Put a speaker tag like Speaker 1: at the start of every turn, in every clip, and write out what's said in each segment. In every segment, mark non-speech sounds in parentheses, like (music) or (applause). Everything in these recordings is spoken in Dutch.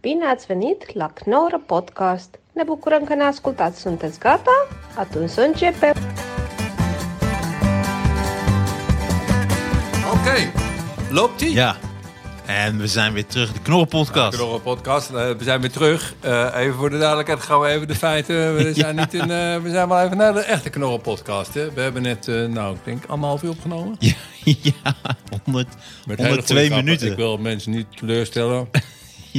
Speaker 1: Bine ați venit la Knorr Podcast! Ne bucurăm că ne ascultați! Sunteți gata? Atunci să începem!
Speaker 2: Oké, loopt ie?
Speaker 3: Ja. En we zijn weer terug, de (laughs) Knorrenpodcast.
Speaker 2: Door een podcast. eh, we zijn weer terug. Eh, even voor de duidelijkheid gaan we even de feiten. We zijn, niet in, eh, we zijn wel even naar de echte knorrelpodcast. Hè? We hebben net, eh, nou, ik denk anderhalf uur opgenomen.
Speaker 3: ja, ja 100,
Speaker 2: Met hele goede
Speaker 3: 102
Speaker 2: grappen.
Speaker 3: minuten.
Speaker 2: Ik wil mensen niet teleurstellen.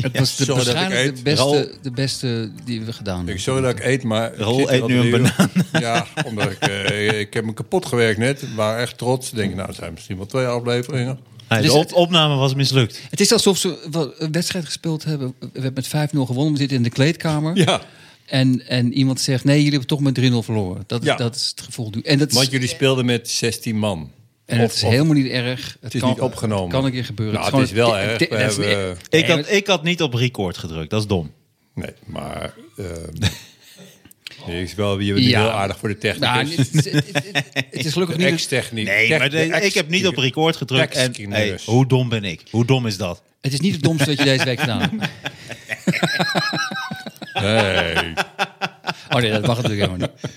Speaker 4: Het was de,
Speaker 2: Sorry dat ik
Speaker 4: waarschijnlijk
Speaker 2: eet.
Speaker 4: de beste,
Speaker 3: Rol.
Speaker 4: de beste die we gedaan hebben.
Speaker 2: Ik sorry dat ik eet, maar... ik
Speaker 3: Roel
Speaker 2: zit hier
Speaker 3: eet
Speaker 2: al
Speaker 3: nu een
Speaker 2: drie uur.
Speaker 3: banaan.
Speaker 2: (laughs) Ja, omdat ik, eh, ik heb me kapot gewerkt net. Ik was echt trots. Ik denk, nou, het zijn misschien wel twee afleveringen.
Speaker 3: Nee, de
Speaker 4: Dus
Speaker 3: op-
Speaker 4: het-
Speaker 3: opname was mislukt.
Speaker 4: Het is alsof ze wel een wedstrijd gespeeld hebben. We hebben met 5-0 gewonnen. We zitten in de kleedkamer.
Speaker 2: Ja,
Speaker 4: En, en iemand zegt, nee, jullie hebben toch met 3-0 verloren. Dat, is-
Speaker 2: Ja.
Speaker 4: dat is het gevoel nu. En dat is,
Speaker 2: want jullie speelden met 16 man.
Speaker 4: en
Speaker 2: Of-
Speaker 4: het is
Speaker 2: of-
Speaker 4: helemaal niet erg. Het,
Speaker 2: is niet opgenomen.
Speaker 4: kan een keer gebeuren.
Speaker 2: Nou,
Speaker 4: is
Speaker 2: het is
Speaker 4: gewoon-
Speaker 2: wel erg.
Speaker 4: dit-
Speaker 2: We
Speaker 4: dat is-
Speaker 2: hebben-
Speaker 3: Ik
Speaker 4: Nee,
Speaker 3: had, ik had niet op record gedrukt, dat is dom.
Speaker 2: Nee, maar... ehm (laughs) nee, ik wel, je bent
Speaker 4: Ja.
Speaker 2: heel aardig voor de technicus.
Speaker 4: Nou, het, is- het, het- het- het is gelukkig niet...
Speaker 2: Ex-techniek.
Speaker 3: Nee,
Speaker 2: Tech-
Speaker 3: maar
Speaker 2: de
Speaker 3: de- ik heb niet op record gedrukt. En, hey,
Speaker 2: Ex-criminus.
Speaker 3: hoe dom ben ik? Hoe dom is dat?
Speaker 4: Het is niet het domste wat je deze week gedaan hebt.
Speaker 2: (laughs) Nee.
Speaker 4: Oh nee, dat mag natuurlijk helemaal niet.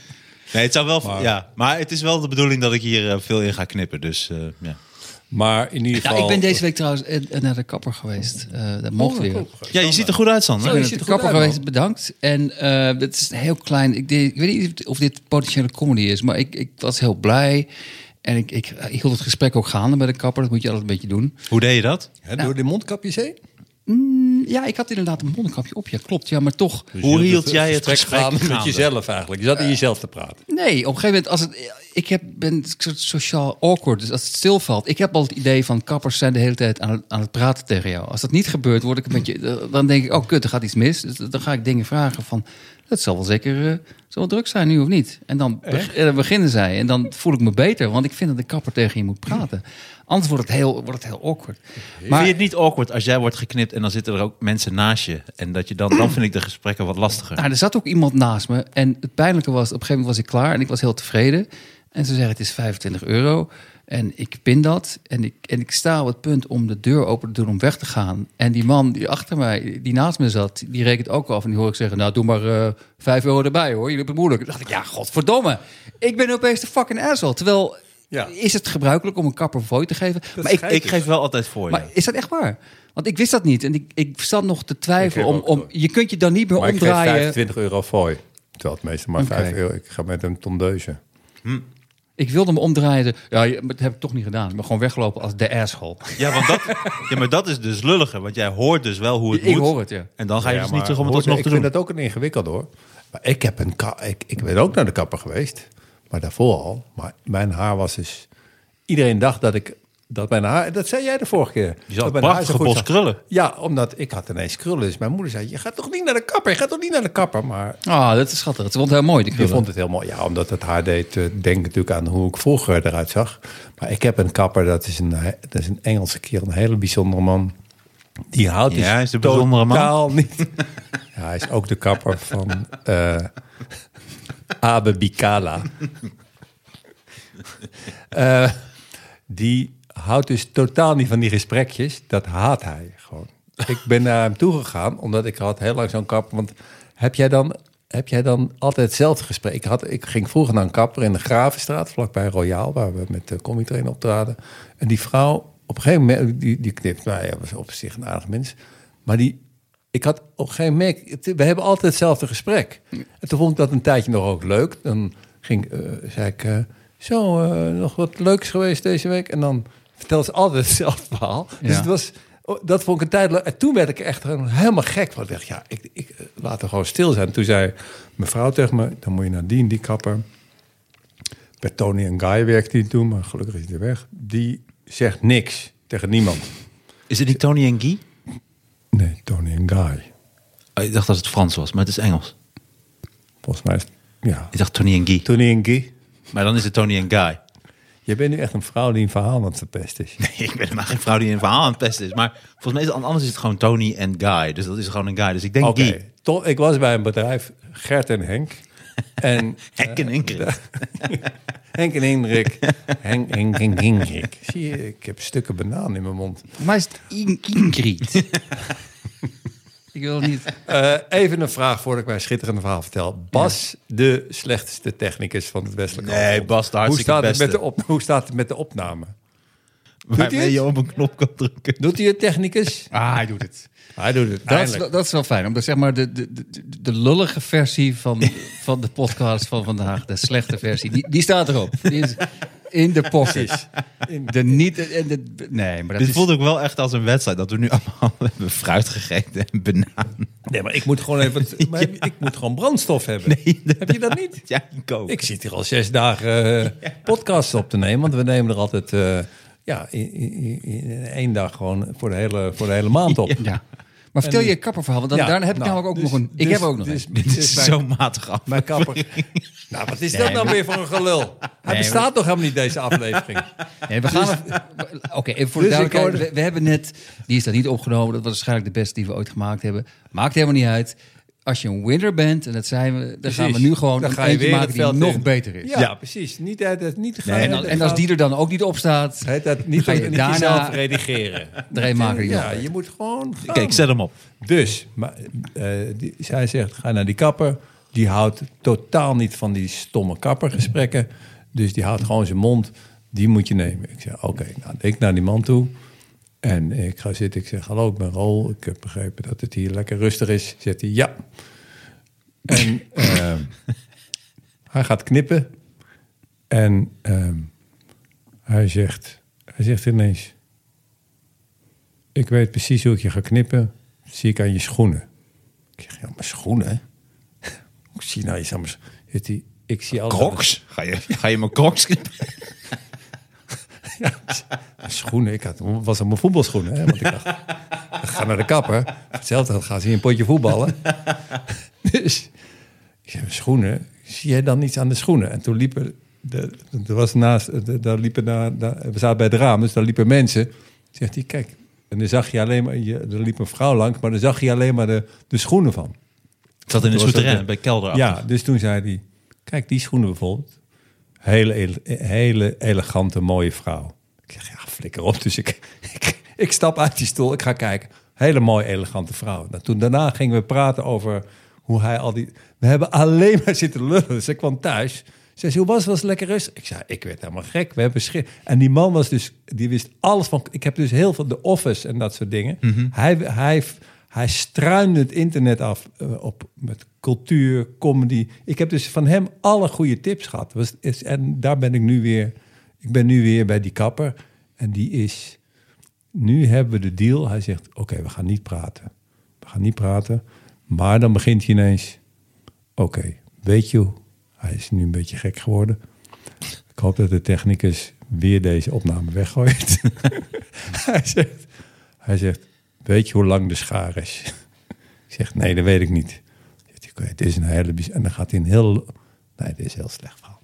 Speaker 3: Nee, het zou wel...
Speaker 2: Maar-
Speaker 3: ja, maar het is wel de bedoeling dat ik hier eh, veel in ga knippen, dus eh, ja.
Speaker 2: Maar in ieder
Speaker 4: Ja,
Speaker 2: geval...
Speaker 4: ik ben deze week trouwens eh, naar de kapper geweest. Eh, dat mocht weer.
Speaker 3: Ja, je ziet er goed uit, Sander.
Speaker 4: Ik ben
Speaker 2: je
Speaker 4: naar
Speaker 2: ziet
Speaker 4: de
Speaker 2: er goed
Speaker 4: kapper
Speaker 2: uit, man.
Speaker 4: geweest, bedankt. En eh het is een heel klein... Ik, deed- ik weet niet of dit potentiële comedy is, maar ik, ik was heel blij. En ik, ik, ik hield het gesprek ook gaande bij de kapper. Dat moet je altijd een beetje doen.
Speaker 3: Hoe deed je dat?
Speaker 2: Hè, door die mondkapjes heen?
Speaker 4: Ja, ik had inderdaad een mondkapje op. Ja, klopt. Ja, maar toch...
Speaker 3: Hoe hield jij het gesprek
Speaker 2: gaande met
Speaker 3: gaande?
Speaker 2: jezelf eigenlijk? Je zat in jezelf te praten.
Speaker 4: Nee, op een gegeven moment... Als het, ik heb, ben een soort sociaal awkward, dus als het stilvalt... Ik heb al het idee van kappers zijn de hele tijd aan, het- aan het praten tegen jou. Als dat niet gebeurt, word ik een beetje... Dan denk ik, oh kut, er gaat iets mis. Dus dan ga ik dingen vragen van... Dat zal wel zeker eh, zal wel druk zijn nu of niet? En dan, beg- en dan beginnen zij. En dan voel ik me beter, want ik vind dat de kapper tegen je moet praten. Anders wordt het heel, wordt het heel awkward.
Speaker 3: Vind je het niet awkward als jij wordt geknipt en dan zitten er ook mensen naast je? En dat je dan, dan vind ik de gesprekken wat lastiger.
Speaker 4: Nou, er zat ook iemand naast me. En het pijnlijke was, op een gegeven moment was ik klaar en ik was heel tevreden. En ze zeggen, het is 25 euro. En ik pin dat. En ik, en ik sta op het punt om de deur open te doen om weg te gaan. En die man die achter mij, die naast me zat, die rekent ook af. En die hoor ik zeggen, nou doe maar eh 5 euro erbij hoor. Jullie hebben het moeilijk. Dan dacht ik, ja godverdomme. Ik ben opeens de fucking asshole. Terwijl,
Speaker 2: Ja.
Speaker 4: is het gebruikelijk om een kapper voor te geven? maar ik,
Speaker 3: Ik, ik geef wel altijd voor je.
Speaker 4: maar is dat echt waar? Want ik wist dat niet. En ik, ik zat nog te twijfelen.
Speaker 2: Ik heb ook
Speaker 4: Om, om,
Speaker 2: door.
Speaker 4: je kunt je dan niet meer
Speaker 2: Maar ik geef
Speaker 4: omdraaien.
Speaker 2: 25 euro fooi. Terwijl het meeste maar
Speaker 4: Oké.
Speaker 2: 5 euro. Ik ga met een tondeuze.
Speaker 4: Ik wilde me omdraaien. Ja, je- maar dat heb ik toch niet gedaan. Maar gewoon weglopen als de asshole.
Speaker 3: Ja, want dat, ja, maar dat is dus lulliger. Want jij hoort dus wel hoe het
Speaker 4: Ik
Speaker 3: moet.
Speaker 4: hoor het, ja.
Speaker 3: En dan ga je
Speaker 2: Ja,
Speaker 3: dus
Speaker 2: maar
Speaker 3: niet terug om het
Speaker 2: hoor,
Speaker 3: alsnog te
Speaker 2: Ik
Speaker 3: doen.
Speaker 2: vind dat ook een ingewikkeld hoor. Maar ik, heb een ka- ik, ik ben ook naar de kapper geweest. Maar daarvoor al. Maar mijn haar was dus... Iedereen dacht dat ik... Dat mijn haar... Dat zei jij de vorige keer.
Speaker 3: Je zat
Speaker 2: dat mijn haar zo
Speaker 3: prachtige
Speaker 2: goed
Speaker 3: bos
Speaker 2: zat.
Speaker 3: krullen.
Speaker 2: Ja, omdat ik had ineens krullen. Dus mijn moeder zei, je gaat toch niet naar de kapper? Je gaat toch niet naar de kapper? Maar
Speaker 4: Ah, dat is schattig. Het vond heel mooi, die
Speaker 2: Je
Speaker 4: krullen.
Speaker 2: vond het heel mooi. Ja, omdat het haar deed. eh, Denk ik natuurlijk aan hoe ik vroeger eruit zag. Maar ik heb een kapper, dat is een, he- dat is een Engelse kerel, een hele bijzondere man. Die houdt
Speaker 3: Ja,
Speaker 2: dus
Speaker 3: hij is een bijzondere man.
Speaker 2: totaal niet. ja, hij is ook de kapper van eh (laughs) Abe Bikala. Eh, die houdt dus totaal niet van die gesprekjes. Dat haat hij gewoon. Ik ben naar hem toegegaan, omdat ik had heel lang zo'n kapper. Want heb jij dan, heb jij dan altijd hetzelfde gesprek? Ik, had, ik ging vroeger naar een kapper in de Gravenstraat, vlakbij Royaal, waar we met de Comic Train optraden. En die vrouw, op een gegeven moment, die, die knipt, nou ja, was op zich een aardig mens. Maar die, ik had op een gegeven moment, het- we hebben altijd hetzelfde gesprek. En toen vond ik dat een tijdje nog ook leuk. Dan ging, eh, zei ik, eh, zo, eh, nog wat leuks geweest deze week. En dan vertelde ze altijd hetzelfde verhaal. Dus
Speaker 4: Ja.
Speaker 2: het was, oh, dat vond ik een tijd leuk. En toen werd ik echt gewoon helemaal gek. Want ik dacht, ja, ik, ik, eh, laat er gewoon stil zijn. Toen zei mijn vrouw tegen me, dan moet je naar die en die kapper. Bij Tony en Guy werkte die toen, maar gelukkig is hij er weg. Die zegt niks tegen niemand.
Speaker 3: Is het niet Tony en Guy?
Speaker 2: Nee, Tony en Guy.
Speaker 3: Oh, ik dacht dat het Frans was, maar het is Engels.
Speaker 2: Volgens mij is het- ja.
Speaker 3: Ik dacht Tony en Guy.
Speaker 2: Tony en Guy.
Speaker 3: Maar dan is het Tony en Guy. (laughs)
Speaker 2: Je bent nu echt een vrouw die een verhaal aan het verpest is.
Speaker 3: Nee, ik ben helemaal geen vrouw die een verhaal aan het pesten is. Maar volgens mij is het anders is het gewoon Tony en Guy. Dus dat is gewoon een guy. Dus ik denk
Speaker 2: Oké,
Speaker 3: Guy.
Speaker 2: toch, ik was bij een bedrijf, Gert en Henk. En
Speaker 3: (laughs)
Speaker 2: eh,
Speaker 3: Hek en Ingrid.
Speaker 2: Henk en Hendrik. Henk, Henk, Henk, Hendrik. Zie je, ik heb stukken banaan in mijn mond.
Speaker 4: Maar is het in- Ingrid? (laughs) Ik wil niet.
Speaker 2: Eh, even een vraag voordat ik mijn schitterende verhaal vertel. Bas, de slechtste technicus van het Westelijk
Speaker 3: Nee,
Speaker 2: Halfrond.
Speaker 3: Bas, de
Speaker 2: hoe
Speaker 3: hartstikke
Speaker 2: staat, het
Speaker 3: beste.
Speaker 2: met de op, hoe staat het met de opname? hij
Speaker 3: (laughs) Waarmee
Speaker 2: het?
Speaker 3: je op een knop kan drukken.
Speaker 2: Doet hij het technicus?
Speaker 4: Ah, hij doet het.
Speaker 2: Hij doet het,
Speaker 4: Dat is,
Speaker 2: eindelijk.
Speaker 4: wel- dat is wel fijn, omdat zeg maar de, de, de, de lullige versie van, van de podcast van vandaag, de slechte versie, die, die staat erop. Die is in de
Speaker 2: (laughs)
Speaker 4: pocket. De niet, en de, nee, maar dat
Speaker 3: Dit
Speaker 4: is...
Speaker 3: voelde ik wel echt als een wedstrijd. Dat we nu allemaal (laughs) hebben fruit gegeten en banaan.
Speaker 2: Nee, maar ik moet gewoon even... maar Ik moet gewoon brandstof hebben. Heb je dat niet?
Speaker 3: (laughs) Ja, ik ook.
Speaker 2: Ik zit hier al zes
Speaker 4: (laughs)
Speaker 2: dagen eh podcasts op te nemen. Want we nemen er altijd eh, ja, in, in- in één dag gewoon voor de hele, voor de hele maand op.
Speaker 4: Ja. Maar vertel je kapperverhaal, want dan,
Speaker 2: Ja,
Speaker 4: daarna heb ik
Speaker 2: nou,
Speaker 4: namelijk ook
Speaker 2: dus-
Speaker 4: nog een... Ik
Speaker 2: dus-
Speaker 4: heb ook nog
Speaker 2: dus-
Speaker 4: een.
Speaker 3: (laughs) Dit
Speaker 2: dus
Speaker 3: is
Speaker 2: mijn-
Speaker 3: zo matig af.
Speaker 2: Mijn kapper. nou, wat is dat
Speaker 4: Nee,
Speaker 2: nou
Speaker 4: maar-
Speaker 2: weer voor een gelul? Hij bestaat toch helemaal niet, deze aflevering?
Speaker 4: Nee, we gaan... er- Oké, even voor de
Speaker 2: Dus ik
Speaker 4: duidelijkheid.
Speaker 2: hoorde-
Speaker 4: We, we hebben net... Die is daar niet opgenomen. Dat was waarschijnlijk de beste die we ooit gemaakt hebben. Maakt helemaal niet uit. Als je een winner bent, en dat zijn we... (laughs) Dan gaan we
Speaker 2: Precies.
Speaker 4: nu gewoon
Speaker 2: Dan
Speaker 4: een
Speaker 2: ga je
Speaker 4: eentje
Speaker 2: weer
Speaker 4: maken
Speaker 2: het
Speaker 4: die
Speaker 2: veld
Speaker 4: nog
Speaker 2: in.
Speaker 4: beter is.
Speaker 2: Ja,
Speaker 3: Ja.
Speaker 2: precies. Niet, uit het niet gaan.
Speaker 3: Nee,
Speaker 4: En,
Speaker 3: en
Speaker 4: al- en als die er dan ook niet op staat...
Speaker 2: Heet dat niet
Speaker 4: Ga je
Speaker 2: niet
Speaker 4: daarna-
Speaker 2: jezelf redigeren.
Speaker 4: Erin maken die
Speaker 2: Ja,
Speaker 4: nog.
Speaker 2: je moet gewoon gaan.
Speaker 3: Kijk, zet hem op.
Speaker 2: Dus, maar, eh, die, zij zegt, ga naar die kapper. Die houdt totaal niet van die stomme kappergesprekken. Dus die houdt gewoon zijn mond. Die moet je nemen. Ik zeg, oké, nou, ik naar die man toe. En ik ga zitten. Ik zeg, hallo, ik ben Rol. Ik heb begrepen dat het hier lekker rustig is. Zegt hij, ja. En ehm, hij gaat knippen. En ehm, hij, zegt, hij zegt ineens... Ik weet precies hoe ik je ga knippen. Dat zie ik aan je schoenen. Ik zeg, ja, mijn schoenen? (laughs) Ik zie nou iets aan mijn schoenen. Zegt hij, Ik zie altijd...
Speaker 3: Crocs? Ga je, ga je mijn crocs (laughs) knippen?
Speaker 2: Mijn schoenen, ik had, was aan mijn voetbalschoenen. Hè? Want ik dacht, ik ga naar de kapper. Hetzelfde geld gaan ze hier een potje voetballen. dus ik zei, mijn schoenen, zie jij dan iets aan de schoenen? En toen liepen, de, er was naast, de- daar liepen daar, daar- we zaten bij het raam, dus daar liepen mensen. Zegt hij, kijk, en dan zag je alleen maar, je, er liep een vrouw langs, maar dan zag je alleen maar de, de schoenen van.
Speaker 3: Ik zat
Speaker 2: Toen
Speaker 3: in een
Speaker 2: was dat
Speaker 3: souterrain
Speaker 2: de-
Speaker 3: bij kelder.
Speaker 2: Ja, dus toen zei hij, kijk die schoenen bijvoorbeeld. Hele, ele- hele elegante, mooie vrouw. Ik zeg, ja, flikker op. Dus ik, (laughs) ik, ik stap uit die stoel, ik ga kijken. Hele mooie, elegante vrouw. Nou, toen daarna gingen we praten over hoe hij al die... We hebben alleen maar zitten lullen. Dus ik kwam thuis. Ze zei, hoe was het? Was het lekker rustig? Ik zei, ik werd helemaal gek. We hebben schi- En die man was dus, die wist alles van... Ik heb dus heel veel The Office en dat soort dingen.
Speaker 3: Mhm.
Speaker 2: Hij, hij, hij struinde het internet af eh, op, met cultuur, comedy. Ik heb dus van hem alle goede tips gehad. Was, is, en daar ben ik nu weer... Ik ben nu weer bij die kapper. En die is... Nu hebben we de deal. Hij zegt, oké, we gaan niet praten. We gaan niet praten. Maar dan begint hij ineens... Oké, weet je, hoe- hij is nu een beetje gek geworden. Ik hoop dat de technicus weer deze opname weggooit. (laughs) hij, zegt, hij zegt, weet je hoe lang de schaar is? ik zeg, nee, dat weet ik niet. Zegt hij, "Oké, het is een hele... bijz- En dan gaat hij een heel... Nee, dit is een heel slecht verhaal.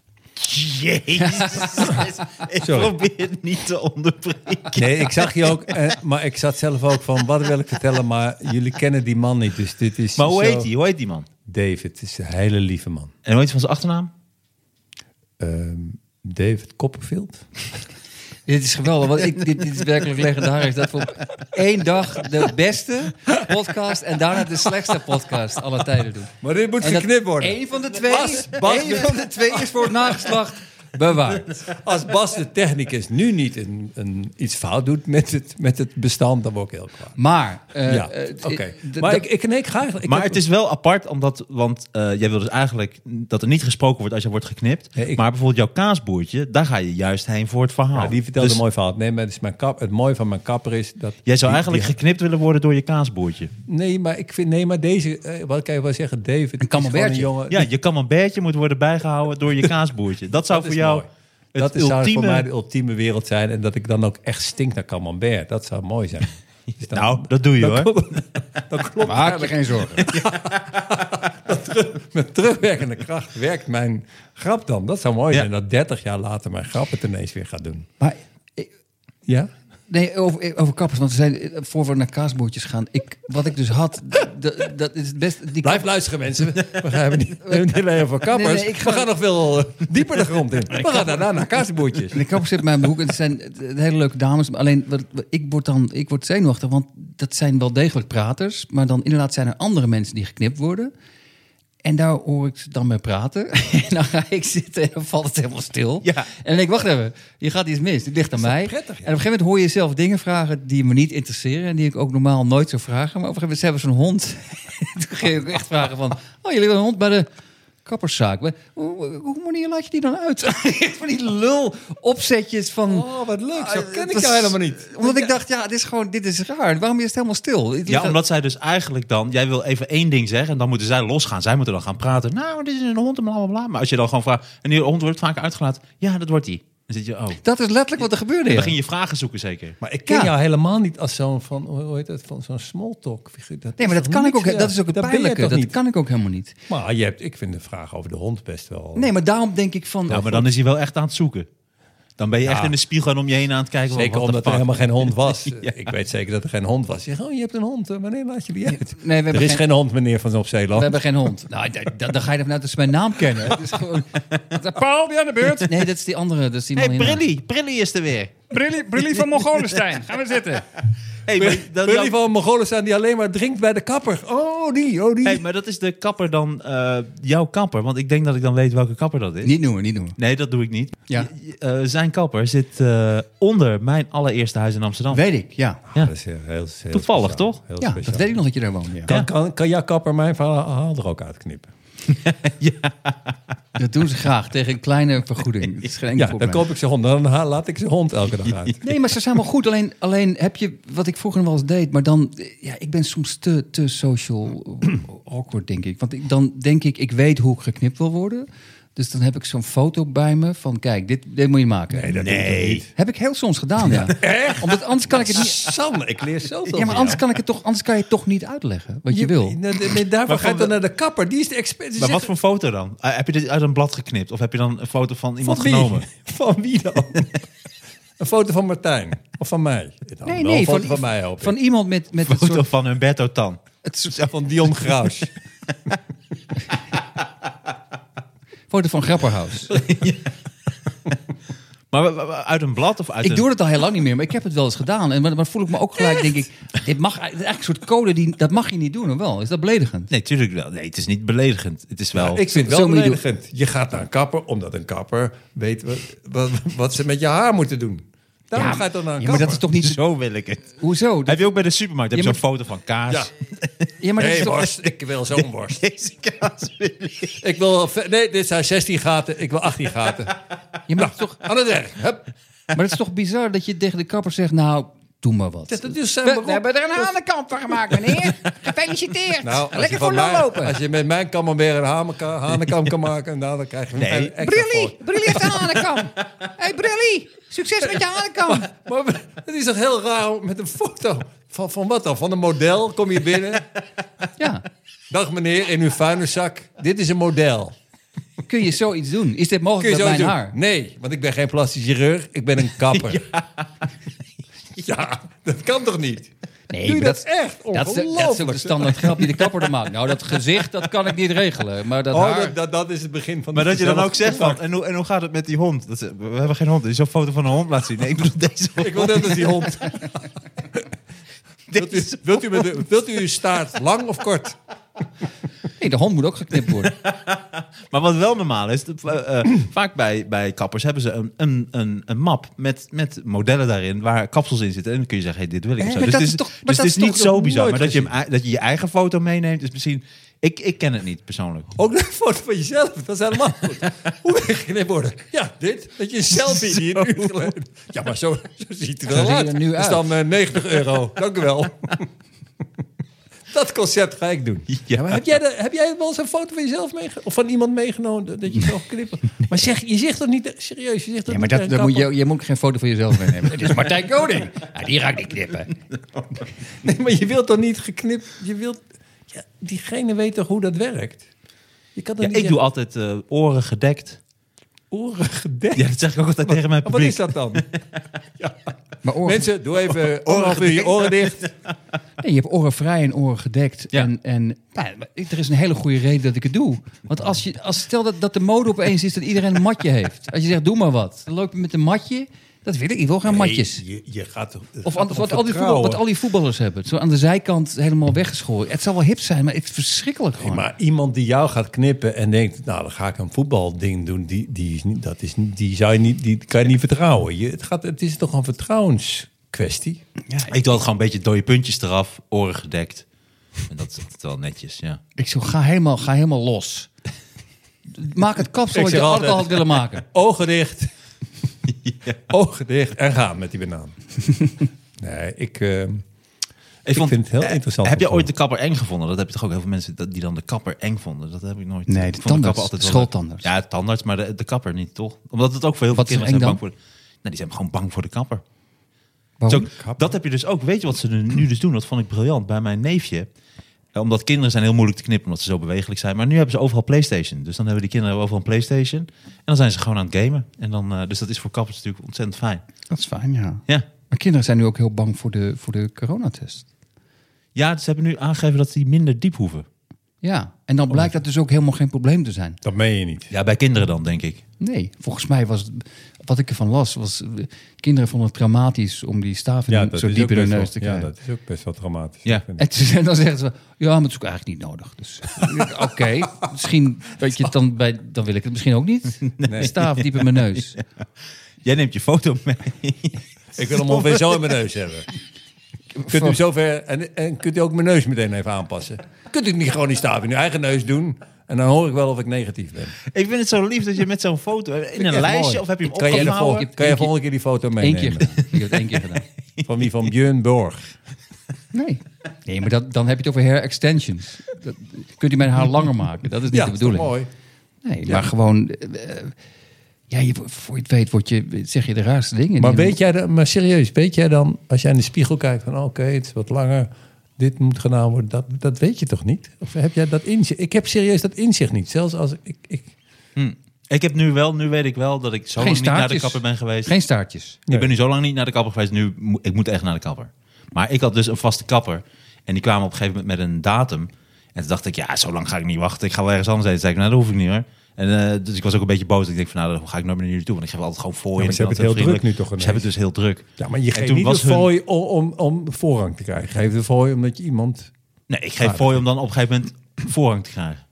Speaker 3: Jezus. (laughs) Ik probeer het niet te onderbreken.
Speaker 2: Nee, ik zag je ook, eh, maar ik zat zelf ook van, wat wil ik vertellen? Maar jullie kennen die man niet, dus dit is
Speaker 3: Maar hoe
Speaker 2: zo-
Speaker 3: heet die? Hoe heet die man?
Speaker 2: David, het is een hele lieve man.
Speaker 3: En hoe heet van zijn achternaam?
Speaker 2: Ehm, David Copperfield?
Speaker 4: Dit is geweldig, want ik, dit, dit is werkelijk legendarisch. Dat we op één dag de beste podcast en daarna de slechtste podcast alle tijden doen.
Speaker 2: Maar dit moet
Speaker 4: En dat
Speaker 2: geknipt worden.
Speaker 4: één van de twee,
Speaker 2: Bas, Bas,
Speaker 4: één van de twee is voor het nageslacht bewaard.
Speaker 2: Als Bas de technicus nu niet een, een, iets fout doet met het, met het bestand, dan word ik heel kwaad.
Speaker 4: Maar, eh,
Speaker 2: ja,
Speaker 4: eh,
Speaker 2: oké.
Speaker 4: d- d-
Speaker 2: Maar
Speaker 4: d-
Speaker 2: ik, ik, nee, ik ga eigenlijk... ik
Speaker 3: maar
Speaker 2: heb-
Speaker 3: het is wel apart, omdat, want eh, jij wil dus eigenlijk dat er niet gesproken wordt als je wordt geknipt.
Speaker 2: Nee, ik-
Speaker 3: Maar bijvoorbeeld jouw kaasboertje, daar ga je juist heen voor het verhaal.
Speaker 2: Ja, die vertelde
Speaker 3: Dus
Speaker 2: een mooi verhaal. Nee, maar het, is mijn kap, het mooie van mijn kapper is dat...
Speaker 3: Jij zou
Speaker 2: die-
Speaker 3: eigenlijk
Speaker 2: die-
Speaker 3: geknipt willen worden door je kaasboertje.
Speaker 2: nee, maar ik vind... Nee, maar deze... eh, wat kan je wel zeggen? David is gewoon een
Speaker 4: camembertje.
Speaker 2: jongen...
Speaker 3: Ja, je camembertje moet worden
Speaker 2: (laughs)
Speaker 3: bijgehouden door je kaasboertje. Dat
Speaker 2: Dat
Speaker 3: zou voor
Speaker 2: is
Speaker 3: jou
Speaker 2: mooi.
Speaker 3: het
Speaker 2: dat is- zou
Speaker 3: ultieme...
Speaker 2: voor mij de ultieme wereld zijn. En dat ik dan ook echt stink naar camembert. Dat zou mooi zijn. Dus dan-
Speaker 3: Nou, dat doe je
Speaker 2: dan
Speaker 3: hoor.
Speaker 2: klopt- dan klopt
Speaker 4: maak je geen (laughs) zorgen.
Speaker 2: met terugwerkende kracht werkt mijn grap dan. Dat zou mooi
Speaker 3: Ja.
Speaker 2: zijn. Dat 30 jaar later mijn grap het ineens weer gaat doen.
Speaker 4: Maar, eh,
Speaker 2: Ja?
Speaker 4: Nee, over, over kappers. Want we zijn, eh, voor we naar kaasbootjes gaan. Ik, wat ik dus had, d- dat is het beste. Die
Speaker 2: Blijf luisteren, mensen. We gaan niet, we hebben niet alleen over kappers.
Speaker 4: Nee, nee, ik ga-
Speaker 2: We gaan nog veel eh, dieper de grond in. We gaan daarna naar kaasboertjes.
Speaker 4: En de kapper zit bij mijn hoek en het zijn eh, hele leuke dames. Maar alleen, wat, wat- ik word dan ik word zenuwachtig, want dat zijn wel degelijk praters. Maar dan inderdaad zijn er andere mensen die geknipt worden. En daar hoor ik ze dan mee praten. (laughs) En dan ga ik zitten en dan valt het helemaal stil.
Speaker 3: Ja.
Speaker 4: En dan denk ik, wacht even, je gaat iets mis. Dit ligt aan mij.
Speaker 2: prettig, ja.
Speaker 4: En op een gegeven moment hoor je zelf dingen vragen die me niet interesseren. En die ik ook normaal nooit zou vragen. Maar op een gegeven moment, ze hebben zo'n hond. (laughs) Toen ging ik ook echt vragen van, oh, jullie hebben een hond bij de kapperszaak. Maar Hoe, hoe, hoe wanneer laat je die dan uit? (laughs) van die lul opzetjes van...
Speaker 2: Oh, wat leuk. Zo
Speaker 4: Ah,
Speaker 2: ken
Speaker 4: het
Speaker 2: ik
Speaker 4: was-
Speaker 2: jou helemaal niet.
Speaker 4: Omdat ik dacht, ja, dit is gewoon, dit is raar. Waarom is het helemaal stil? Het
Speaker 3: Ja,
Speaker 4: ligt-
Speaker 3: omdat zij dus eigenlijk dan... Jij wil even één ding zeggen en dan moeten zij losgaan. Zij moeten dan gaan praten. Nou, maar dit is een hond en blablabla. Maar als je dan gewoon vraagt... En die hond wordt vaak uitgelaten. Ja, dat wordt die. Dan zit je... Oh.
Speaker 4: Dat is letterlijk wat er gebeurde. ja.
Speaker 3: Dan ging je vragen zoeken zeker.
Speaker 2: Maar ik ken
Speaker 4: Ja.
Speaker 2: jou helemaal niet als zo'n van, hoe heet dat, van zo'n small talk figuur.
Speaker 4: Nee, maar
Speaker 2: is
Speaker 4: dat
Speaker 2: toch
Speaker 4: kan ik
Speaker 2: niet,
Speaker 4: ook.
Speaker 2: ja.
Speaker 4: Dat is ook het
Speaker 2: Dat ben je
Speaker 4: pijnlijke.
Speaker 2: toch
Speaker 4: Dat
Speaker 2: niet?
Speaker 4: kan ik ook helemaal niet.
Speaker 2: Maar je hebt, ik vind de vraag over de hond best wel...
Speaker 4: Nee, maar daarom denk ik van. oh,
Speaker 3: Nou, maar dan is hij wel echt aan het zoeken. Dan ben je echt
Speaker 2: Ja.
Speaker 3: in de spiegel en om je heen aan het kijken.
Speaker 2: Zeker
Speaker 3: wat de
Speaker 2: omdat er
Speaker 3: fuck.
Speaker 2: helemaal geen hond
Speaker 4: (laughs)
Speaker 2: was. Ik weet zeker dat er geen hond was. Je zegt, oh, je hebt een hond. eh, Wanneer laat je die uit?
Speaker 4: Nee, we hebben
Speaker 2: er is
Speaker 4: geen-
Speaker 2: geen... hond, meneer Van Op
Speaker 4: We
Speaker 2: Zeeland.
Speaker 4: hebben geen hond. Nou, d- d- dan ga je ervan uit dat ze mijn naam kennen. Het is gewoon. (laughs) Paul, ben je aan de beurt? Nee, dat is die andere. Dat is die
Speaker 3: hey,
Speaker 4: man hierna.
Speaker 3: Brilly. Brilly is er weer.
Speaker 4: Brilly, Brilly van Mongolenstein. Gaan we zitten.
Speaker 3: Hey, maar, dan-
Speaker 2: Jullie van Mongolen staan die alleen maar drinkt bij de kapper. Oh, die, oh, die.
Speaker 3: hey, maar dat is de kapper dan... eh, jouw kapper. Want ik denk dat ik dan weet welke kapper dat is.
Speaker 4: Niet noemen, niet noemen.
Speaker 3: Nee, dat doe ik niet.
Speaker 4: Ja.
Speaker 3: Je- eh, zijn kapper zit eh, onder mijn allereerste huis in Amsterdam.
Speaker 4: Weet ik, ja.
Speaker 3: Ja.
Speaker 2: Dat is heel, heel- heel
Speaker 3: Toevallig,
Speaker 2: speciaal.
Speaker 3: toch?
Speaker 2: Heel
Speaker 4: Ja,
Speaker 2: speciaal.
Speaker 4: dat weet ik nog dat je daar woont. Ja.
Speaker 2: Kan, kan, kan jouw kapper mijn verhaal er ook uitknippen?
Speaker 4: Dat doen ze graag tegen een kleine vergoeding. Dat is geen enkel
Speaker 2: Ja, dan
Speaker 4: probleem.
Speaker 2: koop ik zijn hond. Dan ha- laat ik zijn hond elke
Speaker 4: (laughs)
Speaker 2: dag uit.
Speaker 4: Nee, maar ze zijn wel goed. Alleen, alleen heb je wat ik vroeger wel eens deed, maar dan, eh, ja, ik ben soms te, te social awkward, denk ik. Want ik, dan denk ik, ik weet hoe ik geknipt wil worden. Dus dan heb ik zo'n foto bij me van, kijk, dit, dit moet je maken.
Speaker 2: Nee, dat doe ik toch niet.
Speaker 4: Heb ik heel soms gedaan,
Speaker 2: (laughs)
Speaker 4: ja. Echt? Omdat anders kan ik het niet.
Speaker 2: Sam, ik leer zoveel.
Speaker 4: Ja,
Speaker 2: van
Speaker 4: maar
Speaker 2: jou.
Speaker 4: anders kan ik het toch, anders kan je het toch niet uitleggen wat je, wil.
Speaker 2: Nee, nee, nee, daarvoor
Speaker 3: Maar
Speaker 2: ga je
Speaker 3: van-
Speaker 2: dan naar de kapper. Die is de expert. Die
Speaker 3: Maar
Speaker 2: zegt-
Speaker 3: wat voor foto dan? Eh, heb je dit uit een blad geknipt? Of heb je dan een foto van iemand
Speaker 2: van wie?
Speaker 3: genomen?
Speaker 2: (laughs) Van wie dan? een foto van Martijn. Of van mij. Dan
Speaker 4: Nee,
Speaker 2: wel
Speaker 4: nee,
Speaker 2: een foto
Speaker 4: van,
Speaker 2: van, mij hoop ik.
Speaker 4: van iemand met, met het
Speaker 3: Foto
Speaker 4: soort,
Speaker 3: van Humberto Tan.
Speaker 4: het soort
Speaker 2: Van Dion
Speaker 4: (laughs)
Speaker 2: Graus.
Speaker 4: foto van Grapperhaus.
Speaker 3: Maar wa- wa- wa- uit een blad of uit
Speaker 4: Ik
Speaker 3: een...
Speaker 4: doe het al heel lang niet meer, maar ik heb het wel eens gedaan. En maar, maar voel ik me ook gelijk, denk ik, dit mag dit is eigenlijk een soort code die dat mag je niet doen, of wel? Is dat beledigend?
Speaker 3: Nee, tuurlijk wel. Nee, het is niet beledigend. Het is wel...
Speaker 2: ik vind het
Speaker 4: Zo
Speaker 2: wel
Speaker 4: moet je doen.
Speaker 2: beledigend. Je gaat naar een kapper omdat een kapper weet wat, wat, wat ze met je haar moeten doen. Daarom ga je dan naar een
Speaker 4: ja, maar
Speaker 2: kapper.
Speaker 4: dat is toch
Speaker 3: (laughs)
Speaker 4: niet
Speaker 3: Zo wil ik het.
Speaker 4: (laughs) hoezo? Dat-
Speaker 3: Heb je ook bij de supermarkt heb je
Speaker 4: Je
Speaker 3: zo'n foto van kaas?
Speaker 2: Ja.
Speaker 4: ja, maar dat
Speaker 2: Nee,
Speaker 4: is toch
Speaker 2: worst. Ik wil zo'n worst.
Speaker 3: Deze kaas wil ik.
Speaker 2: Ik wil... ve- Nee, dit zijn 16 gaten. Ik wil 18 gaten.
Speaker 4: ja, maar, dat is (laughs) toch
Speaker 2: Aan het werk. Hup.
Speaker 4: maar dat is toch bizar dat je tegen de kapper zegt, nou, doe maar wat.
Speaker 2: Dat- dat is zijn beroep.
Speaker 4: er een hanenkant gemaakt, meneer. Gefeliciteerd. (laughs)
Speaker 2: Nou, als je, van mij, als je met mijn camembert een hanekam, hanekam kan maken, nou, dan krijg je
Speaker 3: Nee.
Speaker 2: een extra foto.
Speaker 4: Brilly heeft een hanenkam. hey, Brilly, succes met je hanenkam.
Speaker 2: Maar we- het is toch heel raar met een foto. Van, van wat dan? Van een model kom je binnen.
Speaker 4: Ja,
Speaker 2: Dag meneer, in uw vuilniszak. Dit is een model.
Speaker 4: kun je zoiets doen? Is dit
Speaker 2: Kun je
Speaker 4: mogelijk
Speaker 2: zo
Speaker 4: met mijn
Speaker 2: doen?
Speaker 4: haar?
Speaker 2: Nee, want ik ben geen plastisch chirurg. Ik ben een kapper. Ja, dat kan toch niet?
Speaker 4: Nee,
Speaker 2: Doe je
Speaker 4: maar
Speaker 2: dat, echt?
Speaker 4: Dat is, de, dat is ook de
Speaker 2: Ongelooflijk.
Speaker 4: standaard grap die de kapper dan maakt. Nou, dat gezicht, dat kan ik niet regelen. Maar dat
Speaker 2: Oh,
Speaker 4: haar...
Speaker 2: dat, dat, dat is het begin van
Speaker 3: Maar
Speaker 2: de
Speaker 3: dat je dan ook
Speaker 2: gezellige
Speaker 3: zegt van...
Speaker 2: contact.
Speaker 3: En hoe, en hoe gaat het met die hond? Dat ze- we hebben geen hond. Dat je zo'n foto van een hond laat zien. Nee, ik bedoel deze
Speaker 2: (laughs)
Speaker 3: hond.
Speaker 2: Ik wil net als die hond. Wilt u,
Speaker 3: Deze-
Speaker 2: wilt, u met de- wilt u uw staart lang of kort?
Speaker 4: Nee, de hond moet ook geknipt worden.
Speaker 3: Maar wat wel normaal is, dat, eh, eh, vaak bij, bij kappers hebben ze een, een, een, een map met, met modellen daarin waar kapsels in zitten. En dan kun je zeggen, hey, dit wil ik. of
Speaker 4: Hè?
Speaker 3: zo.
Speaker 4: Maar
Speaker 3: Dus
Speaker 4: dat
Speaker 3: het is,
Speaker 4: is toch-
Speaker 3: dus
Speaker 4: maar
Speaker 3: het
Speaker 4: dat
Speaker 3: is
Speaker 4: is
Speaker 3: niet
Speaker 4: toch
Speaker 3: zo
Speaker 4: nog
Speaker 3: bizar. Maar
Speaker 2: nooit
Speaker 3: dat je, hem, dat je je eigen foto meeneemt is misschien... Ik, ik ken het niet persoonlijk.
Speaker 2: Ook een foto van jezelf, dat is helemaal goed. Hoe (laughs) begin je worden? Ja, dit. Dat je een
Speaker 4: (laughs)
Speaker 2: selfie die een uur geleden... Ja, maar zo, zo ziet hij
Speaker 4: Zo
Speaker 2: er
Speaker 4: ziet
Speaker 2: wel
Speaker 4: hij
Speaker 2: uit.
Speaker 4: er nu
Speaker 2: Dat is
Speaker 4: uit.
Speaker 2: dan eh, 90
Speaker 4: (laughs)
Speaker 2: euro. Dank u wel. Dat concept ga ik doen. Ja. maar heb, jij de, heb jij wel eens een foto van jezelf meegenomen? Of van iemand meegenomen dat- dat je zo knippen?
Speaker 4: (laughs)
Speaker 2: Maar zeg, je zegt dat niet serieus. Je zegt dat
Speaker 4: Ja, maar
Speaker 2: niet
Speaker 4: dat,
Speaker 2: tegen
Speaker 4: dat moet
Speaker 2: kapper.
Speaker 4: je, je moet ook geen foto van jezelf meenemen. Het is Martijn Koning. Ja, die raakt niet knippen.
Speaker 2: Nee, maar je wilt toch niet geknipt... Je wilt... Ja, diegene weet toch hoe dat werkt? Je kan dan
Speaker 3: Ja,
Speaker 2: niet
Speaker 3: ik doe altijd eh, oren gedekt.
Speaker 2: oren gedekt.
Speaker 3: Ja, dat zeg ik ook altijd tegen
Speaker 2: Maar
Speaker 3: mijn
Speaker 2: Wat
Speaker 3: publiek.
Speaker 2: is dat dan? ja.
Speaker 4: Maar oren-
Speaker 2: Mensen, doe even eh, oren, je oren dicht.
Speaker 4: Nee, je hebt oren vrij en oren gedekt.
Speaker 3: Ja.
Speaker 4: En, en nou, ja, maar ik- er is een hele goede reden dat ik het doe. Want als je, als, stel dat, dat de mode opeens is dat iedereen een matje heeft. Als je zegt, doe maar wat. Dan loop je met een matje. Dat wil ik, ik wil geen matjes.
Speaker 2: Nee, je, je gaat, het
Speaker 4: Of
Speaker 2: gaat
Speaker 4: anders,
Speaker 2: om
Speaker 4: wat, al die voetbal,
Speaker 2: vertrouwen.
Speaker 4: wat al die voetballers hebben. Zo aan de zijkant helemaal weggeschoren. Het zal wel hip zijn, maar het is verschrikkelijk
Speaker 2: Nee,
Speaker 4: gewoon.
Speaker 2: (laughs) maar iemand die jou gaat knippen en denkt, nou, dan ga ik een voetbalding doen, die, die, is niet, dat is, niet- die, zou je niet, die kan je niet vertrouwen. Je, het, gaat, het is toch een vertrouwenskwestie?
Speaker 3: Ik doe het gewoon een beetje dode puntjes eraf, oren gedekt. En dat is altijd wel netjes, ja.
Speaker 4: Ik zo, ga helemaal, ga helemaal los. Maak het kapsel
Speaker 2: Ik
Speaker 4: wat je
Speaker 2: zeg altijd-
Speaker 4: altijd al had willen maken.
Speaker 2: Ogen (laughs) dicht. Ogen dicht en gaan met die banaan. nee, ik, eh, ik
Speaker 3: vond-
Speaker 2: vind het heel interessant.
Speaker 3: Heb je
Speaker 2: om te
Speaker 3: ooit de kapper eng gevonden? Dat heb je toch ook heel veel mensen dat- die dan de kapper eng vonden? Dat heb ik nooit.
Speaker 4: Nee, de
Speaker 3: Ik vond
Speaker 4: tandarts,
Speaker 3: kapper
Speaker 4: de
Speaker 3: wel-
Speaker 4: schooltandarts.
Speaker 3: Ja, de tandarts, maar de, de kapper niet, toch? Omdat het ook voor heel veel
Speaker 4: Wat is
Speaker 3: kinderen
Speaker 4: er
Speaker 3: zijn
Speaker 4: eng
Speaker 3: bang voor... Nou, die zijn gewoon bang voor de kapper.
Speaker 4: Waarom?
Speaker 3: Zo, dat heb je dus ook. Weet je wat ze er nu dus doen? Dat vond ik briljant bij mijn neefje. Eh, Omdat kinderen zijn heel moeilijk te knippen omdat ze zo bewegelijk zijn. Maar nu hebben ze overal PlayStation. Dus dan hebben die kinderen overal een PlayStation. En dan zijn ze gewoon aan het gamen. En dan, eh, dus dat is voor kappers natuurlijk ontzettend fijn.
Speaker 4: Dat is fijn, ja.
Speaker 3: Ja.
Speaker 4: Maar kinderen zijn nu ook heel bang voor de, voor de coronatest.
Speaker 3: ja, ze hebben nu aangegeven dat die minder diep hoeven.
Speaker 4: Ja, en dan
Speaker 2: Oh.
Speaker 4: blijkt dat dus ook helemaal geen probleem te zijn.
Speaker 2: Dat meen je niet.
Speaker 3: Ja, bij kinderen dan, denk ik.
Speaker 4: Nee, volgens mij was het, wat ik ervan las, was eh, kinderen vonden het traumatisch om die staaf in hun- zo diep in hun neus te
Speaker 2: ja,
Speaker 4: krijgen.
Speaker 2: dat is ook best wel dramatisch.
Speaker 3: Ja.
Speaker 2: Ik vind
Speaker 4: (laughs) En toen- en dan zeggen ze, ja, maar het is ook eigenlijk niet nodig.
Speaker 2: (laughs)
Speaker 4: Dus oké, misschien, weet je, dan, bij, dan wil ik het misschien ook
Speaker 2: (laughs)
Speaker 4: niet. Een Staaf diep in mijn neus.
Speaker 3: Jij neemt je foto mee.
Speaker 2: het. Ik wil hem ongeveer zo in mijn neus hebben. Kunt u hem zover en, en kunt u ook mijn neus meteen even aanpassen? Kunt u niet gewoon die staaf in uw eigen neus doen? En dan hoor ik wel of ik negatief ben.
Speaker 3: Ik vind het zo lief dat je met zo'n foto in een
Speaker 2: Echt
Speaker 3: lijstje
Speaker 2: mooi.
Speaker 3: of heb je hem
Speaker 2: kan je, de
Speaker 3: opgehouden?
Speaker 2: volgende, kan je volgende keer die foto (laughs)
Speaker 4: Eén
Speaker 2: meenemen?
Speaker 4: keer gedaan. Ik heb het één keer
Speaker 2: (laughs)
Speaker 4: gedaan.
Speaker 2: Van wie? Van Björn Borg.
Speaker 4: Nee. Nee, maar dat, dan heb je het over hair extensions. Dat, kunt u mijn haar langer maken? Dat is niet
Speaker 2: Ja,
Speaker 4: de
Speaker 2: dat is toch
Speaker 4: bedoeling.
Speaker 2: mooi.
Speaker 4: Nee, maar gewoon... eh, eh, ja, je, voor je het weet word je, zeg je de raarste dingen.
Speaker 2: Maar
Speaker 4: Die-
Speaker 2: weet jij dan, maar serieus, weet jij dan, als jij in de spiegel kijkt van oké, het is wat langer, dit moet gedaan worden, dat, dat weet je toch niet? Of heb jij dat inzicht? Ik heb serieus dat inzicht niet. Zelfs als ik, ik, ik
Speaker 3: Ik heb nu wel, nu weet ik wel dat ik zo
Speaker 4: Geen
Speaker 3: lang niet naar de
Speaker 4: staartjes.
Speaker 3: kapper ben geweest.
Speaker 4: Geen staartjes.
Speaker 2: Nee.
Speaker 3: Ik ben nu zo lang niet naar de kapper geweest. Nu mo- ik moet echt naar de kapper. Maar ik had dus een vaste kapper. En die kwamen op een gegeven moment met een datum. En toen dacht ik, ja, zo lang ga ik niet wachten. Ik ga wel ergens anders heen. Toen zei ik, nou, dat hoef ik niet hoor. En, eh, dus ik was ook een beetje boos. Ik denk van, nou, dan ga ik nooit meer naar jullie toe. Want ik geef altijd gewoon voor je.
Speaker 2: Ja, maar ze
Speaker 3: Ik ben
Speaker 2: hebben het
Speaker 3: altijd
Speaker 2: heel
Speaker 3: vriendelijk.
Speaker 2: druk nu toch
Speaker 3: Ze hebben het dus heel druk.
Speaker 2: ja, maar je
Speaker 3: En
Speaker 2: geeft
Speaker 3: toen
Speaker 2: niet
Speaker 3: was
Speaker 2: de
Speaker 3: hun-
Speaker 2: fooi om, om, om voorrang te krijgen. Je geeft de fooi omdat je iemand...
Speaker 3: Nee, ik
Speaker 2: Ah,
Speaker 3: geef voor je om dan op een gegeven moment (clears throat) voorrang te krijgen.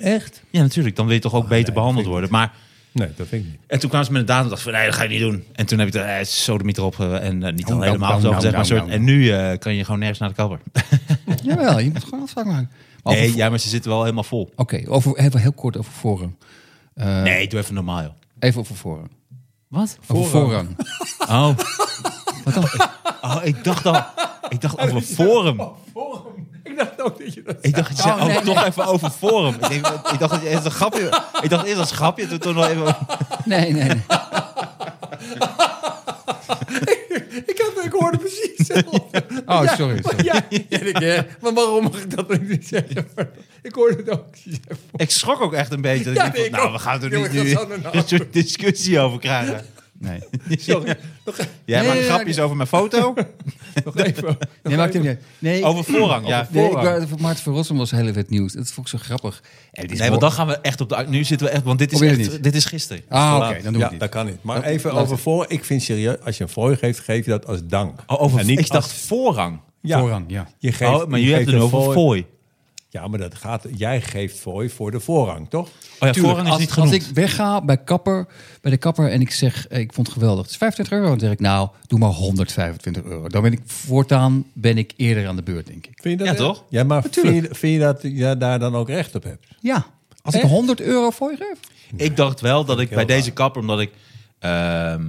Speaker 2: Echt?
Speaker 3: Ja, natuurlijk. Dan wil je toch ook beter
Speaker 2: nee,
Speaker 3: behandeld
Speaker 2: vind ik
Speaker 3: worden. Maar
Speaker 2: Nee, dat vind ik niet.
Speaker 3: En toen kwamen ze met een datum en dacht ik van nee, dat ga ik niet doen. En toen heb ik de eh, sodemiet erop eh, en eh, niet
Speaker 4: Nou,
Speaker 3: al
Speaker 4: nou,
Speaker 3: helemaal
Speaker 4: nou,
Speaker 3: zo
Speaker 4: nou,
Speaker 3: gezegd, maar
Speaker 4: nou,
Speaker 3: soort.
Speaker 4: nou.
Speaker 3: En nu eh, kan je gewoon nergens naar de kapper.
Speaker 4: Jawel, je moet gewoon afspraak maken. Maar over
Speaker 3: Nee, ja, maar ze zitten wel helemaal vol.
Speaker 4: Oké, over even heel kort over voorrang. Eh,
Speaker 3: Nee, doe even normaal joh.
Speaker 4: Even over voorrang.
Speaker 3: Wat?
Speaker 4: Over voorrang.
Speaker 3: Oh. Wat dan? Oh, ik dacht al. Ik dacht over forum.
Speaker 2: Ik dacht ook dat je dat...
Speaker 3: Ik dacht, je zei, oh, toch even over forum. Ik, denk, ik dacht dat je eerst een grapje. Ik dacht eerst als grapje, toen toch nog even.
Speaker 4: Nee, nee, nee.
Speaker 2: (laughs) Ik, had, ik hoorde precies hetzelfde.
Speaker 4: Oh, sorry. sorry.
Speaker 2: Ja, en ik, eh, (laughs) maar waarom mag ik dat niet zeggen? (laughs) Ik hoorde het ook.
Speaker 3: Ik schrok ook echt een beetje. Dat
Speaker 2: Ja,
Speaker 3: ik dacht,
Speaker 2: nee, ik
Speaker 3: nou,
Speaker 2: ook.
Speaker 3: we gaan er
Speaker 2: Ja,
Speaker 3: niet
Speaker 2: maar dat
Speaker 3: nu
Speaker 2: zou nou-
Speaker 3: dit soort discussie over krijgen.
Speaker 4: Nee.
Speaker 2: Sorry, nog,
Speaker 3: Jij
Speaker 4: Nee,
Speaker 3: maakt
Speaker 4: ja,
Speaker 3: grapjes over mijn foto.
Speaker 2: nog even.
Speaker 4: Nee, maakt het niet uit. Nee,
Speaker 3: Over voorrang, ja.
Speaker 4: nee, ik
Speaker 2: voorrang.
Speaker 4: wou- voor Maarten van Rossum was heel even het nieuws. Dat vond ik zo grappig. En dit is
Speaker 3: Nee, want
Speaker 4: mooi.
Speaker 3: dan gaan we echt op de... Nu zitten we echt... Want dit is,
Speaker 4: Probeer het
Speaker 3: echt,
Speaker 4: niet.
Speaker 3: dit is gisteren.
Speaker 4: Ah, oké, dan doen we
Speaker 2: ja,
Speaker 4: het niet.
Speaker 2: dat kan niet. Maar
Speaker 4: Dat-
Speaker 2: even
Speaker 4: laat
Speaker 2: over voor. Ik vind serieus, als je een fooi geeft, geef je dat als dank.
Speaker 3: Oh, over,
Speaker 2: en niet
Speaker 3: ik dacht
Speaker 2: als-
Speaker 3: voorrang.
Speaker 2: ja,
Speaker 4: Voorrang, ja.
Speaker 2: Je geeft,
Speaker 3: oh, maar
Speaker 2: je
Speaker 3: jullie
Speaker 2: geeft
Speaker 3: hebben het nu
Speaker 2: een
Speaker 3: over
Speaker 2: fooi.
Speaker 3: fooi. Oh
Speaker 2: Ja, maar dat gaat, jij geeft fooi voor de voorrang, toch?
Speaker 3: Oh ja,
Speaker 4: Tuurlijk,
Speaker 3: voorrang is
Speaker 4: als,
Speaker 3: niet genoemd.
Speaker 4: Als ik wegga bij, kapper, bij de kapper en ik zeg, eh, ik vond het geweldig, het is 25 euro. Dan zeg ik, nou, doe maar 125 euro. Dan ben ik voortaan ben ik eerder aan de beurt, denk ik.
Speaker 2: Vind je dat
Speaker 3: Ja,
Speaker 2: echt?
Speaker 3: toch?
Speaker 2: Ja, maar vind
Speaker 4: Natuurlijk.
Speaker 2: je, vind je dat je daar dan ook recht op hebt?
Speaker 4: Ja, als ik
Speaker 2: Echt?
Speaker 4: 100 euro voor je geef.
Speaker 3: Ik dacht wel dat ik bij
Speaker 2: heel
Speaker 3: deze kapper, omdat ik... ehm,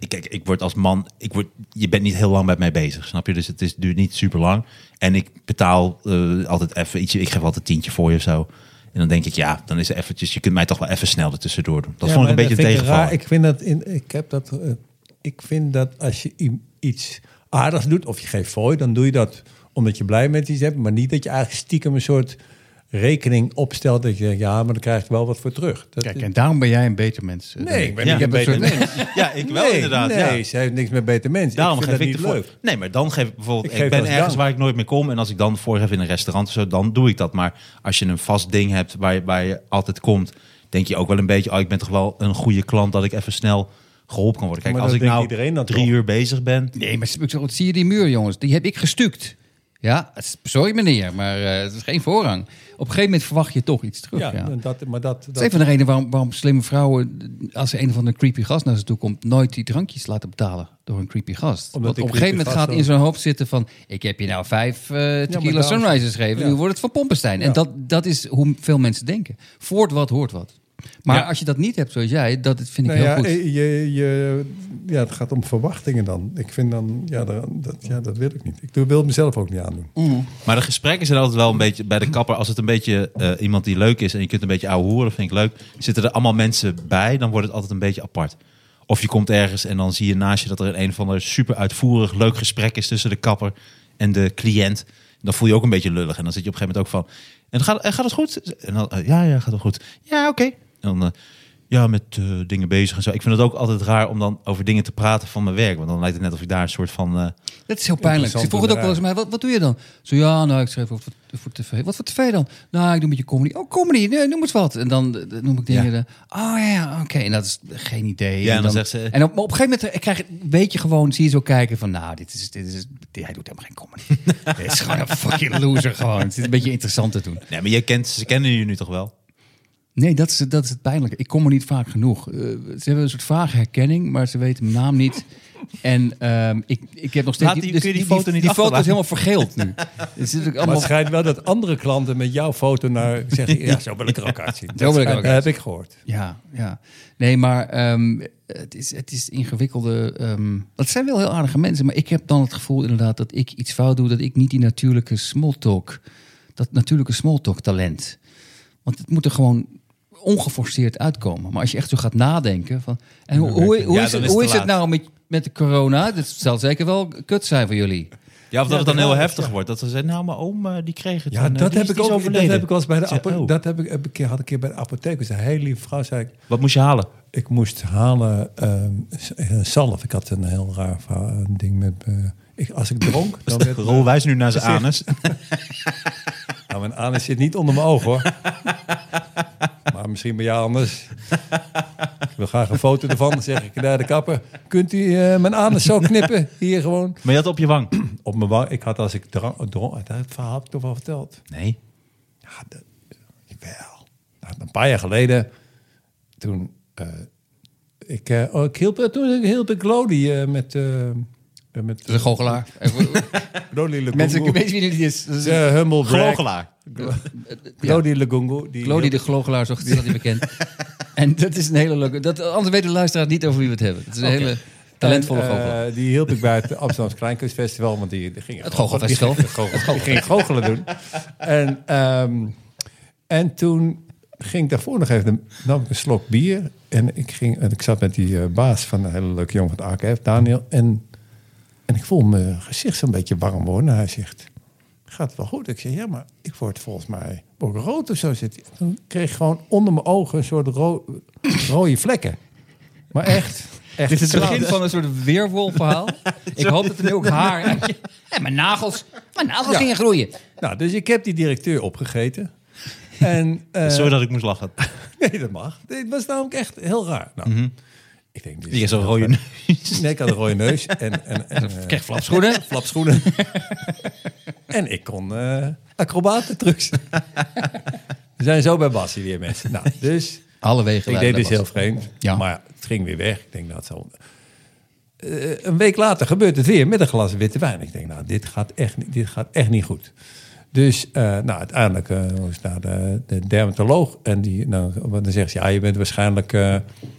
Speaker 3: ik kijk, ik word als man... Ik word, je bent niet heel lang met mij bezig, snap je? Dus het is, duurt niet super lang. En ik betaal eh, altijd even ietsje. Ik geef altijd tientje voor je of zo. En dan denk ik, ja, dan is er eventjes... Je kunt mij toch wel even snel er tussendoor doen. Dat
Speaker 2: Ja,
Speaker 3: vond ik een
Speaker 2: maar
Speaker 3: beetje
Speaker 2: dat vind ik
Speaker 3: tegenvallen.
Speaker 2: raar. Ik vind dat in, ik heb dat. eh, ik vind dat als je i- iets aardigs doet of je geeft fooi, dan doe je dat omdat je blij met iets hebt, maar niet dat je eigenlijk stiekem een soort rekening opstelt dat je denkt, ja, maar dan krijg ik wel wat voor terug. Dat,
Speaker 5: Kijk, en daarom ben jij een beter mens. eh, dan
Speaker 2: nee,
Speaker 5: ik.
Speaker 2: ik ben
Speaker 3: Ja.
Speaker 2: niet
Speaker 3: Je
Speaker 2: een
Speaker 5: bent
Speaker 2: beter
Speaker 5: een soort-
Speaker 2: mens. (laughs)
Speaker 3: Ja, ik wel
Speaker 2: Nee,
Speaker 3: inderdaad.
Speaker 2: Nee,
Speaker 3: ja.
Speaker 2: ze heeft niks met beter mens.
Speaker 3: Daarom
Speaker 2: ik
Speaker 3: geef
Speaker 2: vind
Speaker 3: ik
Speaker 2: dat
Speaker 3: de
Speaker 2: niet
Speaker 3: voor.
Speaker 2: leuk.
Speaker 3: Nee, maar dan geef ik bijvoorbeeld.
Speaker 2: Ik
Speaker 3: Ik,
Speaker 2: geef
Speaker 3: ben
Speaker 2: als
Speaker 3: ergens
Speaker 2: dank.
Speaker 3: waar ik nooit meer kom. En als ik dan voor heb in een restaurant of zo, dan doe ik dat. Maar als je een vast ding hebt waar je, waar je altijd komt, denk je ook wel een beetje. Oh, ik ben toch wel een goede klant dat ik even snel geholpen kan worden. Kijk,
Speaker 2: Maar
Speaker 3: als
Speaker 2: dat
Speaker 3: ik
Speaker 2: denkt
Speaker 3: nou
Speaker 2: iedereen dan
Speaker 3: drie
Speaker 2: toch?
Speaker 3: uur bezig ben.
Speaker 4: Nee, maar ik zeg, wat zie je die muur, jongens? Die heb ik gestuukt. Ja, het is- sorry meneer, maar eh, het is geen voorrang. Op een gegeven moment verwacht je toch iets terug.
Speaker 2: Ja,
Speaker 4: Ja,
Speaker 2: en Dat, maar dat,
Speaker 4: Dat is een van de redenen waarom, waarom slimme vrouwen, als er een van de creepy gast naar ze toe komt, nooit die drankjes laten betalen door een creepy gast.
Speaker 2: Omdat
Speaker 4: Want
Speaker 2: die
Speaker 4: op een gegeven moment
Speaker 2: creepy
Speaker 4: gaat
Speaker 2: gast
Speaker 4: in zijn hoofd zitten van, ik heb je nou vijf eh tequila
Speaker 2: daarom-
Speaker 4: sunrises gegeven,
Speaker 2: ja.
Speaker 4: nu wordt het van Pompenstein.
Speaker 2: Ja.
Speaker 4: En dat, dat is hoe veel mensen denken. Voort wat, hoort wat. Maar
Speaker 3: Ja.
Speaker 4: als je dat niet hebt zoals jij, dat vind ik
Speaker 2: Nou
Speaker 4: heel
Speaker 2: ja,
Speaker 4: goed.
Speaker 2: Je, je, ja, het gaat om verwachtingen dan. Ik vind dan, ja, daar- dat, ja, dat wil ik niet. Ik doe- wil het mezelf ook niet aandoen.
Speaker 3: Maar de gesprekken zijn altijd wel een beetje bij de kapper. Als het een beetje eh, iemand die leuk is en je kunt een beetje ouwe horen, dat vind ik leuk. Zitten er allemaal mensen bij, dan wordt het altijd een beetje apart. Of je komt ergens en dan zie je naast je dat er een, een of ander super uitvoerig leuk gesprek is tussen de kapper en de cliënt. Dan voel je je ook een beetje lullig. En dan zit je op een gegeven moment ook van. En gaat, eh, gaat het goed? En dan, eh, ja, ja, gaat het goed. Ja, oké. En dan, eh, ja, met eh, dingen bezig en zo. Ik vind het ook altijd raar om dan over dingen te praten van mijn werk. Want dan lijkt het net of ik daar een soort van. eh,
Speaker 4: Dat is heel pijnlijk. Ze
Speaker 2: Interessant
Speaker 4: vroegen het ook wel eens
Speaker 2: inderdaad.
Speaker 4: mij, wat, wat doe je dan? Zo, ja, nou, ik schrijf ook voor, voor tv. Wat voor tv dan? Nou, ik doe een beetje comedy. Oh, comedy, nee, noem eens wat. En dan eh, noem ik dingen. eh, Oh ja, ja, oké. En dat is geen idee.
Speaker 3: Ja, en dan zegt ze-
Speaker 4: En op, maar op een gegeven moment eh, krijg, je- weet je gewoon, zie je zo kijken van... Nou, dit is, dit is, dit- hij doet helemaal geen
Speaker 3: (laughs)
Speaker 4: comedy. Dit is gewoon een fucking loser gewoon. Het is een beetje interessant te doen.
Speaker 3: Nee, maar je kent, ze kennen je nu toch wel?
Speaker 4: Nee, dat is, het- dat is het pijnlijke. Ik kom er niet vaak genoeg. Eh, ze hebben een soort vage herkenning, maar ze weten mijn naam niet. En ehm, ik, ik heb nog steeds...
Speaker 3: Laat die- kun je die foto niet
Speaker 4: Die foto is
Speaker 3: achterlaten?
Speaker 4: helemaal vergeeld
Speaker 3: (laughs)
Speaker 4: nu. Het zit ook
Speaker 2: Maar
Speaker 4: allemaal...
Speaker 2: het schijnt wel dat andere klanten met jouw foto naar zeggen... (laughs) ja, zo wil ik er ook uitzien. Dat
Speaker 4: wil ik er
Speaker 2: schijnt-
Speaker 4: ook
Speaker 2: dat heb ik gehoord.
Speaker 4: Ja, ja. Nee, maar ehm, het, is, het is ingewikkelde... ehm dat zijn wel heel aardige mensen, maar ik heb dan het gevoel inderdaad... dat ik iets fout doe, dat ik niet die natuurlijke smalltalk... dat natuurlijke smalltalk talent... Want het moet er gewoon ongeforceerd uitkomen. Maar als je echt zo gaat nadenken van... En hoe, hoe, hoe,
Speaker 3: Ja,
Speaker 4: is,
Speaker 3: dan
Speaker 4: het,
Speaker 3: is
Speaker 4: hoe
Speaker 3: het
Speaker 4: is
Speaker 3: te
Speaker 4: het nou met, met de corona? Dat zal zeker wel kut zijn voor jullie.
Speaker 3: Ja, of dat
Speaker 2: Ja,
Speaker 3: het dan
Speaker 2: dat
Speaker 3: heel
Speaker 2: wel,
Speaker 3: heftig wordt. Dat ze zeggen, nou, mijn oom eh, die kreeg het.
Speaker 2: Ja,
Speaker 3: en, eh,
Speaker 2: dat,
Speaker 3: die is-
Speaker 2: heb ik
Speaker 3: die is
Speaker 2: ook, dat
Speaker 3: overleden.
Speaker 2: heb ik wel eens bij de
Speaker 3: Ik zeg,
Speaker 2: apotheek.
Speaker 3: oh,
Speaker 2: Dat heb ik, heb ik, had ik een keer bij de apotheek. Dus een hele lieve vrouw zei ik...
Speaker 3: Wat moest je halen?
Speaker 2: Ik moest halen ehm, s- eh, zalf. Ik had een heel raar verhaal- een ding met... eh, ik, als ik dronk, dan werd...
Speaker 3: (laughs) Rol wijst nu naar zijn anus.
Speaker 2: Nou, mijn anus zit niet onder mijn oog, hoor. maar misschien bij jou anders. Ik wil graag een foto ervan, dan zeg ik naar de kapper. Kunt u eh, mijn anus zo knippen? Hier gewoon.
Speaker 3: Maar je had op je wang. (clears throat)
Speaker 2: Op mijn wang. Ik had als ik drank... dronk dat verhaal heb ik toch wel verteld.
Speaker 3: Nee.
Speaker 2: Ja, dat, jawel. Nou, een paar jaar geleden, toen eh, ik, eh, oh, ik hielp, toen hielp ik Lodi eh, met, eh, eh, met
Speaker 4: De goochelaar.
Speaker 2: Lodi Legungu.
Speaker 4: (laughs) Mensen weten wie dit is.
Speaker 2: de humble brag.
Speaker 3: Glogelaar.
Speaker 4: Ja.
Speaker 2: Lodi Legungu. Die
Speaker 4: Lodi
Speaker 2: hielp-
Speaker 4: de Glogelaar, zo is dat
Speaker 2: (laughs)
Speaker 4: hij bekend. En dat is een hele leuke... Dat, anders weet de luisteraar niet over wie we het hebben. Het is een hele talentvolle
Speaker 2: En, eh,
Speaker 4: goochelaar.
Speaker 2: die hielp ik bij het Amsterdamse Kleinkunstfestival, want die, die ging
Speaker 4: Het goochelfestival.
Speaker 2: Die, ging- die ging goochelen doen. En, ehm, en toen ging ik daarvoor nog even een- nam ik een slok bier en ik ging en ik zat met die eh, baas van een hele leuke jongen van het AKF, Daniel, en en ik voel mijn gezicht zo'n beetje warm worden. Hij zegt, gaat wel goed? Ik zeg, ja, maar ik word volgens mij ook rood of zo. Zit. hij. Toen kreeg ik gewoon onder mijn ogen een soort ro- rode vlekken. Maar echt. echt
Speaker 4: Dit is het begin
Speaker 2: Ja,
Speaker 4: van een
Speaker 2: (laughs)
Speaker 4: soort weerwolfverhaal. Ik hoop dat er nu ook haar... uit je- En mijn nagels, mijn nagels
Speaker 2: Ja.
Speaker 4: gingen groeien.
Speaker 2: Nou, dus ik heb die directeur opgegeten.
Speaker 3: (laughs)
Speaker 2: En, eh,
Speaker 3: Sorry dat ik moest (laughs) lachen.
Speaker 2: (laughs) Nee, dat mag. Dit was namelijk echt heel raar. Nou, ik denk, dit
Speaker 3: Je Mhm. is een rode neus.
Speaker 2: Nee, ik had een rode neus en, en, en eh,
Speaker 4: Ik kreeg (laughs) flapschoenen.
Speaker 2: flapschoenen. en ik kon eh
Speaker 3: (laughs)
Speaker 2: acrobatentrucs. We zijn zo bij Bassie weer mensen. Nou, dus
Speaker 4: Alle wegen
Speaker 2: ik deed
Speaker 4: leiden
Speaker 2: dus
Speaker 4: naar
Speaker 2: heel
Speaker 4: Bas.
Speaker 2: vreemd.
Speaker 4: Ja.
Speaker 2: Maar ja, het ging weer weg. Ik denk, dat zal... Eh, een week later gebeurt het weer met een glas witte wijn. Ik denk, nou, dit gaat echt, niet- dit gaat echt niet goed. Dus eh, nou, uiteindelijk eh, was ik naar de, de dermatoloog. En die, nou, want dan zegt ze, ja, je bent waarschijnlijk... eh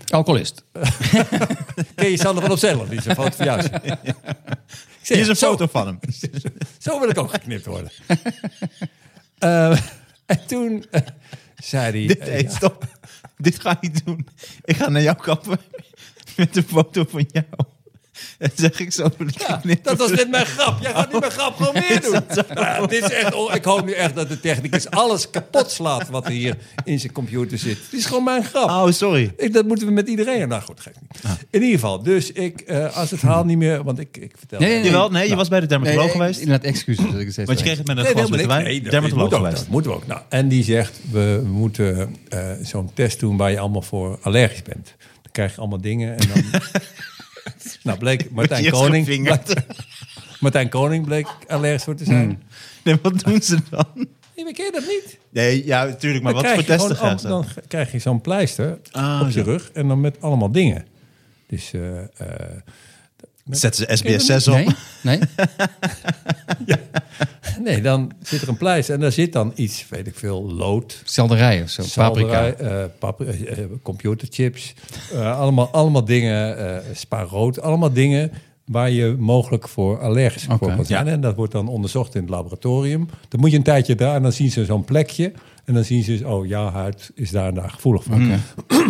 Speaker 4: Alcoholist.
Speaker 2: ken je Sander van Opzellen? Die is een foto van
Speaker 3: (laughs)
Speaker 2: jou. Ik zeg,
Speaker 3: (laughs) Hier is een
Speaker 2: "Zo,
Speaker 3: foto van (laughs) hem.
Speaker 2: zo wil ik ook geknipt
Speaker 3: (laughs)
Speaker 2: worden. Eh, en toen eh, zei hij...
Speaker 3: Dit,
Speaker 2: eh,
Speaker 3: hey,
Speaker 2: ja,
Speaker 3: stop. (laughs) Dit ga ik niet doen. Ik ga naar jouw kapper met een foto van jou. En zeg ik zo. (laughs) nee,
Speaker 2: Dat was net mijn grap. Jij gaat nu mijn grap gewoon weer doen. Ja, dit is echt, on- ik hoop nu echt dat de technicus alles kapot slaat wat er hier in zijn computer zit. Dit is gewoon mijn grap.
Speaker 3: Oh, sorry.
Speaker 2: Ik, dat moeten we met iedereen. Nou goed, geeft niet. In ieder geval, dus ik, eh, als het haal niet meer, want ik, ik vertel.
Speaker 4: Nee, nee, nee.
Speaker 3: Jawel, Nou. nee, je was bij de dermatoloog
Speaker 4: Nee,
Speaker 3: geweest.
Speaker 4: Inderdaad, excuses dat ik het steeds
Speaker 3: Want je
Speaker 4: weet.
Speaker 3: kreeg het met een
Speaker 2: Nee,
Speaker 3: glas witte
Speaker 2: helemaal
Speaker 3: wijn.
Speaker 2: niet. Nee, dat-
Speaker 3: dermatoloog
Speaker 2: moet ook,
Speaker 3: geweest.
Speaker 2: Dat moeten we ook. Nou, en die zegt, we moeten eh, zo'n test doen waar je allemaal voor allergisch bent. Dan krijg je allemaal dingen en dan... nou, bleek
Speaker 3: je
Speaker 2: Martijn
Speaker 3: eerst
Speaker 2: Koning...
Speaker 3: gevingerd.
Speaker 2: (laughs) Martijn Koning bleek allergisch voor te zijn.
Speaker 3: Nee, wat doen ze dan?
Speaker 2: Nee, maar ken je dat niet?
Speaker 3: Nee, ja, natuurlijk. Maar
Speaker 2: Dan
Speaker 3: wat voor
Speaker 2: krijg je
Speaker 3: testen
Speaker 2: gewoon
Speaker 3: gaan
Speaker 2: al-
Speaker 3: ze?
Speaker 2: Dan g- krijg je zo'n pleister
Speaker 3: Ah,
Speaker 2: op je
Speaker 3: zo.
Speaker 2: rug en dan met allemaal dingen. Dus eh,
Speaker 3: (laughs)
Speaker 2: eh,
Speaker 3: Zetten ze
Speaker 2: Ken je dat
Speaker 3: SBS6 op?
Speaker 4: Nee? nee?
Speaker 2: nee, dan zit er een pleister en daar zit dan iets, weet ik veel, lood.
Speaker 4: Selderij of zo.
Speaker 2: Salderij,
Speaker 4: Paprika.
Speaker 2: eh, pap- eh, eh, computerchips, eh, allemaal, allemaal dingen, eh spa rood, allemaal dingen waar je mogelijk voor allergisch voor
Speaker 4: Oké.
Speaker 2: kan zijn. En dat wordt dan onderzocht in het laboratorium. Dan moet je een tijdje daar en dan zien ze zo'n plekje. En dan zien ze, dus, oh, jouw huid is daar en daar gevoelig voor. (clears throat)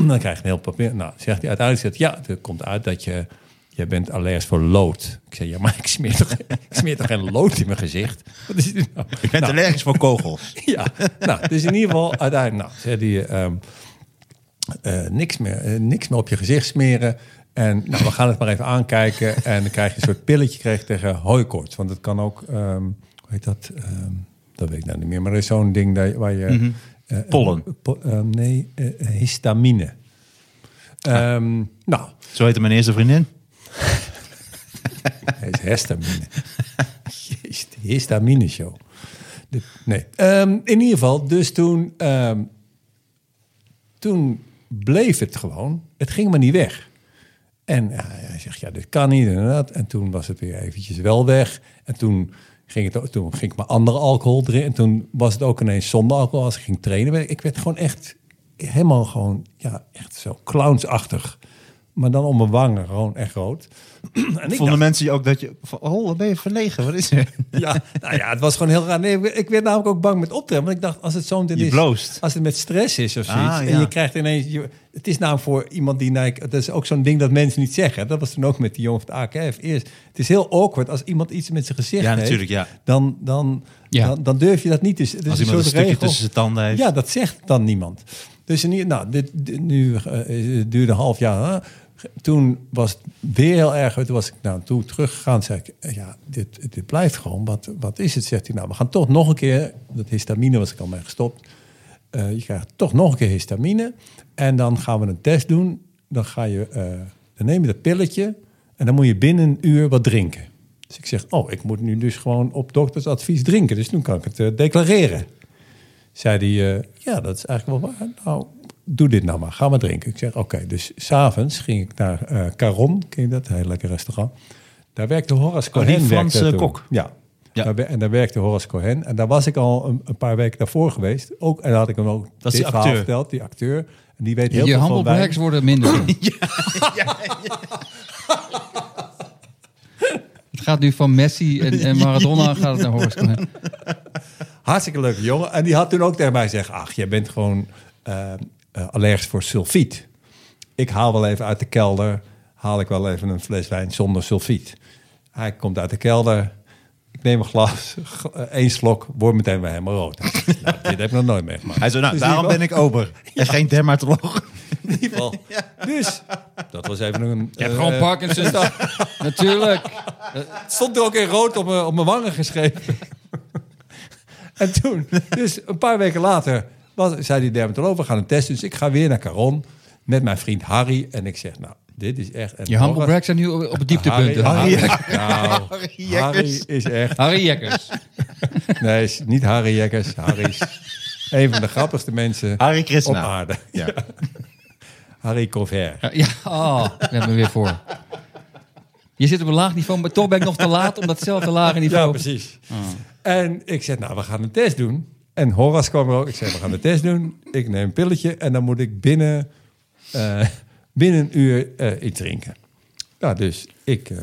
Speaker 2: dan krijg je een heel papier. Nou, zegt hij uiteindelijk, zegt, hij, ja, het komt uit dat je, je bent allergisch voor lood. Ik zeg, ja, maar ik smeer toch, (laughs) ik smeer toch geen lood in mijn gezicht? Wat is dit nou?
Speaker 3: Je bent
Speaker 2: Nou,
Speaker 3: allergisch voor
Speaker 2: (laughs)
Speaker 3: kogels.
Speaker 2: ja, nou, dus in ieder geval uiteindelijk nou, zei die ehm, eh, niks, meer, eh, niks meer op je gezicht smeren. En nou, we gaan het maar even aankijken. En dan krijg je een soort pilletje kreeg tegen hooikoorts. Want het kan ook, ehm, hoe heet dat? Ehm, dat weet ik nou niet meer. Maar er is zo'n ding dat, waar je... eh, eh,
Speaker 3: Pollen.
Speaker 2: po- eh, nee, eh, histamine. Ehm, nou,
Speaker 3: Zo heette mijn eerste vriendin.
Speaker 2: hij is histamine. Jezus, die histamine show. De- nee. Ehm, in ieder geval, dus toen, ehm, toen bleef het gewoon. Het ging maar niet weg. En ja, hij zegt, ja, dit kan niet en dat. En toen was het weer eventjes wel weg. En toen ging, het, ook- toen ging ik maar andere alcohol drinken. En toen was het ook ineens zonder alcohol als ik ging trainen. werd- Ik werd gewoon echt helemaal gewoon, ja, echt zo clownsachtig. Maar dan om mijn wangen gewoon echt rood. (clears throat) En ik
Speaker 3: Vonden mensen je ook dat je... van, Oh, wat ben je verlegen? Wat
Speaker 2: (laughs)
Speaker 3: is er?
Speaker 2: ja, nou ja, het was gewoon heel raar. Nee, ik- ik werd namelijk ook bang met optreden. Want ik dacht, als het zo'n ding
Speaker 3: Je
Speaker 2: is...
Speaker 3: bloost.
Speaker 2: Als het met stress is of zoiets.
Speaker 3: Ah,
Speaker 2: En
Speaker 3: ja.
Speaker 2: je krijgt ineens... je- het is namelijk voor iemand die... Nike, dat is ook zo'n ding dat mensen niet zeggen. Dat was toen ook met die jongen van het AKF. Eerst, het is heel awkward als iemand iets met zijn gezicht
Speaker 3: Ja,
Speaker 2: heeft.
Speaker 3: natuurlijk, ja.
Speaker 2: Dan, dan,
Speaker 4: Ja.
Speaker 2: dan, dan durf je dat niet. Dus, het is
Speaker 3: Als
Speaker 2: een
Speaker 3: iemand een
Speaker 2: soort
Speaker 3: stukje
Speaker 2: regel.
Speaker 3: tussen zijn tanden heeft.
Speaker 2: Ja, dat zegt dan niemand. Dus in, ieder- nou, dit, dit- nu eh, het duurde een half jaar. hè. Toen was het weer heel erg. Toen was ik naar hem toe teruggegaan. Zei ik, eh, ja, dit, dit blijft gewoon. Wat, wat is het? Zegt hij, nou, we gaan toch nog een keer... Dat histamine was ik al mee gestopt. Eh, je krijgt toch nog een keer histamine. En dan gaan we een test doen. Dan, ga je, eh, dan neem je dat pilletje. En dan moet je binnen een uur wat drinken. Dus ik zeg, oh, ik moet nu dus gewoon op doktersadvies drinken. Dus nu kan ik het eh, declareren zei hij, eh, ja, dat is eigenlijk wel waar. Nou, doe dit nou maar, ga maar drinken. Ik zeg, oké. Dus s'avonds ging ik naar eh Caron, ken je dat? Een heel lekker restaurant. Daar werkte Horace
Speaker 3: Oh, die
Speaker 2: Cohen. werkte
Speaker 3: Franse
Speaker 2: daar toen.
Speaker 3: kok.
Speaker 2: Ja.
Speaker 3: Ja.
Speaker 2: Daar wer- en daar werkte Horace Cohen. En daar was ik al een, een paar weken daarvoor geweest. Ook, en daar had ik hem ook
Speaker 3: is die
Speaker 2: dit verhaal
Speaker 3: acteur.
Speaker 2: verteld, die acteur. En die weet heel
Speaker 4: Je
Speaker 2: veel van wijn.
Speaker 4: handelmerks worden
Speaker 2: (clears throat)
Speaker 4: minder. Het gaat nu van Messi en, en Maradona gaat het naar Horst. (laughs) Cohen.
Speaker 2: Hartstikke leuke jongen. En die had toen ook tegen mij gezegd... ach, jij bent gewoon eh, eh, allergisch voor sulfiet. Ik haal wel even uit de kelder... haal ik wel even een fles wijn zonder sulfiet. Hij komt uit de kelder. Ik neem een glas, gl- eh, één slok, word meteen weer helemaal rood. (laughs) nou, dit heb ik nog nooit meegemaakt.
Speaker 3: Hij zo, nou,
Speaker 2: Dus
Speaker 3: daarom
Speaker 2: die-
Speaker 3: ben ik
Speaker 2: (laughs)
Speaker 3: ober. En geen dermatoloog.
Speaker 2: In ieder geval. Dus, dat was even een... eh,
Speaker 4: Je hebt gewoon Parkinson. Natuurlijk.
Speaker 2: Het stond er ook in rood op mijn, op mijn wangen geschreven. (laughs) en toen, dus een paar weken later, was, zei die dermatoloog, we gaan een test. Dus ik ga weer naar Caron met mijn vriend Harry. En ik zeg, nou, dit is echt... En
Speaker 4: Je handelmerks zijn nu op het
Speaker 2: Harry,
Speaker 4: dieptepunt.
Speaker 2: Harry,
Speaker 4: Harry, (laughs)
Speaker 2: nou, Harry is echt...
Speaker 4: Harry Jekkers.
Speaker 2: Nee, is niet Harry Jekkers. Harry is een van de grappigste mensen
Speaker 3: Harry Krishna.
Speaker 2: op aarde.
Speaker 3: Ja.
Speaker 2: (laughs) Harry Covert.
Speaker 4: Ja, oh, ik ben er weer voor. Je zit op een laag niveau, maar toch ben ik nog te laat om datzelfde lage niveau.
Speaker 2: Ja, precies. En ik zeg, nou, we gaan een test doen. En Horace kwam er ook. Ik zei, we gaan een test doen. Ik neem een pilletje en dan moet ik binnen, eh, binnen een uur eh, iets drinken. Nou, dus ik eh,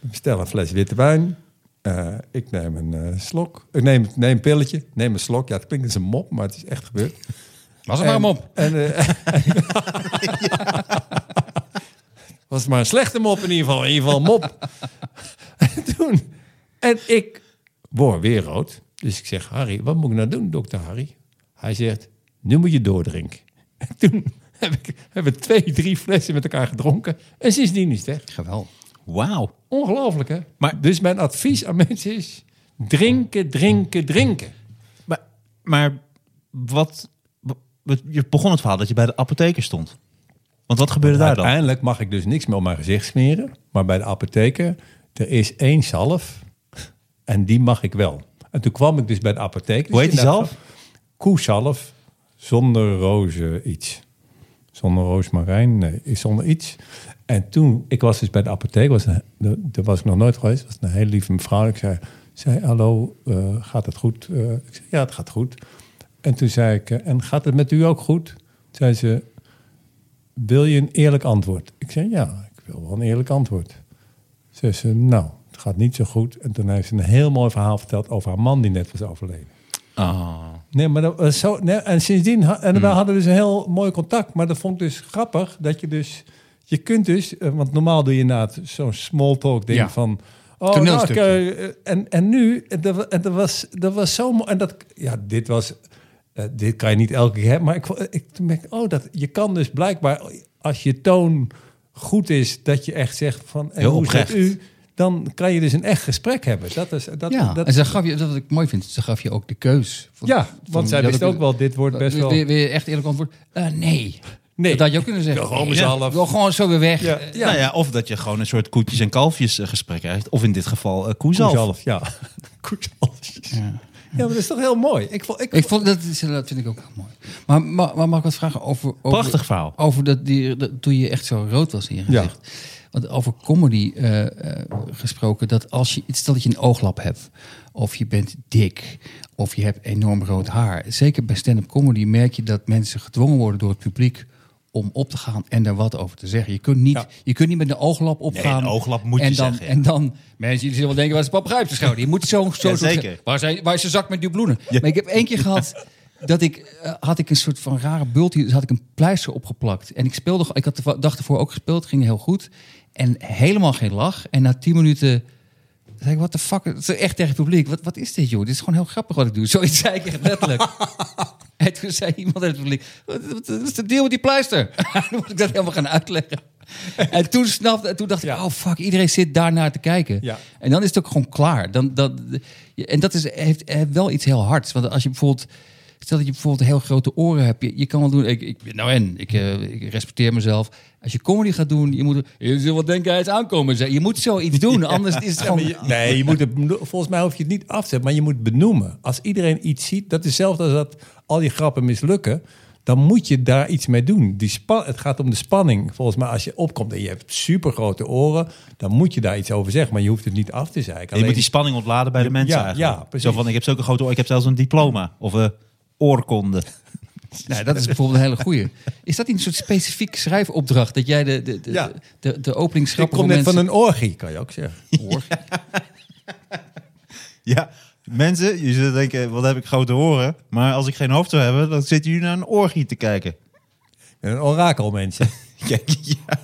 Speaker 2: bestel een fles witte wijn. Eh, ik neem een eh, slok. Ik neem, neem een pilletje, neem een slok. Ja, het klinkt als een mop, maar het is echt gebeurd.
Speaker 4: Was er maar hem op.
Speaker 2: En, eh, was het maar een slechte mop in ieder geval. In ieder geval een (laughs) mop. en toen... En ik word weer rood. Dus ik zeg, Harry, wat moet ik nou doen, dokter Harry? Hij zegt, nu moet je doordrinken. (laughs) En toen heb ik, hebben we twee, drie flessen met elkaar gedronken. En sindsdien is het echt
Speaker 4: Geweldig.
Speaker 3: Wauw.
Speaker 2: ongelooflijk, hè?
Speaker 3: Maar-
Speaker 2: dus mijn advies aan mensen is, drinken, drinken, drinken.
Speaker 3: Maar, maar wat, wat- Je begon het verhaal dat je bij de apotheker stond. Want wat gebeurde daar dan?
Speaker 2: Uiteindelijk mag ik dus niks meer op mijn gezicht smeren. Maar bij de apotheker, er is één zalf. En die mag ik wel. En toen kwam ik dus bij de apotheker.
Speaker 3: Hoe heet die
Speaker 2: Dus inderdaad,
Speaker 3: zalf?
Speaker 2: Koezalf. Zonder roze iets. Zonder roosmarijn, nee, is zonder iets. En toen, ik was dus bij de apotheek, was een, daar was ik nog nooit geweest. was een hele lieve mevrouw. Ik zei, zei hallo, eh, gaat het goed? Eh, ik zei, ja, het gaat goed. En toen zei ik, eh, en gaat het met u ook goed? Toen zei ze, wil je een eerlijk antwoord? Ik zei, ja, ik wil wel een eerlijk antwoord. Zei ze, nou, het gaat niet zo goed. En toen heeft ze een heel mooi verhaal verteld over haar man die net was overleden.
Speaker 3: Oh.
Speaker 2: Nee, maar dat was zo. Nee, en sindsdien ha-
Speaker 4: Hmm.
Speaker 2: en we hadden dus een heel mooi contact. Maar dat vond ik dus grappig dat je dus. Je kunt dus, eh, want normaal doe je na het- zo'n small talk ding
Speaker 5: Ja.
Speaker 2: van. Oh, nou,
Speaker 5: Toneelstukje.
Speaker 2: ik, eh, en, en nu, eh, dat, wa- en dat was, dat was zo mooi. En dat, ja, dit was, eh, dit kan je niet elke keer hebben. Maar ik, vo- ik toen merkte ik, oh, dat, je kan dus blijkbaar, als je toon goed is, dat je echt zegt van, en
Speaker 3: Heel
Speaker 2: hoe zit
Speaker 3: oprecht.
Speaker 2: u? Dan kan je dus een echt gesprek hebben. Dat is, dat,
Speaker 4: Ja,
Speaker 2: dat,
Speaker 4: en ze gaf je, dat wat ik mooi vind, ze gaf je ook de keus. Van-
Speaker 2: ja
Speaker 4: van-
Speaker 2: want zij
Speaker 4: ja,
Speaker 2: wist
Speaker 4: dat-
Speaker 2: ook wel, dit wordt best
Speaker 4: Weer-
Speaker 2: wel...
Speaker 4: Weer, weer echt eerlijk antwoord. Eh, nee.
Speaker 2: Nee.
Speaker 4: Dat had je ook kunnen zeggen.
Speaker 2: Ja, gewoon
Speaker 4: Nee.
Speaker 2: mezelf.
Speaker 4: Wil gewoon zo weer weg.
Speaker 2: Ja,
Speaker 4: Eh,
Speaker 2: ja.
Speaker 3: Nou ja, of dat je gewoon een soort koetjes en kalfjes eh, gesprek krijgt. Of in dit geval eh koezalf.
Speaker 2: Koezalf, ja. (laughs) Koezalf. Ja, maar dat is toch heel mooi. Ik vond, ik,
Speaker 4: Ik vond, dat, is, dat vind ik ook heel mooi. Maar, maar, maar mag ik wat vragen over... over
Speaker 3: Prachtig verhaal.
Speaker 4: Over dat, die, dat- toen je echt zo rood was in je gezicht. Want over comedy eh, eh, gesproken, dat als je, stel dat je een ooglap hebt, of je bent dik, of je hebt enorm rood haar. Zeker bij stand-up comedy merk je dat mensen gedwongen worden door het publiek om op te gaan en daar wat over te zeggen. Je kunt niet,
Speaker 2: Ja.
Speaker 4: je kunt niet met een ooglap opgaan.
Speaker 3: een ooglap moet
Speaker 4: en
Speaker 3: je
Speaker 4: dan,
Speaker 3: zeggen, ja.
Speaker 4: En dan, mensen, jullie zullen wel denken, waar is de papruip te schouder? Je moet zo, zo
Speaker 3: Ja,
Speaker 4: zo'n-
Speaker 3: zeker.
Speaker 4: Waar zijn, waar is de zak met die bloemen? Maar ik heb één keer gehad dat ik eh, had ik een soort van rare bult hier, dus had ik een pleister opgeplakt en ik speelde, ik had de dag ervoor ook gespeeld, ging heel goed en helemaal geen lach en na tien minuten zei ik, wat de fuck, het is echt tegen het publiek, wat, wat is dit joh? Dit is gewoon heel grappig wat ik doe. Zoiets zei ik echt
Speaker 2: (laughs)
Speaker 4: letterlijk. En toen zei iemand uit het publiek, wat, wat- wat is de deal met die pleister? (laughs) dan moet ik dat helemaal gaan uitleggen. En toen snapte, en toen dacht ik,
Speaker 2: Ja.
Speaker 4: oh fuck, iedereen zit daarnaar te kijken.
Speaker 2: Ja.
Speaker 4: En dan is het ook gewoon klaar. Dan, dat, en dat is, heeft, heeft wel iets heel hards. Want als je bijvoorbeeld. Stel dat je bijvoorbeeld heel grote oren hebt. Je, je kan wel doen. Ik, ik, nou en, ik, eh, ik respecteer mezelf. Als je comedy gaat doen, je moet. Je zult wel denken, hij is aankomen. Zeg, Je moet zoiets
Speaker 2: (laughs)
Speaker 4: doen. Anders is het gewoon.
Speaker 2: nee, je moet het, beno- volgens mij hoef je het niet af te zetten, maar je moet benoemen. Als iedereen iets ziet, dat is hetzelfde als dat al die grappen mislukken. Dan moet je daar iets mee doen. Die spa- het gaat om de spanning. Volgens mij, als je opkomt en je hebt supergrote oren, dan moet je daar iets over zeggen. Maar je hoeft het niet af te zeiken.
Speaker 3: En je moet
Speaker 2: Alleen-
Speaker 3: die spanning ontladen bij de mensen
Speaker 2: ja,
Speaker 3: eigenlijk.
Speaker 2: ja, precies.
Speaker 3: Zo van, ik heb zulke grote oor, ik heb zelfs een diploma. Of eh oorkonde.
Speaker 4: Nou, dat is bijvoorbeeld een hele goeie. Is dat niet een soort specifiek schrijfopdracht? Dat jij de, de, de,
Speaker 2: Ja.
Speaker 4: de, de openingsgrappen
Speaker 2: Ik kom
Speaker 4: voor
Speaker 2: net van
Speaker 4: mensen-
Speaker 2: een orgie, kan je ook (laughs) zeggen.
Speaker 3: (laughs) Ja, mensen, je zullen denken, wat heb ik grote oren? Maar als ik geen hoofd zou hebben, dan zitten jullie naar een orgie te kijken. (laughs)
Speaker 2: Een orakel, mensen.
Speaker 3: Ja, ja.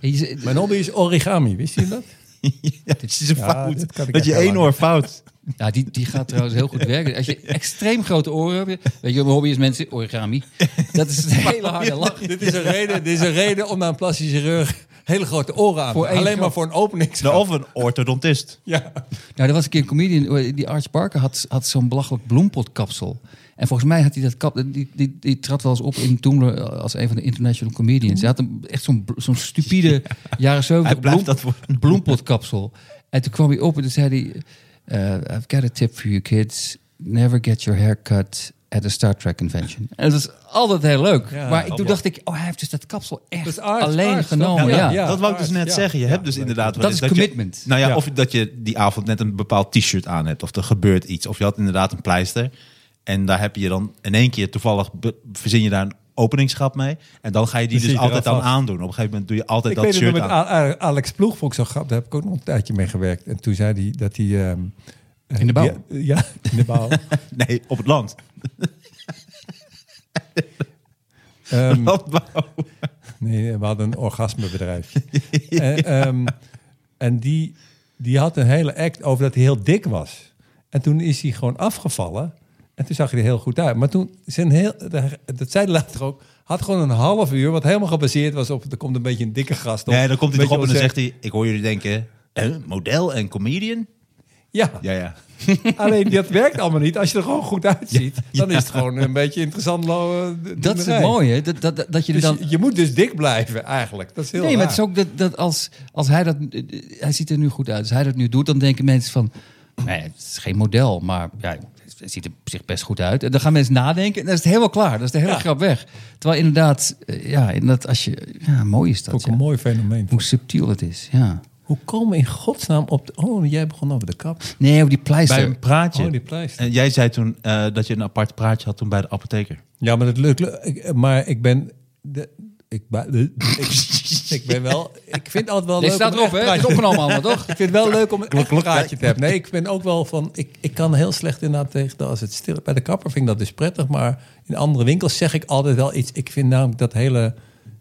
Speaker 4: Je zegt-
Speaker 2: Mijn hobby is origami, wist je dat?
Speaker 3: Het is een
Speaker 2: Ja, dit
Speaker 3: fout.
Speaker 2: kan ik
Speaker 3: Dat je
Speaker 2: echt wel
Speaker 3: één oor
Speaker 2: (laughs)
Speaker 3: fout.
Speaker 4: Ja, die, die gaat trouwens heel goed werken. Als je extreem grote oren hebt, weet je wat mijn hobby is mensen, origami. Dat is een hele
Speaker 2: (laughs)
Speaker 4: harde lach.
Speaker 2: Dit is, een reden, dit is een reden om naar een plastic chirurg hele grote oren aan te
Speaker 4: Voor één
Speaker 2: Alleen maar
Speaker 4: grap.
Speaker 2: voor een opening.
Speaker 3: Nou, of een orthodontist.
Speaker 2: Ja.
Speaker 4: Nou, er was een keer een comedian, eh, die Arch Barker had, had zo'n belachelijk bloempotkapsel. En volgens mij had hij dat kap, die, die, die trad wel eens op in Toemler eh, als een van de international comedians. Hij had een, echt zo'n bl- zo'n stupide jaren
Speaker 3: Hij
Speaker 4: 70
Speaker 3: blijft
Speaker 4: bloem,
Speaker 3: dat worden.
Speaker 4: (laughs) bloempotkapsel. En toen kwam hij op en toen zei hij, eh, I've got a tip for you kids. Never get your hair cut at a Star Trek convention. En dat was altijd heel leuk.
Speaker 2: Ja,
Speaker 4: maar ik, toen
Speaker 3: grappig.
Speaker 4: dacht ik, oh, hij heeft dus dat kapsel echt
Speaker 2: Dat is aard,
Speaker 4: alleen
Speaker 2: aard,
Speaker 4: genomen.
Speaker 2: dat-
Speaker 4: ja.
Speaker 2: Oh, ja.
Speaker 3: dat wou ik dus
Speaker 2: aard,
Speaker 3: net
Speaker 2: ja.
Speaker 3: zeggen. Je
Speaker 2: Ja,
Speaker 3: hebt dus
Speaker 2: leuk.
Speaker 3: inderdaad... wel
Speaker 4: Dat
Speaker 3: eens
Speaker 4: is commitment.
Speaker 3: Je, nou ja,
Speaker 2: Ja.
Speaker 3: of dat je die avond net een bepaald t-shirt aan hebt. Of er gebeurt iets. Of je had inderdaad een pleister. En daar heb je dan in één keer toevallig... be- verzin je daar een openingsschap mee. En dan ga je die
Speaker 2: Precies,
Speaker 3: dus altijd
Speaker 2: eraf
Speaker 3: dan
Speaker 2: af.
Speaker 3: aandoen. Op een gegeven moment doe je altijd
Speaker 2: Ik
Speaker 3: dat
Speaker 2: weet het nog
Speaker 3: shirt
Speaker 2: met
Speaker 3: aan.
Speaker 2: A- A- Alex Ploeg, vond ik zo grappig. Daar heb ik ook nog een tijdje mee gewerkt. En toen zei hij dat hij... ehm, eh,
Speaker 4: In de bouw?
Speaker 2: Ja, ja, (laughs) in de bouw.
Speaker 3: Nee, op het land.
Speaker 2: Ehm,
Speaker 3: (laughs) Landbouw.
Speaker 2: Nee, we hadden een
Speaker 3: (laughs)
Speaker 2: orgasmebedrijf. en ehm, en die, die had een hele act over dat hij heel dik was. En toen is hij gewoon afgevallen. En toen zag hij er heel goed uit. Maar toen, zijn heel, dat zei hij later ook, had gewoon een half uur, wat helemaal gebaseerd was op, er komt een beetje een dikke gast op.
Speaker 3: Nee, dan komt hij
Speaker 2: Een
Speaker 3: toch op en dan
Speaker 2: beetje
Speaker 3: zegt hij... Ik hoor jullie denken, hè, model en comedian?
Speaker 2: onzeker. Ja,
Speaker 3: Ja, ja.
Speaker 2: alleen dat werkt allemaal niet. Als je er gewoon goed uitziet, dan is het gewoon een beetje interessant. lo- eh,
Speaker 4: Dat is het
Speaker 2: doenerij.
Speaker 4: mooie, hè? dat, dat, dat je er
Speaker 2: Dus
Speaker 4: dan...
Speaker 2: je, je moet dus dik blijven eigenlijk. Dat is heel
Speaker 4: nee, maar
Speaker 2: raar.
Speaker 4: het is ook dat, dat als, als hij dat... eh, Hij ziet er nu goed uit. Als hij dat nu doet, dan denken mensen van... Nee, het is geen model, maar ja, hij ziet er op zich best goed uit. En dan gaan mensen nadenken en dan is het helemaal klaar. Dat is de hele
Speaker 2: Ja.
Speaker 4: grap weg. Terwijl inderdaad, eh, ja, inderdaad als je... Ja, mooi is dat,
Speaker 2: ook
Speaker 4: ja.
Speaker 2: een mooi fenomeen.
Speaker 4: Hoe subtiel het is, ja.
Speaker 2: Hoe komen we in godsnaam op... de- Oh, jij begon over de kap.
Speaker 4: Nee, over die pleister.
Speaker 3: Bij een praatje.
Speaker 2: Oh, die pleister.
Speaker 3: En jij zei toen eh, dat je een apart praatje had toen bij de apotheker.
Speaker 2: Ja, maar dat lukt. lu- ik- Maar ik ben... De, ik, ba- de- ik, ik ben wel... Ik vind het altijd wel
Speaker 4: Dit
Speaker 2: leuk...
Speaker 4: staat
Speaker 2: om een
Speaker 4: erop, hè?
Speaker 2: echt
Speaker 4: Het is
Speaker 2: praatje-
Speaker 4: opgenomen allemaal, toch?
Speaker 2: Ik vind het wel leuk om een echt
Speaker 3: klok.
Speaker 2: praatje te hebben. Nee, ik ben ook wel van... Ik, ik kan heel slecht inderdaad tegen... dat Als het stil, bij de kapper vind ik dat dus prettig. Maar in andere winkels zeg ik altijd wel iets. Ik vind namelijk dat hele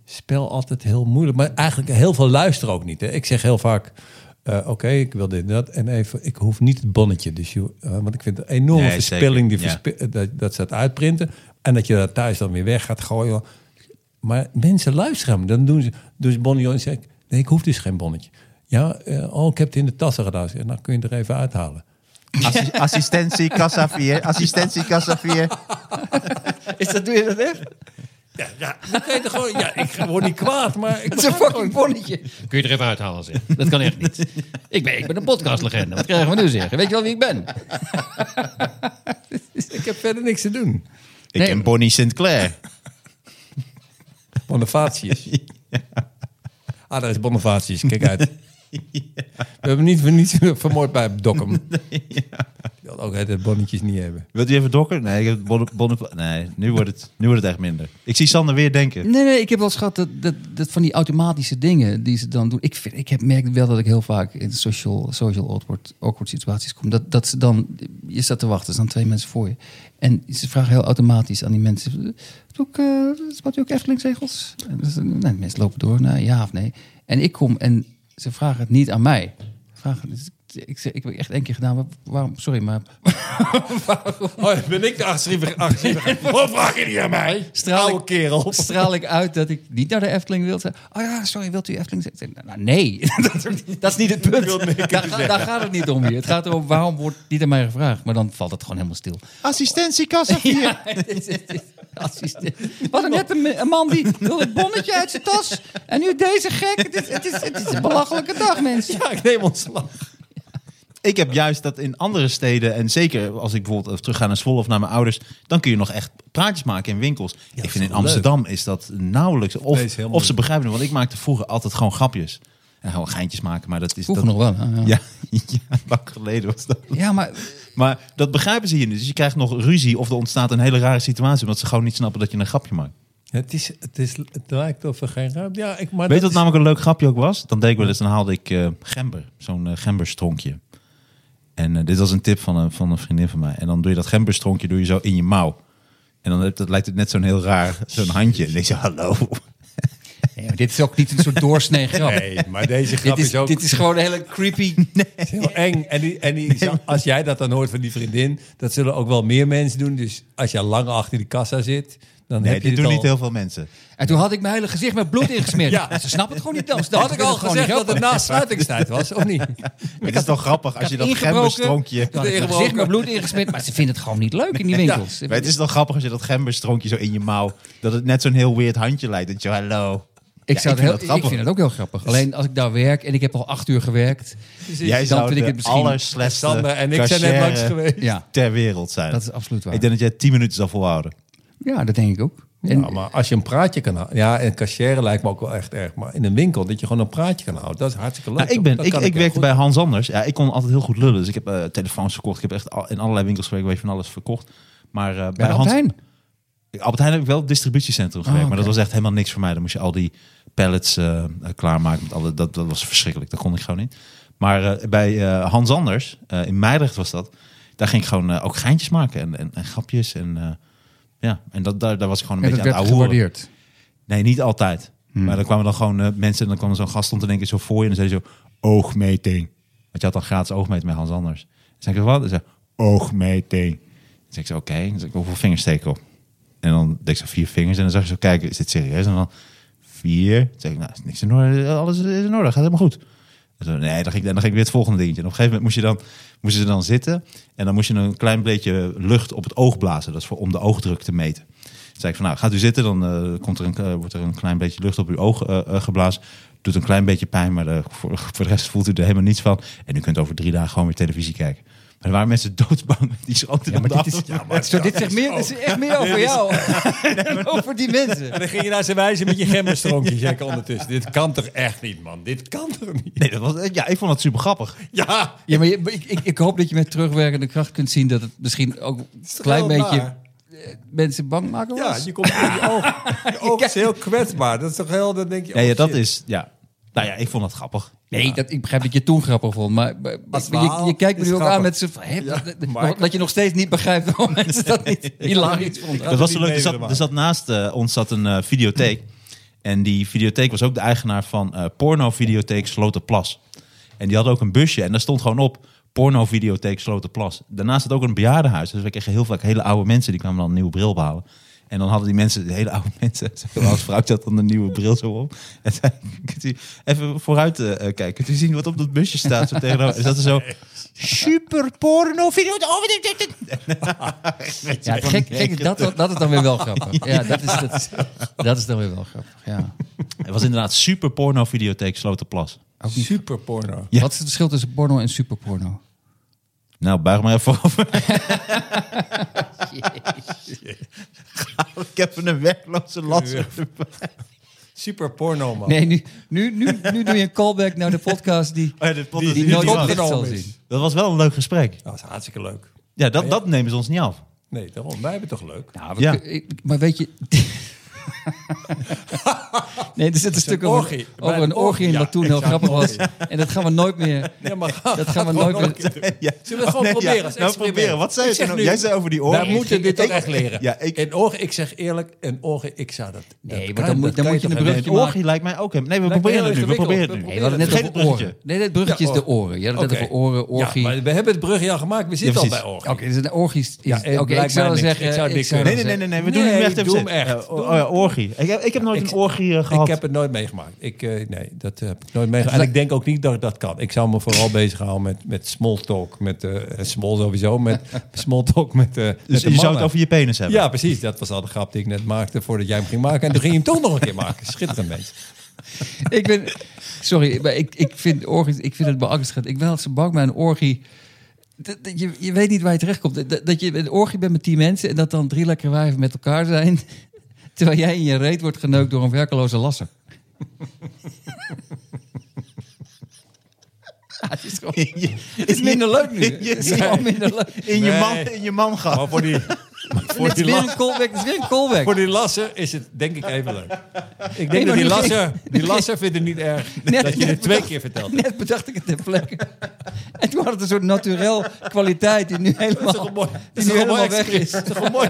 Speaker 2: spel altijd heel moeilijk. Maar eigenlijk heel veel luisteren ook niet. Hè. Ik zeg heel vaak... eh, Oké, ik wil dit en dat. En even, ik hoef niet het bonnetje. Dus je, eh, want ik vind het een enorme
Speaker 3: Nee,
Speaker 2: verspilling. Die
Speaker 3: zeker, ja.
Speaker 2: verspi- dat, dat ze het uitprinten. En dat je dat thuis dan weer weg gaat gooien. Maar mensen luisteren hem. Dan doen ze. Dus Bonnie en zegt: Nee, ik hoef dus geen bonnetje. Ja, eh, oh, ik heb het in de tassen gedaan. En dan kun je het er even uithalen.
Speaker 6: Assistentie, kassa 4. Assistentie, kassa
Speaker 4: (laughs)
Speaker 6: 4.
Speaker 4: Is dat, doe je dat echt?
Speaker 2: Ja, ja, (laughs) dan kun je het er gewoon, ja ik word niet kwaad, maar ik
Speaker 4: (laughs) Dat is een
Speaker 2: begrijp het
Speaker 4: fucking bonnetje. Kun je er even uithalen, zeg. Dat kan echt niet. Ik ben, ik ben een podcastlegende. Wat krijgen we nu zeggen? Weet je wel wie ik ben?
Speaker 2: gewoon. Ik heb verder niks te doen.
Speaker 3: Ik
Speaker 4: Nee.
Speaker 3: ken Bonnie Sinclair. (laughs)
Speaker 2: Bonavatius. Ah, daar is Bonavatius. Kijk
Speaker 3: (laughs)
Speaker 2: uit. We hebben niet, niet (laughs) vermoord bij
Speaker 3: (laughs)
Speaker 2: Dokkum. Die had ook het bonnetjes niet hebben.
Speaker 3: Wilt u even dokken? Nee, ik heb bonne, bonne, nee nu, wordt het, nu wordt het echt minder. Ik zie Sander weer denken.
Speaker 4: Nee, nee, ik heb wel eens gehad dat, dat, dat van die automatische dingen die ze dan doen. Ik, vind, ik heb, merk wel dat ik heel vaak in social, social awkward, awkward situaties kom. Dat, dat ze dan, je staat te wachten, er staan twee mensen voor je. En ze vragen heel automatisch aan die mensen: Doe ik, eh, spat u ook Eftelingzegels? En dan ze- nee, de mensen lopen door, nou, ja of nee. En ik kom en ze vragen het niet aan mij. Ze Vragen, dus ik, ik, zeg- ik heb echt één keer gedaan, maar waarom? Sorry, maar
Speaker 2: Oh, ben ik de agressieve? agressieve? Waarom vraag je niet aan mij?
Speaker 4: Straal ik-
Speaker 2: Oude kerel.
Speaker 4: (laughs) straal ik uit dat ik niet naar de Efteling wil. Zeg, Oh ja, sorry, wilt u Efteling? Zeg, ik, nou, nee, (laughs) dat is ook niet- dat is niet het punt. Daar, ga- daar gaat het niet om hier. Het gaat erom waarom wordt niet aan mij gevraagd. Maar dan valt het gewoon helemaal stil.
Speaker 6: Assistentie, kassa 4.
Speaker 4: Ja, (laughs) het is- het is- assistent. We hadden net een, me- een man die wilde het bonnetje uit zijn tas. En nu deze gek. Het is, het is, het is een belachelijke dag, mensen.
Speaker 2: Ja, ik neem ontslag.
Speaker 3: Ik heb juist dat in andere steden, en zeker als ik bijvoorbeeld eh, terug ga naar Zwolle of naar mijn ouders, dan kun je nog echt praatjes maken in winkels. ik vind in
Speaker 2: wel
Speaker 3: Amsterdam is dat nauwelijks. Of,
Speaker 2: Nee, is heel
Speaker 3: of ze
Speaker 2: moeilijk.
Speaker 3: begrijpen het, want ik maakte vroeger altijd gewoon grapjes. En gewoon geintjes maken, maar dat is...
Speaker 4: Vroeger
Speaker 3: dat,
Speaker 4: nog wel. hè, Ja,
Speaker 3: Ja, ja, (laughs) lang geleden was dat.
Speaker 4: ja maar
Speaker 3: Maar dat begrijpen ze hier niet. Dus je krijgt nog ruzie of er ontstaat een hele rare situatie, omdat ze gewoon niet snappen dat je een grapje maakt.
Speaker 2: Het, is, het, is, het lijkt of er geen ruimte... Ja, ik, maar
Speaker 3: Weet je
Speaker 2: dat
Speaker 3: wat namelijk een leuk grapje ook was? Dan deed ik wel eens, dan haalde ik eh, gember. Zo'n eh, gemberstronkje. En eh, dit was een tip van een, van een vriendin van mij. En dan doe je dat gemberstronkje doe je zo in je mouw. En dan heb- dat lijkt het net zo'n heel raar, zo'n handje. En ik zeg, hallo.
Speaker 4: nee, maar dit is ook niet een soort doorsnee grap.
Speaker 3: nou-
Speaker 2: Nee, maar deze grap
Speaker 4: dit,
Speaker 2: is,
Speaker 4: is,
Speaker 2: ook
Speaker 4: dit is gewoon een hele creepy...
Speaker 2: is (laughs) heel eng. En, die, en die, als jij dat dan hoort van die vriendin, dat zullen ook wel meer mensen doen. Dus als je lang achter die kassa zit, dan
Speaker 3: Nee,
Speaker 2: heb je
Speaker 3: dit doen
Speaker 2: al...
Speaker 3: niet heel veel mensen.
Speaker 4: En toen had ik mijn hele gezicht met bloed ingesmeerd.
Speaker 2: Ja.
Speaker 4: Ja. Ze snappen het gewoon niet. Dan. Ze
Speaker 2: Had ik
Speaker 4: willen
Speaker 2: al
Speaker 4: het gewoon
Speaker 2: gezegd dat
Speaker 4: niet
Speaker 2: het na sluitingstijd was, of
Speaker 3: (laughs)
Speaker 2: niet?
Speaker 3: Maar het is toch grappig als je dat
Speaker 4: ingebroken.
Speaker 3: gemberstronkje...
Speaker 4: helpen. Ik had mijn gezicht met bloed ingesmeerd, maar ze vinden het gewoon niet leuk in die winkels.
Speaker 3: Maar het is toch grappig als je dat gemberstronkje zo in je mouw... dat het net zo'n heel weird handje lijkt. Dat je, hallo.
Speaker 4: ik, zou
Speaker 3: ik vind
Speaker 4: het heel,
Speaker 3: dat grappig.
Speaker 4: ik vind het ook heel grappig. Alleen als ik daar werk en ik heb al acht uur gewerkt.
Speaker 3: Jij
Speaker 4: dan
Speaker 3: zou
Speaker 4: vind
Speaker 3: de
Speaker 4: ik het misschien-
Speaker 3: allerslechtste
Speaker 2: Sander en ik zijn net
Speaker 3: cashier
Speaker 2: langs geweest.
Speaker 4: Ja,
Speaker 3: ter wereld zijn.
Speaker 4: dat is absoluut waar.
Speaker 3: Ik denk dat jij tien minuten zal volhouden.
Speaker 4: Ja, dat denk ik ook. En,
Speaker 2: Ja, maar als je een praatje kan houden... Ja, en cashier lijkt me ook wel echt erg. Maar in een winkel, dat je gewoon een praatje kan houden, dat is hartstikke leuk.
Speaker 3: Nou, ik
Speaker 2: toch?
Speaker 3: ben,
Speaker 2: Dat
Speaker 3: ik,
Speaker 2: kan
Speaker 3: ik
Speaker 2: heel
Speaker 3: werkte
Speaker 2: goed.
Speaker 3: bij Hans Anders. Ja, ik kon altijd heel goed lullen. Dus ik heb eh, telefoons verkocht. Ik heb echt al- in allerlei winkels gewerkt. Weet je, van alles verkocht. Maar eh, bij
Speaker 4: bij
Speaker 3: Hans...
Speaker 4: Albert Heijn.
Speaker 3: Albert Heijn heb ik wel op het distributiecentrum gewerkt. Maar
Speaker 4: Oh, oké.
Speaker 3: dat was echt helemaal niks voor mij. Dan moest je al die pallets eh, eh, klaarmaken. Met alle, dat, dat was verschrikkelijk. Dat kon ik gewoon niet. Maar eh, bij eh, Hans Anders, eh, in Meidrecht was dat. Daar ging ik gewoon eh, ook geintjes maken. En, en, en grapjes. En, eh, ja. en dat, daar, daar was ik gewoon een
Speaker 4: En dat
Speaker 3: beetje aan
Speaker 4: werd
Speaker 3: het ouwe hoeren.
Speaker 4: gewaardeerd.
Speaker 3: Nee, niet altijd. Maar dan kwamen dan gewoon eh, mensen en dan kwam er zo'n gast stond in één keer zo voor je en dan zei hij zo, oogmeting. Want je had dan gratis oogmeting met Hans Anders. Dan zei ik, wat? Dan zei hij, oogmeting. Dan zei ik zo, oké. Dan zei ik, hoeveel vingers steek ik op? En dan deed ik zo vier vingers en dan zag je zo, kijk, is dit serieus? En dan vier. Toen zei ik, nou, is niks in orde, alles is in orde, gaat helemaal goed. En zo, nee, dan ging, ik, dan ging ik weer het volgende dingetje. En op een gegeven moment moest je dan, moesten ze dan zitten en dan moest je een klein beetje lucht op het oog blazen. Dat is voor, om de oogdruk te meten. Toen zei ik van, nou, gaat u zitten, dan eh, komt er een, eh, wordt er een klein beetje lucht op uw oog eh, eh, geblazen. Doet een klein beetje pijn, maar eh, voor, voor de rest voelt u er helemaal niets van. En u kunt over drie dagen gewoon weer televisie kijken. Maar er waren mensen (laughs) doodsbang. Die schoten ja, maar
Speaker 2: dit is- ja, maar-
Speaker 4: Zo, dit zegt meer, dit is echt meer over jou (laughs) dan over die mensen.
Speaker 2: En dan ging je naar zijn wijze met je gemmerstronkje, zeg ik ondertussen. Dit kan toch echt niet, man? Dit kan toch niet?
Speaker 3: Nee, dat was, ja, ik vond dat super grappig.
Speaker 2: Ja,
Speaker 4: Ja, maar je- ik, ik, ik hoop dat je met terugwerkende kracht kunt zien dat het misschien ook een klein
Speaker 2: wel
Speaker 4: beetje
Speaker 2: waar?
Speaker 4: eh, mensen bang maken
Speaker 2: ja
Speaker 4: was.
Speaker 2: je komt in je oog. Je oog is heel kwetsbaar. Dat is toch heel, dan denk je...
Speaker 3: Ja,
Speaker 2: oh,
Speaker 3: ja dat
Speaker 2: shit.
Speaker 3: is, ja. Nou ja, ik vond dat grappig.
Speaker 4: Nee, dat, ik begrijp dat je het toen grappig vond, maar, maar-
Speaker 2: Als
Speaker 4: maar je,
Speaker 2: verhaal
Speaker 4: je kijkt me
Speaker 2: is
Speaker 4: nu ook
Speaker 2: grappig.
Speaker 4: aan met z'n... hè, dat- dat-
Speaker 2: maar-
Speaker 4: dat je nog steeds niet begrijpt waarom mensen dat niet hilarisch vonden.
Speaker 3: Dat was zo
Speaker 2: niet
Speaker 3: leuk. Er
Speaker 2: mee
Speaker 3: zat,
Speaker 2: willen
Speaker 3: er zat naast eh, ons zat een eh, videotheek. En die videotheek was ook de eigenaar van eh porno-videotheek Slotenplas. En die had ook een busje en daar stond gewoon op porno-videotheek Slotenplas. Daarnaast zat ook een bejaardenhuis. Dus we kregen heel vaak hele oude mensen, die kwamen dan een nieuwe bril behalen. En dan hadden die mensen, de hele oude (laughs) mensen, als vrouw zat dan een nieuwe bril zo op. (laughs) En zei, kunt u even vooruit eh, eh, kijken, kunt u zien wat op dat busje staat? Zo tegenover. En zat er zo, super Oh, porno video.
Speaker 4: Ja, gek, gek dat, dat is dan weer wel grappig. Ja, dat is, dat, is- dat is dan weer wel grappig, ja.
Speaker 3: Het was inderdaad super porno videotheek Slotenplas.
Speaker 2: Super porno.
Speaker 3: Ja.
Speaker 4: Wat is het verschil tussen porno en superporno?
Speaker 3: Nou, buig maar even over. (laughs) Ik heb een werkloze last.
Speaker 2: Super porno, man.
Speaker 4: Nee, nu, nu, nu, nu doe je een callback naar de podcast die,
Speaker 3: Oh ja, dit podcast
Speaker 4: die,
Speaker 3: is niet
Speaker 4: nooit
Speaker 3: opgenomen.
Speaker 4: het licht zal
Speaker 2: is.
Speaker 4: zien.
Speaker 3: Dat was wel een leuk gesprek.
Speaker 2: Dat is hartstikke leuk.
Speaker 3: Ja, dat, dat nemen ze ons niet af.
Speaker 2: Nee, daarom. Wij hebben het toch leuk.
Speaker 4: Ja,
Speaker 3: Ja.
Speaker 4: maar, ik- maar weet je... nee, er zit een stuk
Speaker 2: een
Speaker 4: over,
Speaker 2: orgie.
Speaker 4: over
Speaker 2: Bij
Speaker 4: een
Speaker 2: de orgie,
Speaker 4: orgie in
Speaker 2: ja,
Speaker 4: wat toen heel
Speaker 2: exact,
Speaker 4: grappig was.
Speaker 2: orgie.
Speaker 4: En dat gaan we nooit meer...
Speaker 2: Ja, maar
Speaker 4: Dat gaan we nooit meer...
Speaker 3: Ja.
Speaker 2: Zullen we het gewoon proberen?
Speaker 3: ja.
Speaker 2: Als
Speaker 3: Nou,
Speaker 2: experiment.
Speaker 3: proberen. Wat zei je
Speaker 2: Ik zeg
Speaker 3: toen?
Speaker 2: nu-
Speaker 3: Jij zei over die oren.
Speaker 2: Wij moeten dit toch echt leren.
Speaker 3: Ja, ik-
Speaker 2: Een oor, ik zeg eerlijk, een oor, ik zou dat...
Speaker 4: Nee,
Speaker 2: dat
Speaker 4: maar
Speaker 2: kan-
Speaker 4: dan moet-
Speaker 2: dat
Speaker 4: dan
Speaker 2: kan
Speaker 4: moet je
Speaker 2: toch
Speaker 4: een
Speaker 2: niet?
Speaker 4: brug-
Speaker 3: Een orgie lijkt mij ook hem. Nee, we
Speaker 2: Lijkt me
Speaker 3: proberen het
Speaker 2: heel
Speaker 3: nu. We proberen
Speaker 2: ingewikkeld.
Speaker 3: het nu.
Speaker 4: Nee, we hadden het
Speaker 3: Geen
Speaker 4: net over oren.
Speaker 3: bruggetje.
Speaker 4: Nee, het bruggetje is de oren. Je had het net
Speaker 2: oh. Oké.
Speaker 4: over oren, orgie.
Speaker 2: Ja, maar we hebben het brugje al gemaakt. We zitten al
Speaker 3: Ja, precies.
Speaker 2: bij orgie.
Speaker 4: Oké, dus een orgie... is-
Speaker 2: Ja,
Speaker 4: is-
Speaker 2: het
Speaker 4: Oké, ik
Speaker 2: lijkt mij
Speaker 4: zou wel
Speaker 2: niks.
Speaker 4: zeggen...
Speaker 2: Ik zou het
Speaker 4: ik
Speaker 2: niks
Speaker 4: zou
Speaker 3: Nee,
Speaker 4: wel
Speaker 3: nee, nee, nee, nee.
Speaker 4: zeggen-
Speaker 3: We doen
Speaker 2: Nee,
Speaker 3: hem echt.
Speaker 2: doe
Speaker 3: even
Speaker 2: hem
Speaker 3: zitten.
Speaker 2: echt.
Speaker 3: Eh, oh, oh ja, orgie. Ik heb, ik heb nooit
Speaker 2: Ik-
Speaker 3: een orgie eh, gehad.
Speaker 2: Ik heb het nooit meegemaakt. Ik, eh, nee, dat heb ik nooit meegemaakt. En ik denk ook niet dat ik dat kan. Ik zou me vooral (laughs) bezighouden met, met small talk. Met, eh, en small sowieso. Met
Speaker 4: (laughs)
Speaker 2: small talk met, eh met de
Speaker 3: Dus je zou het
Speaker 2: mannen.
Speaker 3: over je penis hebben.
Speaker 2: Ja, precies. Dat was al de grap die ik net maakte voordat jij hem ging maken. En toen ging je hem toch nog een keer maken. Schitterend mens.
Speaker 4: (laughs) ik ben, sorry, maar ik, ik vind orgies, ik vind het beangstigend. Ik ben altijd zo bang bij een orgie. Dat, dat je, je weet niet waar je terechtkomt. Dat- Dat, dat je een orgie bent met tien mensen en dat dan drie lekkere wijven met elkaar zijn. (laughs) Terwijl jij in je reet wordt geneukt door een
Speaker 2: (laughs)
Speaker 4: werkeloze lasser. Ja, het is, gewoon, (laughs)
Speaker 3: (laughs)
Speaker 4: het is minder
Speaker 2: (laughs)
Speaker 4: leuk nu. Het is gewoon minder leuk.
Speaker 3: In je
Speaker 2: Nee.
Speaker 3: man, in je man
Speaker 2: (laughs) Maar
Speaker 3: gehad.
Speaker 2: voor die,
Speaker 4: Het (laughs)
Speaker 2: voor
Speaker 4: is
Speaker 2: die,
Speaker 4: weer
Speaker 2: las,
Speaker 4: een callback. Het is weer een callback.
Speaker 2: voor die lasser is het denk ik even leuk. Ik
Speaker 4: Nee,
Speaker 2: denk
Speaker 4: maar
Speaker 2: dat die
Speaker 4: nu-
Speaker 2: lasser, die lasser vindt het niet erg
Speaker 4: Nee,
Speaker 2: dat je
Speaker 4: nee,
Speaker 2: het twee keer vertelt.
Speaker 4: Net bedacht ik het ter plekke. En toen had het een soort naturel kwaliteit die nu
Speaker 2: Dat is toch
Speaker 4: helemaal,
Speaker 2: een mooi, dat
Speaker 4: die
Speaker 2: is
Speaker 4: nu
Speaker 2: toch een mooi
Speaker 4: helemaal weg is.
Speaker 2: experiment. Dat is toch een mooi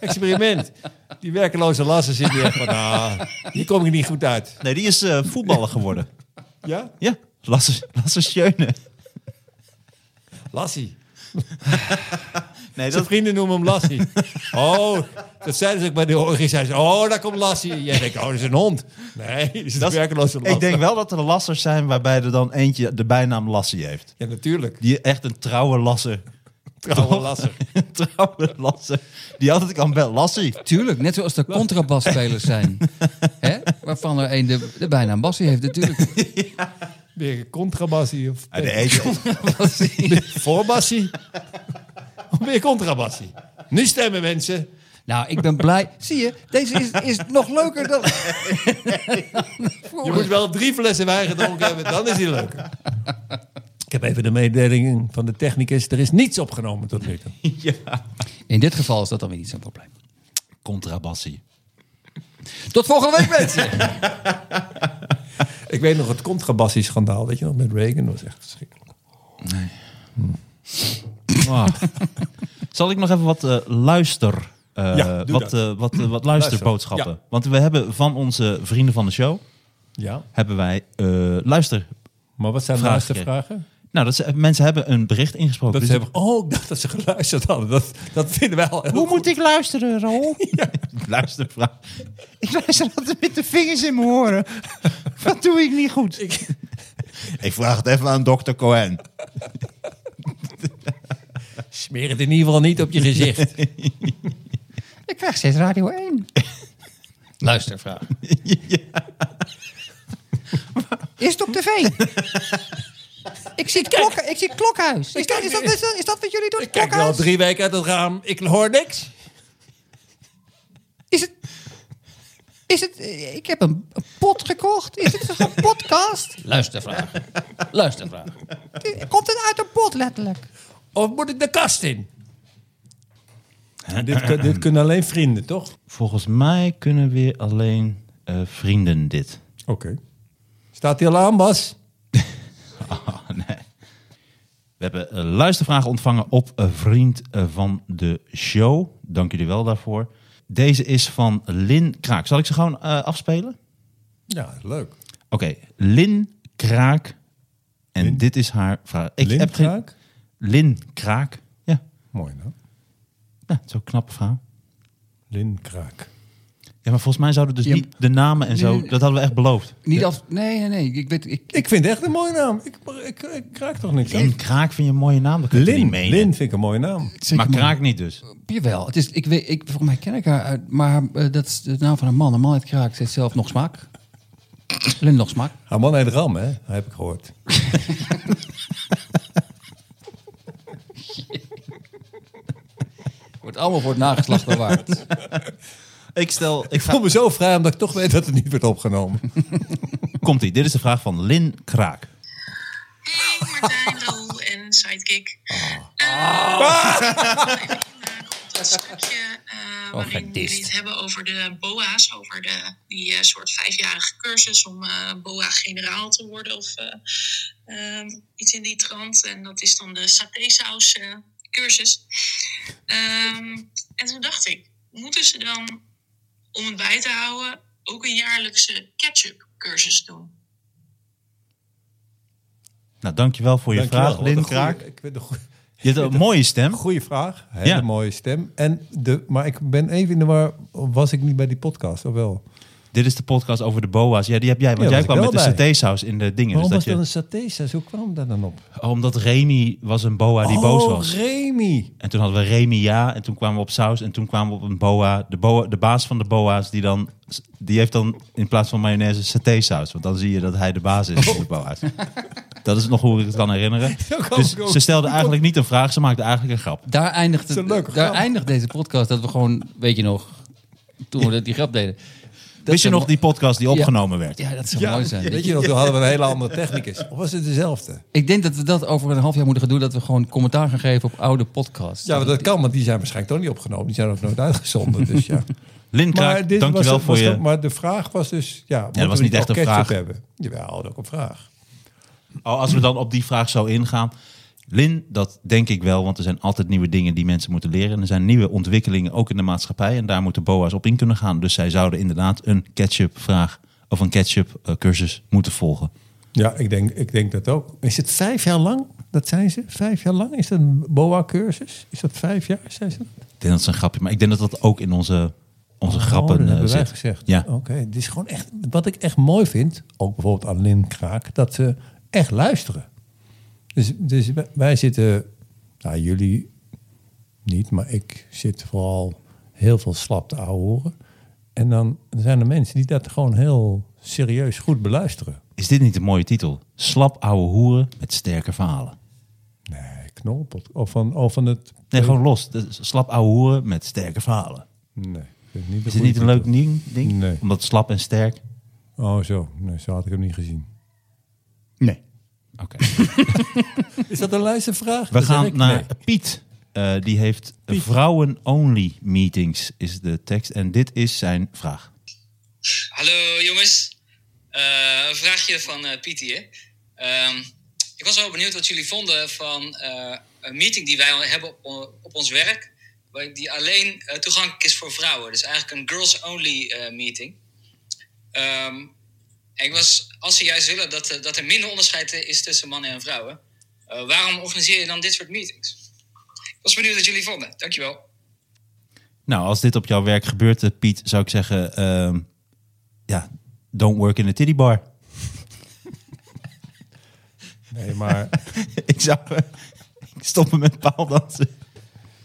Speaker 2: experiment. Die werkeloze lasser zit hier echt van, ah, hier kom ik niet goed uit.
Speaker 3: Nee, die is eh, voetballer geworden.
Speaker 2: Ja?
Speaker 3: Ja, Lasse, Lasse Schöne.
Speaker 2: Lassie.
Speaker 3: Nee,
Speaker 2: Zijn
Speaker 3: dat,
Speaker 2: vrienden noemen hem Lassie. Oh, dat zeiden ze ook bij de orgie. Zeiden ze, oh, daar komt Lassie. Jij denkt, oh, dat is een hond. Nee, dat is een
Speaker 3: dat is-
Speaker 2: werkeloze lasser.
Speaker 3: ik denk wel dat er lassers zijn waarbij er dan eentje de bijnaam Lassie heeft.
Speaker 2: Ja, natuurlijk.
Speaker 3: Die echt een trouwe lasser.
Speaker 2: Trouwe lasser.
Speaker 3: Een (laughs) trouwe lasser. Die altijd kan bellen. Lassie.
Speaker 4: Tuurlijk, net zoals er contrabasspelers
Speaker 2: (laughs)
Speaker 4: zijn. Hè? Waarvan er een de, de bijnaam Bassie heeft
Speaker 2: (laughs)
Speaker 4: natuurlijk.
Speaker 2: Weer een contrabassie. Of,
Speaker 3: Ah, nee, (laughs) ik-
Speaker 2: Voorbassie. Of weer contrabassie. Nu stemmen mensen.
Speaker 4: nou, ik ben blij. Zie je, deze is, is nog leuker dan...
Speaker 2: Je moet wel drie flessen wijn gedronken hebben, dan is die leuker. Ik heb even de mededeling van de technicus. Er is niets opgenomen tot nu toe.
Speaker 4: In dit geval is dat dan weer niet zo'n probleem.
Speaker 3: Contrabassie.
Speaker 4: Tot volgende week, mensen!
Speaker 2: (laughs) Ik weet nog het contrabassie-schandaal, weet je nog, met Reagan. Dat was echt verschrikkelijk.
Speaker 3: Ah. Zal ik nog even wat eh, luister eh,
Speaker 2: Ja, doe
Speaker 3: wat, eh, wat, eh, wat luisterboodschappen.
Speaker 2: Ja.
Speaker 3: Want we hebben van onze vrienden van de show,
Speaker 2: Ja.
Speaker 3: hebben wij eh, luister.
Speaker 2: Maar wat zijn de
Speaker 3: Vraag
Speaker 2: laatste
Speaker 3: gekregen.
Speaker 2: vragen?
Speaker 3: Nou, dat ze- mensen hebben een bericht ingesproken.
Speaker 2: Dat
Speaker 3: Dus
Speaker 2: ze hebben, oh, ik dacht dat ze geluisterd hadden. Dat, dat vinden wij al heel
Speaker 6: Hoe moet ik
Speaker 2: (laughs)
Speaker 6: luisteren, Rol?
Speaker 3: luistervraag.
Speaker 6: Ik luister altijd met de vingers in mijn
Speaker 2: (laughs)
Speaker 6: oren. Wat doe ik niet goed?
Speaker 3: Ik vraag het even aan dokter Cohen.
Speaker 2: Smeer het in ieder geval niet op je gezicht. (laughs)
Speaker 6: Ik krijg steeds Radio 1. (laughs)
Speaker 4: Luistervraag.
Speaker 6: Is het op
Speaker 2: (laughs)
Speaker 6: tv? ik, zie het klok, ik zie het klokhuis. Is dat, is, dat, is, dat, is dat wat jullie doen? Het
Speaker 2: Ik kijk nu al
Speaker 6: klokhuis?
Speaker 2: drie weken uit het raam. Ik hoor niks.
Speaker 6: Is het... Is het, eh, ik heb een, een pot gekocht. Is het
Speaker 2: (laughs)
Speaker 6: een podcast?
Speaker 4: Luistervraag. Luistervraag.
Speaker 6: Komt het uit een pot, letterlijk?
Speaker 2: Of moet ik de kast in? Dit, kun- dit kunnen alleen vrienden, toch? Oké.
Speaker 3: Volgens mij kunnen weer alleen eh, vrienden dit.
Speaker 2: Staat hij al aan, Bas?
Speaker 3: Oh, nee. We hebben eh, luistervragen ontvangen op eh, Vriend eh, van de Show. Dank jullie wel daarvoor. Deze is van Lin Kraak. Zal ik ze gewoon eh, afspelen?
Speaker 2: Ja, leuk.
Speaker 3: Oké, Lin Kraak. En dit is haar vraag. Ik
Speaker 2: Lin
Speaker 3: heb geen-
Speaker 2: Kraak?
Speaker 3: Lin Kraak. Ja,
Speaker 2: Mooi, nou.
Speaker 3: ja zo'n knappe vraag.
Speaker 2: Lin Kraak.
Speaker 3: Ja, maar volgens mij zouden dus
Speaker 4: Ja,
Speaker 3: niet de namen en zo,
Speaker 4: nee, nee.
Speaker 3: dat hadden we echt beloofd.
Speaker 4: Niet af... Nee, nee, nee. Ik weet... Ik,
Speaker 2: Ik vind het echt een mooie naam. Ik, ik, ik kraak toch niks aan.
Speaker 3: Lin Kraak vind je een mooie naam, dat kun je
Speaker 2: Lin,
Speaker 3: niet menen.
Speaker 2: Lin vind ik een mooie naam.
Speaker 3: maar Kraak niet dus.
Speaker 4: Jawel, het is, ik weet, ik, volgens mij ken ik haar, uit, maar eh, dat is de naam van een man. Een man uit Kraak zegt zelf nog smaak. Lin nog smaak.
Speaker 2: Haar man heet Ram, hè? Dat heb ik gehoord.
Speaker 4: Wordt allemaal voor het nageslacht bewaard.
Speaker 3: Ik stel, ik
Speaker 2: Ik voel me zo vrij omdat ik toch weet dat het niet werd opgenomen.
Speaker 3: Komt ie, dit is de vraag van Lin Kraak.
Speaker 7: Hey Martijn, Raoul en Sidekick. Ehm, Dat stukje eh waarin jullie het hebben over de BOA's, over de, die eh, soort vijfjarige cursus om eh, BOA-generaal te worden of eh, ehm, iets in die trant. En dat is dan de satésaus eh, cursus. Ehm, en toen dacht ik, moeten ze dan, om het bij te houden, ook een jaarlijkse ketchup cursus doen?
Speaker 3: Nou, dankjewel voor je
Speaker 2: Dankjewel.
Speaker 3: vraag,
Speaker 2: Wat een
Speaker 3: Lin
Speaker 2: goeie-
Speaker 3: Kraak.
Speaker 2: Ik vind een goeie-
Speaker 3: Je hebt een mooie stem.
Speaker 2: Goeie vraag. Hele
Speaker 3: Ja.
Speaker 2: mooie stem. En de, maar ik ben even in de war. Was ik niet bij die podcast, of wel?
Speaker 3: dus Dit is de podcast over de boa's. Ja, die heb jij, want
Speaker 2: Ja,
Speaker 3: jij
Speaker 2: was
Speaker 3: kwam
Speaker 2: ik
Speaker 3: met de
Speaker 2: wel bij.
Speaker 3: satésaus in de dingen. Dus
Speaker 2: Waarom
Speaker 3: dat
Speaker 2: was
Speaker 3: je,
Speaker 2: dat een satésaus? Hoe kwam dat dan op? Oh,
Speaker 3: Oh, Omdat Remy was een boa die boos was.
Speaker 2: Remy.
Speaker 3: En toen hadden we Remy ja, en toen kwamen we op saus en toen kwamen we op een boa. De, boa, de baas van de boa's, die, dan, die heeft dan in plaats van mayonaise satésaus. Want dan zie je dat hij de baas is van de
Speaker 2: (laughs)
Speaker 3: boa's. Dat is nog hoe ik het kan herinneren.
Speaker 2: kan
Speaker 3: Dus
Speaker 2: ik ook.
Speaker 3: ze stelde eigenlijk niet een vraag, ze maakte eigenlijk een grap.
Speaker 4: Daar eindigt,
Speaker 2: is een leuke
Speaker 4: het, daar
Speaker 2: grap.
Speaker 4: eindigt deze podcast dat we gewoon, weet je nog, toen we dat- die grap deden. Dat
Speaker 3: Wist je
Speaker 4: zou
Speaker 3: nog
Speaker 4: mo-
Speaker 3: die podcast die
Speaker 4: Ja.
Speaker 3: opgenomen werd?
Speaker 4: Ja, dat zou mooi zijn.
Speaker 2: Weet je nog, toen hadden we een hele andere technicus. Of was het dezelfde?
Speaker 4: Ik denk dat we dat over een half jaar moeten gaan doen, dat we gewoon commentaar gaan geven op oude podcasts.
Speaker 2: Ja, maar dat kan, want die zijn waarschijnlijk toch niet opgenomen. Die zijn ook nooit uitgezonden, dus
Speaker 3: (laughs)
Speaker 2: ja.
Speaker 3: Lin Kraak,
Speaker 2: dit
Speaker 3: dankjewel
Speaker 2: was,
Speaker 3: voor
Speaker 2: was
Speaker 3: je...
Speaker 2: dat- maar de vraag was dus... Ja, moeten
Speaker 3: was
Speaker 2: we
Speaker 3: niet echt
Speaker 2: ook
Speaker 3: een
Speaker 2: ketchup
Speaker 3: vraag.
Speaker 2: Hebben? Jawel, dat ook een vraag.
Speaker 3: Oh, als we dan op die vraag zo ingaan. Lin, dat denk ik wel, want er zijn altijd nieuwe dingen die mensen moeten leren. En er zijn nieuwe ontwikkelingen ook in de maatschappij. En daar moeten BOA's op in kunnen gaan. Dus zij zouden inderdaad een catch-up-vraag of een catch-up-cursus moeten volgen.
Speaker 2: Ja, ik denk, ik denk dat ook. Is het vijf jaar lang? Dat zijn ze. Vijf jaar lang? Is dat een BOA-cursus? Is dat vijf jaar? Zijn ze? dat?
Speaker 3: Ik denk dat is een grapje, maar ik denk dat dat ook in onze, onze
Speaker 2: Oh, dat
Speaker 3: grappen eh,
Speaker 2: hebben wij
Speaker 3: zit.
Speaker 2: gezegd. Oh.
Speaker 3: Ja.
Speaker 2: Oké, dit is gewoon echt... Wat ik echt mooi vind, ook bijvoorbeeld aan Lin Kraak... dat ze echt luisteren. Dus, dus wij- wij zitten... Nou, jullie niet, maar ik zit vooral heel veel slap te ouwehoeren. En dan zijn er mensen die dat gewoon heel serieus goed beluisteren.
Speaker 3: Is dit niet een mooie titel? Slap ouwe hoeren met sterke verhalen.
Speaker 2: Nee, knolpot. Of van, of van het...
Speaker 3: Nee, gewoon los. Dat is Slap ouwe hoeren met sterke verhalen.
Speaker 2: Nee, vind ik niet de
Speaker 3: Is dit
Speaker 2: goede
Speaker 3: niet een leuk
Speaker 2: titel.
Speaker 3: ding? ding?
Speaker 2: Nee.
Speaker 3: Omdat slap en sterk...
Speaker 2: Oh, zo. Nee, zo had ik hem niet gezien.
Speaker 5: Nee.
Speaker 3: Oké.
Speaker 2: (laughs) Is dat een luistervraag?
Speaker 3: We gaan naar Piet. Eh, die heeft vrouwen-only meetings, is de tekst. En dit is zijn vraag.
Speaker 8: Hallo jongens. Eh, een vraagje van eh Piet hier. Ehm, ik was wel benieuwd wat jullie vonden van eh, een meeting die wij hebben op, op ons werk. waar- die alleen eh, toegankelijk is voor vrouwen. Dus eigenlijk een girls-only eh, meeting. Ehm, en ik was, als ze juist willen dat, eh, dat er minder onderscheid is tussen mannen en vrouwen, eh, waarom organiseer je dan dit soort meetings? Ik was benieuwd wat jullie vonden. Dankjewel.
Speaker 3: Nou, als dit op jouw werk gebeurt, eh, Piet, zou ik zeggen... ehm, ja, don't work in a titty bar. (laughs)
Speaker 2: Nee, maar...
Speaker 3: ik zou (laughs) eh, ik stoppen met paaldansen.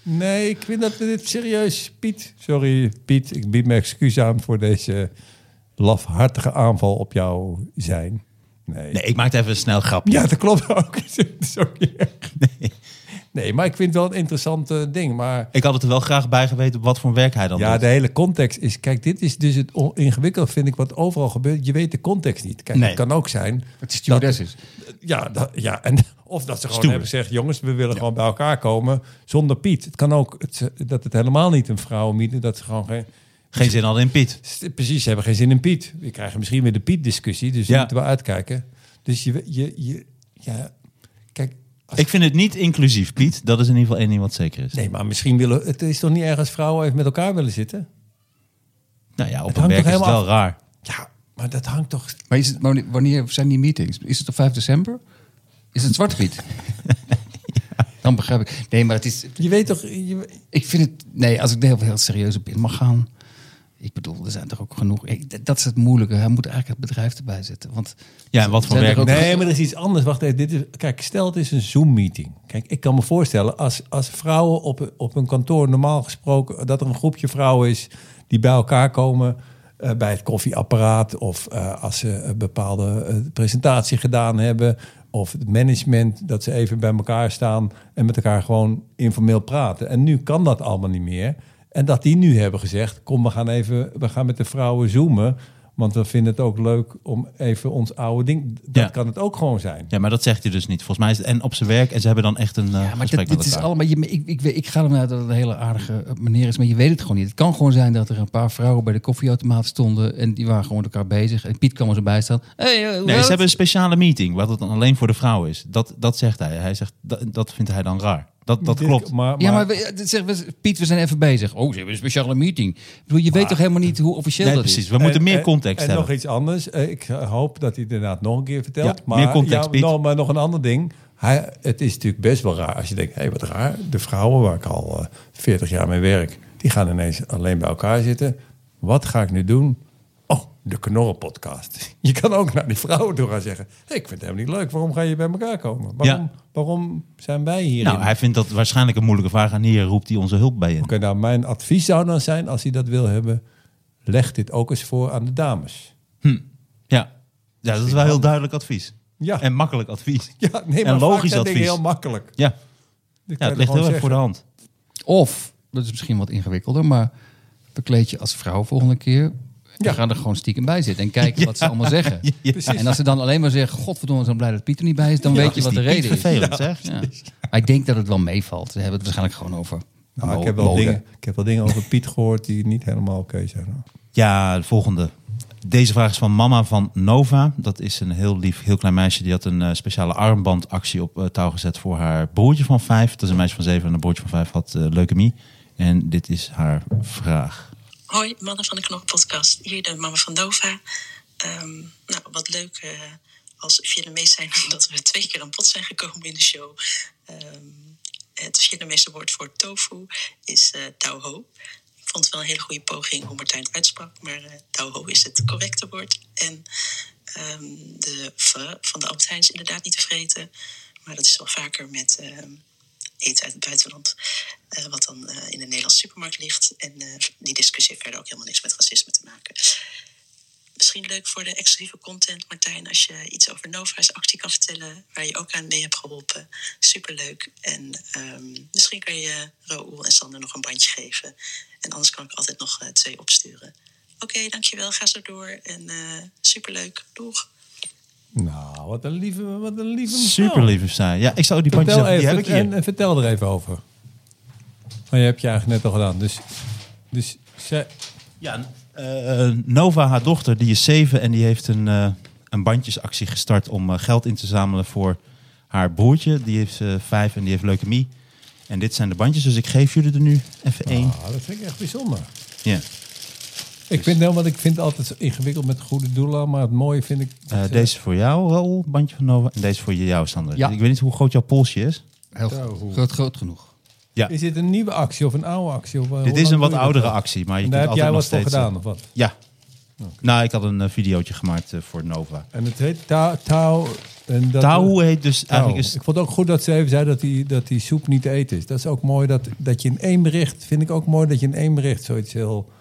Speaker 2: Nee, ik vind dat we dit serieus... Piet, sorry Piet, ik bied mijn excuus aan voor deze lafhartige aanval op jouw zijn. Nee.
Speaker 3: Nee, ik maak even een snel grapje.
Speaker 2: Ja, dat klopt ook. (laughs) sorry. Nee. nee, maar ik vind het wel een interessant eh, ding, maar...
Speaker 3: Ik had het er wel graag bij geweten op wat voor werk hij dan
Speaker 2: Ja,
Speaker 3: doet.
Speaker 2: de hele context is. Kijk, dit is dus het on- ingewikkelde, vind ik, wat overal gebeurt. Je weet de context niet. Kijk,
Speaker 3: Nee.
Speaker 2: het kan ook zijn.
Speaker 5: Het stewardess
Speaker 2: dat-
Speaker 5: is.
Speaker 2: Ja, dat, ja en, (laughs) of dat ze gewoon
Speaker 3: Steward.
Speaker 2: hebben gezegd: jongens, we willen gewoon bij elkaar komen zonder Piet. Het kan ook het, dat het helemaal niet een vrouwenmieten, dat ze gewoon geen.
Speaker 3: Geen zin hadden in Piet.
Speaker 2: S- Precies, ze hebben geen zin in Piet. We krijgen misschien weer de Piet-discussie, dus we
Speaker 3: Ja.
Speaker 2: moeten wel uitkijken. Dus je, je, je ja, kijk. als-
Speaker 3: Ik vind het niet inclusief, Piet. Dat is in ieder geval één ding wat zeker is.
Speaker 2: Nee, maar misschien willen. Het is toch niet erg als vrouwen even met elkaar willen zitten?
Speaker 3: Nou ja, op
Speaker 2: Het
Speaker 3: een
Speaker 2: hangt
Speaker 3: werk is
Speaker 2: toch
Speaker 3: het wel
Speaker 2: helemaal
Speaker 3: raar.
Speaker 2: Ja, maar dat hangt toch.
Speaker 4: Maar is het, wanneer- wanneer zijn die meetings? Is het op 5 december? Is het
Speaker 2: (laughs)
Speaker 4: zwart-wit? Dan begrijp ik. Nee, maar het is,
Speaker 2: Je weet toch. je-
Speaker 4: ik vind het... Nee, als ik er heel, heel serieus op in mag gaan... Ik bedoel, er zijn toch ook genoeg... ik- dat- dat is het moeilijke. Hij moet eigenlijk het bedrijf erbij zetten. Want
Speaker 3: Ja, en wat voor
Speaker 4: Zijn er
Speaker 3: werk?
Speaker 4: ook-
Speaker 2: Nee, maar er is iets anders. Wacht even. Dit is, kijk, stel het is een Zoom-meeting. Kijk, ik kan me voorstellen als, als vrouwen op, op een kantoor normaal gesproken... dat er een groepje vrouwen is die bij elkaar komen eh, bij het koffieapparaat... of eh, als ze een bepaalde eh, presentatie gedaan hebben... of het management, dat ze even bij elkaar staan... en met elkaar gewoon informeel praten. En nu kan dat allemaal niet meer. En dat die nu hebben gezegd... kom, we gaan even we gaan met de vrouwen zoomen... Want we vinden het ook leuk om even ons oude ding. Dat
Speaker 3: Ja.
Speaker 2: kan het ook gewoon zijn.
Speaker 3: Ja, maar dat zegt hij dus niet. Volgens mij is het en op zijn werk en ze hebben dan echt een eh,
Speaker 4: Ja, maar
Speaker 3: gesprek
Speaker 4: dit, dit
Speaker 3: met
Speaker 4: is
Speaker 3: elkaar.
Speaker 4: allemaal. Je, ik, ik, weet- ik ga ervan uit dat het een hele aardige eh, meneer is, maar je weet het gewoon niet. Het kan gewoon zijn dat er een paar vrouwen bij de koffieautomaat stonden en die waren gewoon met elkaar bezig. En Piet kwam er zo bij staan. Hey, eh,
Speaker 3: Nee,
Speaker 4: wat?
Speaker 3: ze hebben een speciale meeting, wat het dan alleen voor de vrouw is. Dat, dat zegt hij. Hij zegt, dat, dat vindt hij dan raar. Dat, dat
Speaker 2: Dit-
Speaker 3: klopt.
Speaker 2: Maar,
Speaker 4: Ja, maar
Speaker 2: maar-
Speaker 4: we, ja, dit zeggen we- Piet, we zijn even bezig. Oh, ze hebben een speciale meeting. Ik bedoel, je weet toch helemaal niet hoe officieel
Speaker 3: Nee,
Speaker 4: dat
Speaker 3: precies.
Speaker 4: is?
Speaker 3: We moeten
Speaker 2: en-
Speaker 3: meer
Speaker 2: en-
Speaker 3: context
Speaker 2: en,
Speaker 3: hebben.
Speaker 2: nog iets anders. Eh, Ik hoop dat hij het inderdaad nog een keer vertelt.
Speaker 3: Ja,
Speaker 2: maar,
Speaker 3: meer context, Piet.
Speaker 2: nou, maar nog een ander ding. Hij, het is natuurlijk best wel raar als je denkt... hé, wat raar. De vrouwen waar ik al eh, 40 jaar mee werk... die gaan ineens alleen bij elkaar zitten. Wat ga ik nu doen? Oh, de Knorren-podcast. (laughs) Je kan ook naar die vrouwen toe gaan zeggen... Hey, ik vind het helemaal niet leuk. Waarom ga je bij elkaar komen? Waarom,
Speaker 3: Ja.
Speaker 2: waarom zijn wij hier?
Speaker 3: Nou, hij vindt dat waarschijnlijk een moeilijke vraag. En hier roept hij onze hulp bij in.
Speaker 2: Oké, nou, mijn advies zou dan zijn, als hij dat wil hebben, leg dit ook eens voor aan de dames.
Speaker 3: Ja. ja, dat is wel heel duidelijk advies.
Speaker 2: Ja.
Speaker 3: En makkelijk advies.
Speaker 2: (laughs) Ja, nee, maar
Speaker 3: en
Speaker 2: vaak
Speaker 3: logisch
Speaker 2: zijn dingen
Speaker 3: advies.
Speaker 2: heel makkelijk.
Speaker 3: Ja,
Speaker 2: Dit kan
Speaker 3: ja
Speaker 2: je
Speaker 3: het ligt
Speaker 2: gewoon
Speaker 3: heel erg
Speaker 2: zeggen.
Speaker 3: voor de hand.
Speaker 4: Of, dat is misschien wat ingewikkelder, maar bekleed je als vrouw volgende keer.
Speaker 2: Ja.
Speaker 4: Ja. Ga er gewoon stiekem bij zitten en
Speaker 3: (laughs)
Speaker 4: kijken wat ze allemaal zeggen.
Speaker 3: Ja.
Speaker 2: Precies.
Speaker 4: En als ze dan alleen maar zeggen, godverdomme, we zijn blij dat Piet er niet bij is, dan weet je
Speaker 3: is
Speaker 4: wat de
Speaker 3: die
Speaker 4: reden
Speaker 3: Piet
Speaker 4: is.
Speaker 3: vervelend, zeg.
Speaker 4: Ja.
Speaker 2: Dus-
Speaker 4: Maar ik denk dat het wel meevalt. Ze hebben het waarschijnlijk gewoon over.
Speaker 2: Nou,
Speaker 4: mo-
Speaker 2: ik, heb wel
Speaker 4: mode.
Speaker 2: dingen, ik heb wel dingen over Piet gehoord die niet helemaal oké zijn. hoor.
Speaker 3: Ja, de volgende. Deze vraag is van mama van Nova. Dat is een heel lief, heel klein meisje. Die had een eh, speciale armbandactie op eh, touw gezet voor haar broertje van vijf. Dat is een meisje van zeven en een broertje van vijf had eh, leukemie. En dit is haar vraag.
Speaker 9: Hoi, mannen van de Knokpodcast. Hier de mama van Nova. Ehm, nou, wat leuk eh, als Vietnamees zijn (laughs) dat we twee keer aan bod zijn gekomen in de show. Ehm, het Vietnamese woord voor tofu is eh tau ho. Ik vond het wel een hele goede poging hoe Martijn het uitsprak, maar eh tau ho is het correcte woord. En ehm, de v van de Albert Heijn is inderdaad niet te vreten, maar dat is wel vaker met ehm, eten uit het buitenland. eh, wat dan eh, in de Nederlandse supermarkt ligt. En eh, die discussie heeft verder ook helemaal niks met racisme te maken. Misschien leuk voor de exclusieve content, Martijn, als je iets over Nova's actie kan vertellen, waar je ook aan mee hebt geholpen. Superleuk. En ehm, misschien kan je Raoul en Sander nog een bandje geven. En anders kan ik altijd nog eh, twee opsturen. Oké, dankjewel. Ga zo door. En eh, superleuk. Doeg.
Speaker 2: Nou, wat een lieve, wat een lieve mevrouw.
Speaker 3: Super lief is zij. Ja, ik zou die bandjes
Speaker 2: Vertel
Speaker 3: hebben. Die heb
Speaker 2: even
Speaker 3: ik hier.
Speaker 2: en, en vertel er even over. Maar Oh, je hebt je eigenlijk net al gedaan. Dus, dus ze,
Speaker 3: Ja, eh, Nova, haar dochter, die is zeven en die heeft een, eh, een bandjesactie gestart om eh, geld in te zamelen voor haar broertje. Die is eh, vijf en die heeft leukemie. En dit zijn de bandjes, dus ik geef jullie er nu even één.
Speaker 2: Ah, dat vind ik echt bijzonder.
Speaker 3: Ja.
Speaker 2: Ik vind, nou, want ik vind het altijd zo ingewikkeld met goede doelen, maar het mooie vind ik...
Speaker 3: Eh, deze voor jou, Raoul, bandje van Nova. En deze voor jou, Sander.
Speaker 4: Ja.
Speaker 3: Ik weet niet hoe groot jouw polsje is.
Speaker 4: Heel
Speaker 2: Zo, hoe-
Speaker 4: groot, groot, groot genoeg.
Speaker 2: Is dit een nieuwe actie of een oude actie? Of, eh, hoe
Speaker 3: Dit
Speaker 2: lang
Speaker 3: is een
Speaker 2: doe
Speaker 3: wat
Speaker 2: je dat
Speaker 3: oudere
Speaker 2: al?
Speaker 3: actie, maar je
Speaker 2: En
Speaker 3: kunt
Speaker 2: daar heb jij
Speaker 3: altijd nog
Speaker 2: wat voor
Speaker 3: steeds, eh,
Speaker 2: gedaan, of wat?
Speaker 3: Ja. Nou, ik had een eh, videootje gemaakt eh, voor Nova.
Speaker 2: En het heet ta- Tau... en dat- eh,
Speaker 3: Tauw heet dus
Speaker 2: Tau.
Speaker 3: eigenlijk... Is,
Speaker 2: Ik vond het ook goed dat ze even zei dat die, dat die soep niet te eten is. Dat is ook mooi dat, dat je in één bericht... Vind ik ook mooi dat je in één bericht zoiets heel...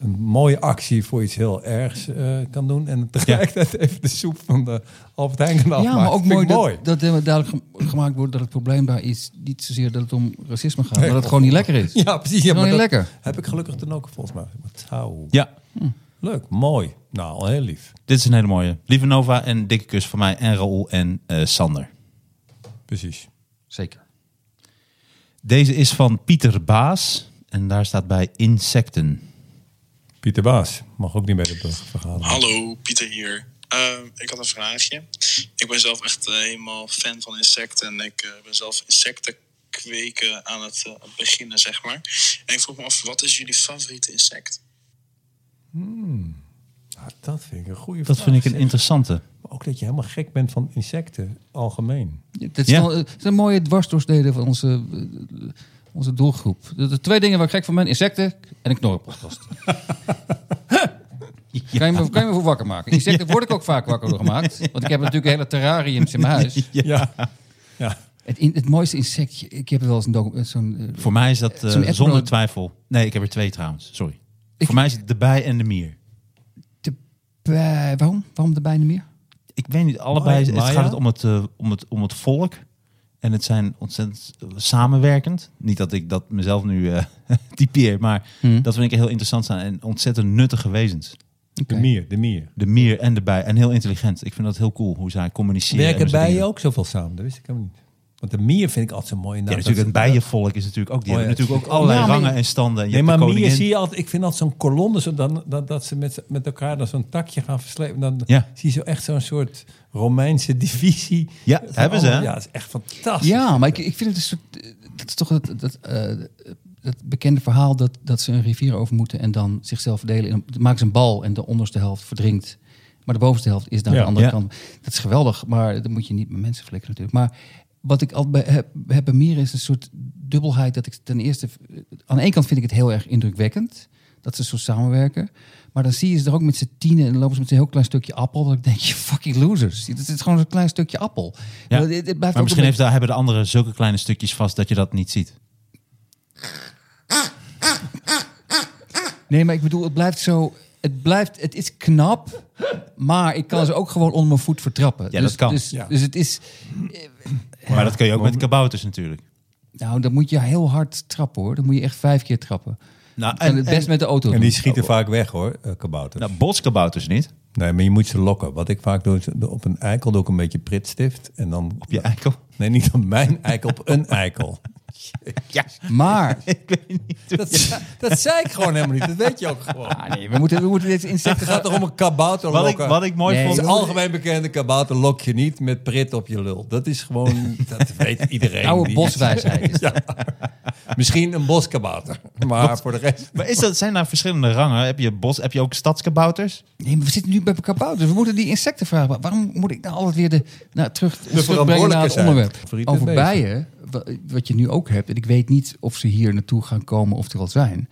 Speaker 2: Een mooie actie voor iets heel ergs eh, kan doen. En tegelijkertijd (laughs) even de soep van de Albert Heijn kan afmaken.
Speaker 4: Ja, maar ook
Speaker 2: Vind ik
Speaker 4: mooi dat,
Speaker 2: mooi.
Speaker 4: dat eh, duidelijk gem- gemaakt wordt dat het probleem daar is niet zozeer dat het om racisme gaat, maar dat het gewoon niet lekker is.
Speaker 2: (laughs) (laughs) Ja, precies. Ja,
Speaker 4: Gewoon
Speaker 2: maar
Speaker 4: niet
Speaker 2: dat
Speaker 4: lekker.
Speaker 2: Heb ik gelukkig dan ook volgens mij. Wat Tau.
Speaker 3: ja,
Speaker 2: Leuk, mooi. Nou, heel lief.
Speaker 3: dit is een hele mooie. Lieve Nova en dikke kus van mij en Raoul en eh, Sander.
Speaker 2: Precies.
Speaker 4: Zeker.
Speaker 3: Deze is van Pieter Baas. En daar staat bij insecten.
Speaker 2: Pieter Baas mag ook niet bij de vergadering.
Speaker 10: Hallo, Pieter hier. Ehm, ik had een vraagje. Ik ben zelf echt eh, helemaal fan van insecten. En ik eh, ben zelf insecten kweken aan het eh, beginnen, zeg maar. En ik vroeg me af, wat is jullie favoriete insect?
Speaker 2: Nou, dat vind ik een goede
Speaker 3: Dat
Speaker 2: vraag,
Speaker 3: vind ik een
Speaker 2: zeg.
Speaker 3: interessante.
Speaker 2: Maar ook dat je helemaal gek bent van insecten, algemeen.
Speaker 4: Dit
Speaker 3: Ja.
Speaker 4: zijn wel- het zijn mooie dwarsdoorsneden van onze, eh, onze doelgroep. De, de twee dingen waar ik gek van ben, insecten en een
Speaker 2: (laughs)
Speaker 4: knorrenpodcast. Kan, je me, kan je me voor wakker maken? Insecten word ik ook vaak wakker door gemaakt. Want ik heb natuurlijk hele terrariums in mijn
Speaker 2: (laughs)
Speaker 4: huis.
Speaker 2: Ja. ja.
Speaker 4: Het, in- het mooiste insectje, ik heb wel eens een docu- zo'n... eh,
Speaker 3: Voor mij is dat eh,
Speaker 4: Zo'n etno-
Speaker 3: zonder twijfel... Nee, ik heb er twee trouwens. Sorry.
Speaker 4: Ik-
Speaker 3: Voor mij is het de bij en de mier.
Speaker 4: te- bij- waarom? Waarom de bijna meer?
Speaker 3: Ik weet niet, allebei
Speaker 2: Oh Maya?
Speaker 3: het gaat het om, het, eh, om het om het volk. En het zijn ontzettend eh, samenwerkend. Niet dat ik dat mezelf nu eh, (laughs) typeer, maar
Speaker 2: Hmm.
Speaker 3: dat vind ik heel interessant zijn. En ontzettend nuttige wezens.
Speaker 2: De mier, de mier.
Speaker 3: De mier en de bij. En heel intelligent. Ik vind dat heel cool hoe zij communiceren. en
Speaker 2: Werken
Speaker 3: hoe ze
Speaker 2: bijen
Speaker 3: dingen
Speaker 2: ook zoveel samen? Dat wist ik helemaal niet. Want de mier vind ik altijd zo mooi.
Speaker 3: doen. Ja, natuurlijk, het bijenvolk is natuurlijk ook. Die
Speaker 2: Oh ja,
Speaker 3: hebben natuurlijk ook
Speaker 2: natuurlijk.
Speaker 3: allerlei
Speaker 2: Ja, maar-
Speaker 3: rangen en standen. En je
Speaker 2: Nee,
Speaker 3: hebt
Speaker 2: maar
Speaker 3: de
Speaker 2: mier
Speaker 3: koningin.
Speaker 2: zie je altijd... Ik vind altijd zo'n kolonne, zo dan, dat, dat ze met, met elkaar dan zo'n takje gaan verslepen. Dan
Speaker 3: Ja.
Speaker 2: zie je zo echt zo'n soort Romeinse divisie.
Speaker 3: Ja,
Speaker 2: Van
Speaker 3: hebben ze, hè?
Speaker 2: allemaal- Ja, dat is echt fantastisch.
Speaker 4: Ja, maar ik, ik vind het een soort. eh, Dat is toch dat, dat, eh, dat bekende verhaal dat, dat ze een rivier over moeten en dan zichzelf verdelen. En dan maken ze een bal en de onderste helft verdrinkt. Maar de bovenste helft is dan
Speaker 2: Ja.
Speaker 4: de andere
Speaker 3: Ja.
Speaker 4: kant. Dat is geweldig, maar dat moet je niet met mensen flikken natuurlijk. Maar wat ik altijd bij, heb, heb bij mieren is een soort dubbelheid. Dat ik ten eerste, eh, aan de ene kant vind ik het heel erg indrukwekkend. Dat ze zo samenwerken. Maar dan zie je ze er ook met z'n tienen en dan lopen ze met een heel klein stukje appel. Dan denk (laughs) je, fucking losers. Het is gewoon zo'n klein stukje appel.
Speaker 3: Ja.
Speaker 4: Het- het blijft
Speaker 3: Maar
Speaker 4: ook een
Speaker 3: misschien
Speaker 4: beetje-
Speaker 3: heeft, daar hebben de anderen zulke kleine stukjes vast dat je dat niet ziet.
Speaker 4: Nee, maar ik bedoel, het blijft zo. Het blijft, het is knap, maar ik kan ze ook gewoon onder mijn voet vertrappen.
Speaker 3: Ja,
Speaker 4: dus,
Speaker 3: dat kan.
Speaker 4: Dus,
Speaker 2: Ja.
Speaker 4: dus het is,
Speaker 3: Maar dat kun je ook met kabouters natuurlijk.
Speaker 4: nou, dan moet je heel hard trappen hoor. Dan moet je echt vijf keer trappen.
Speaker 3: Nou,
Speaker 4: En, het best met de auto.
Speaker 2: En
Speaker 4: doen.
Speaker 2: die schieten vaak weg, hoor, eh, kabouters.
Speaker 3: nou, botskabouters niet.
Speaker 2: Nee, maar je moet ze lokken. Wat ik vaak doe, is op een eikel doe ik een beetje pritstift. En dan
Speaker 3: Op je eikel.
Speaker 2: Nee, niet op mijn eikel, op een (laughs) eikel. (laughs)
Speaker 4: Maar
Speaker 2: Dat, dat zei ik gewoon helemaal niet. Dat weet je ook gewoon.
Speaker 4: ah, nee, we moeten, we moeten deze
Speaker 2: Het
Speaker 4: insecten.
Speaker 2: gaat toch om een kabouter
Speaker 3: Wat ik,
Speaker 2: lokken?
Speaker 3: wat ik mooi
Speaker 4: Nee,
Speaker 2: Het
Speaker 3: vond.
Speaker 2: is algemeen bekende kabouter lok je niet met prit op je lul. Dat is (laughs) gewoon, dat weet iedereen.
Speaker 4: Oude
Speaker 2: Die- (laughs)
Speaker 4: boswijsheid. Is dat.
Speaker 2: Misschien een boskabouter. Maar voor de rest...
Speaker 3: Maar is dat, zijn daar verschillende rangen? Heb je, bos, heb je ook stadskabouters?
Speaker 4: Nee, maar we zitten nu bij kabouters. We moeten die insecten vragen. Maar Waarom moet ik nou altijd weer de, nou, terug, terugbrengen naar
Speaker 2: verantwoordelijke
Speaker 4: het
Speaker 2: zijn.
Speaker 4: onderwerp?
Speaker 2: Favoriete
Speaker 4: Over
Speaker 2: beesten.
Speaker 4: bijen, wa- wat je nu ook hebt. En ik weet niet of ze hier naartoe gaan komen of er al zijn.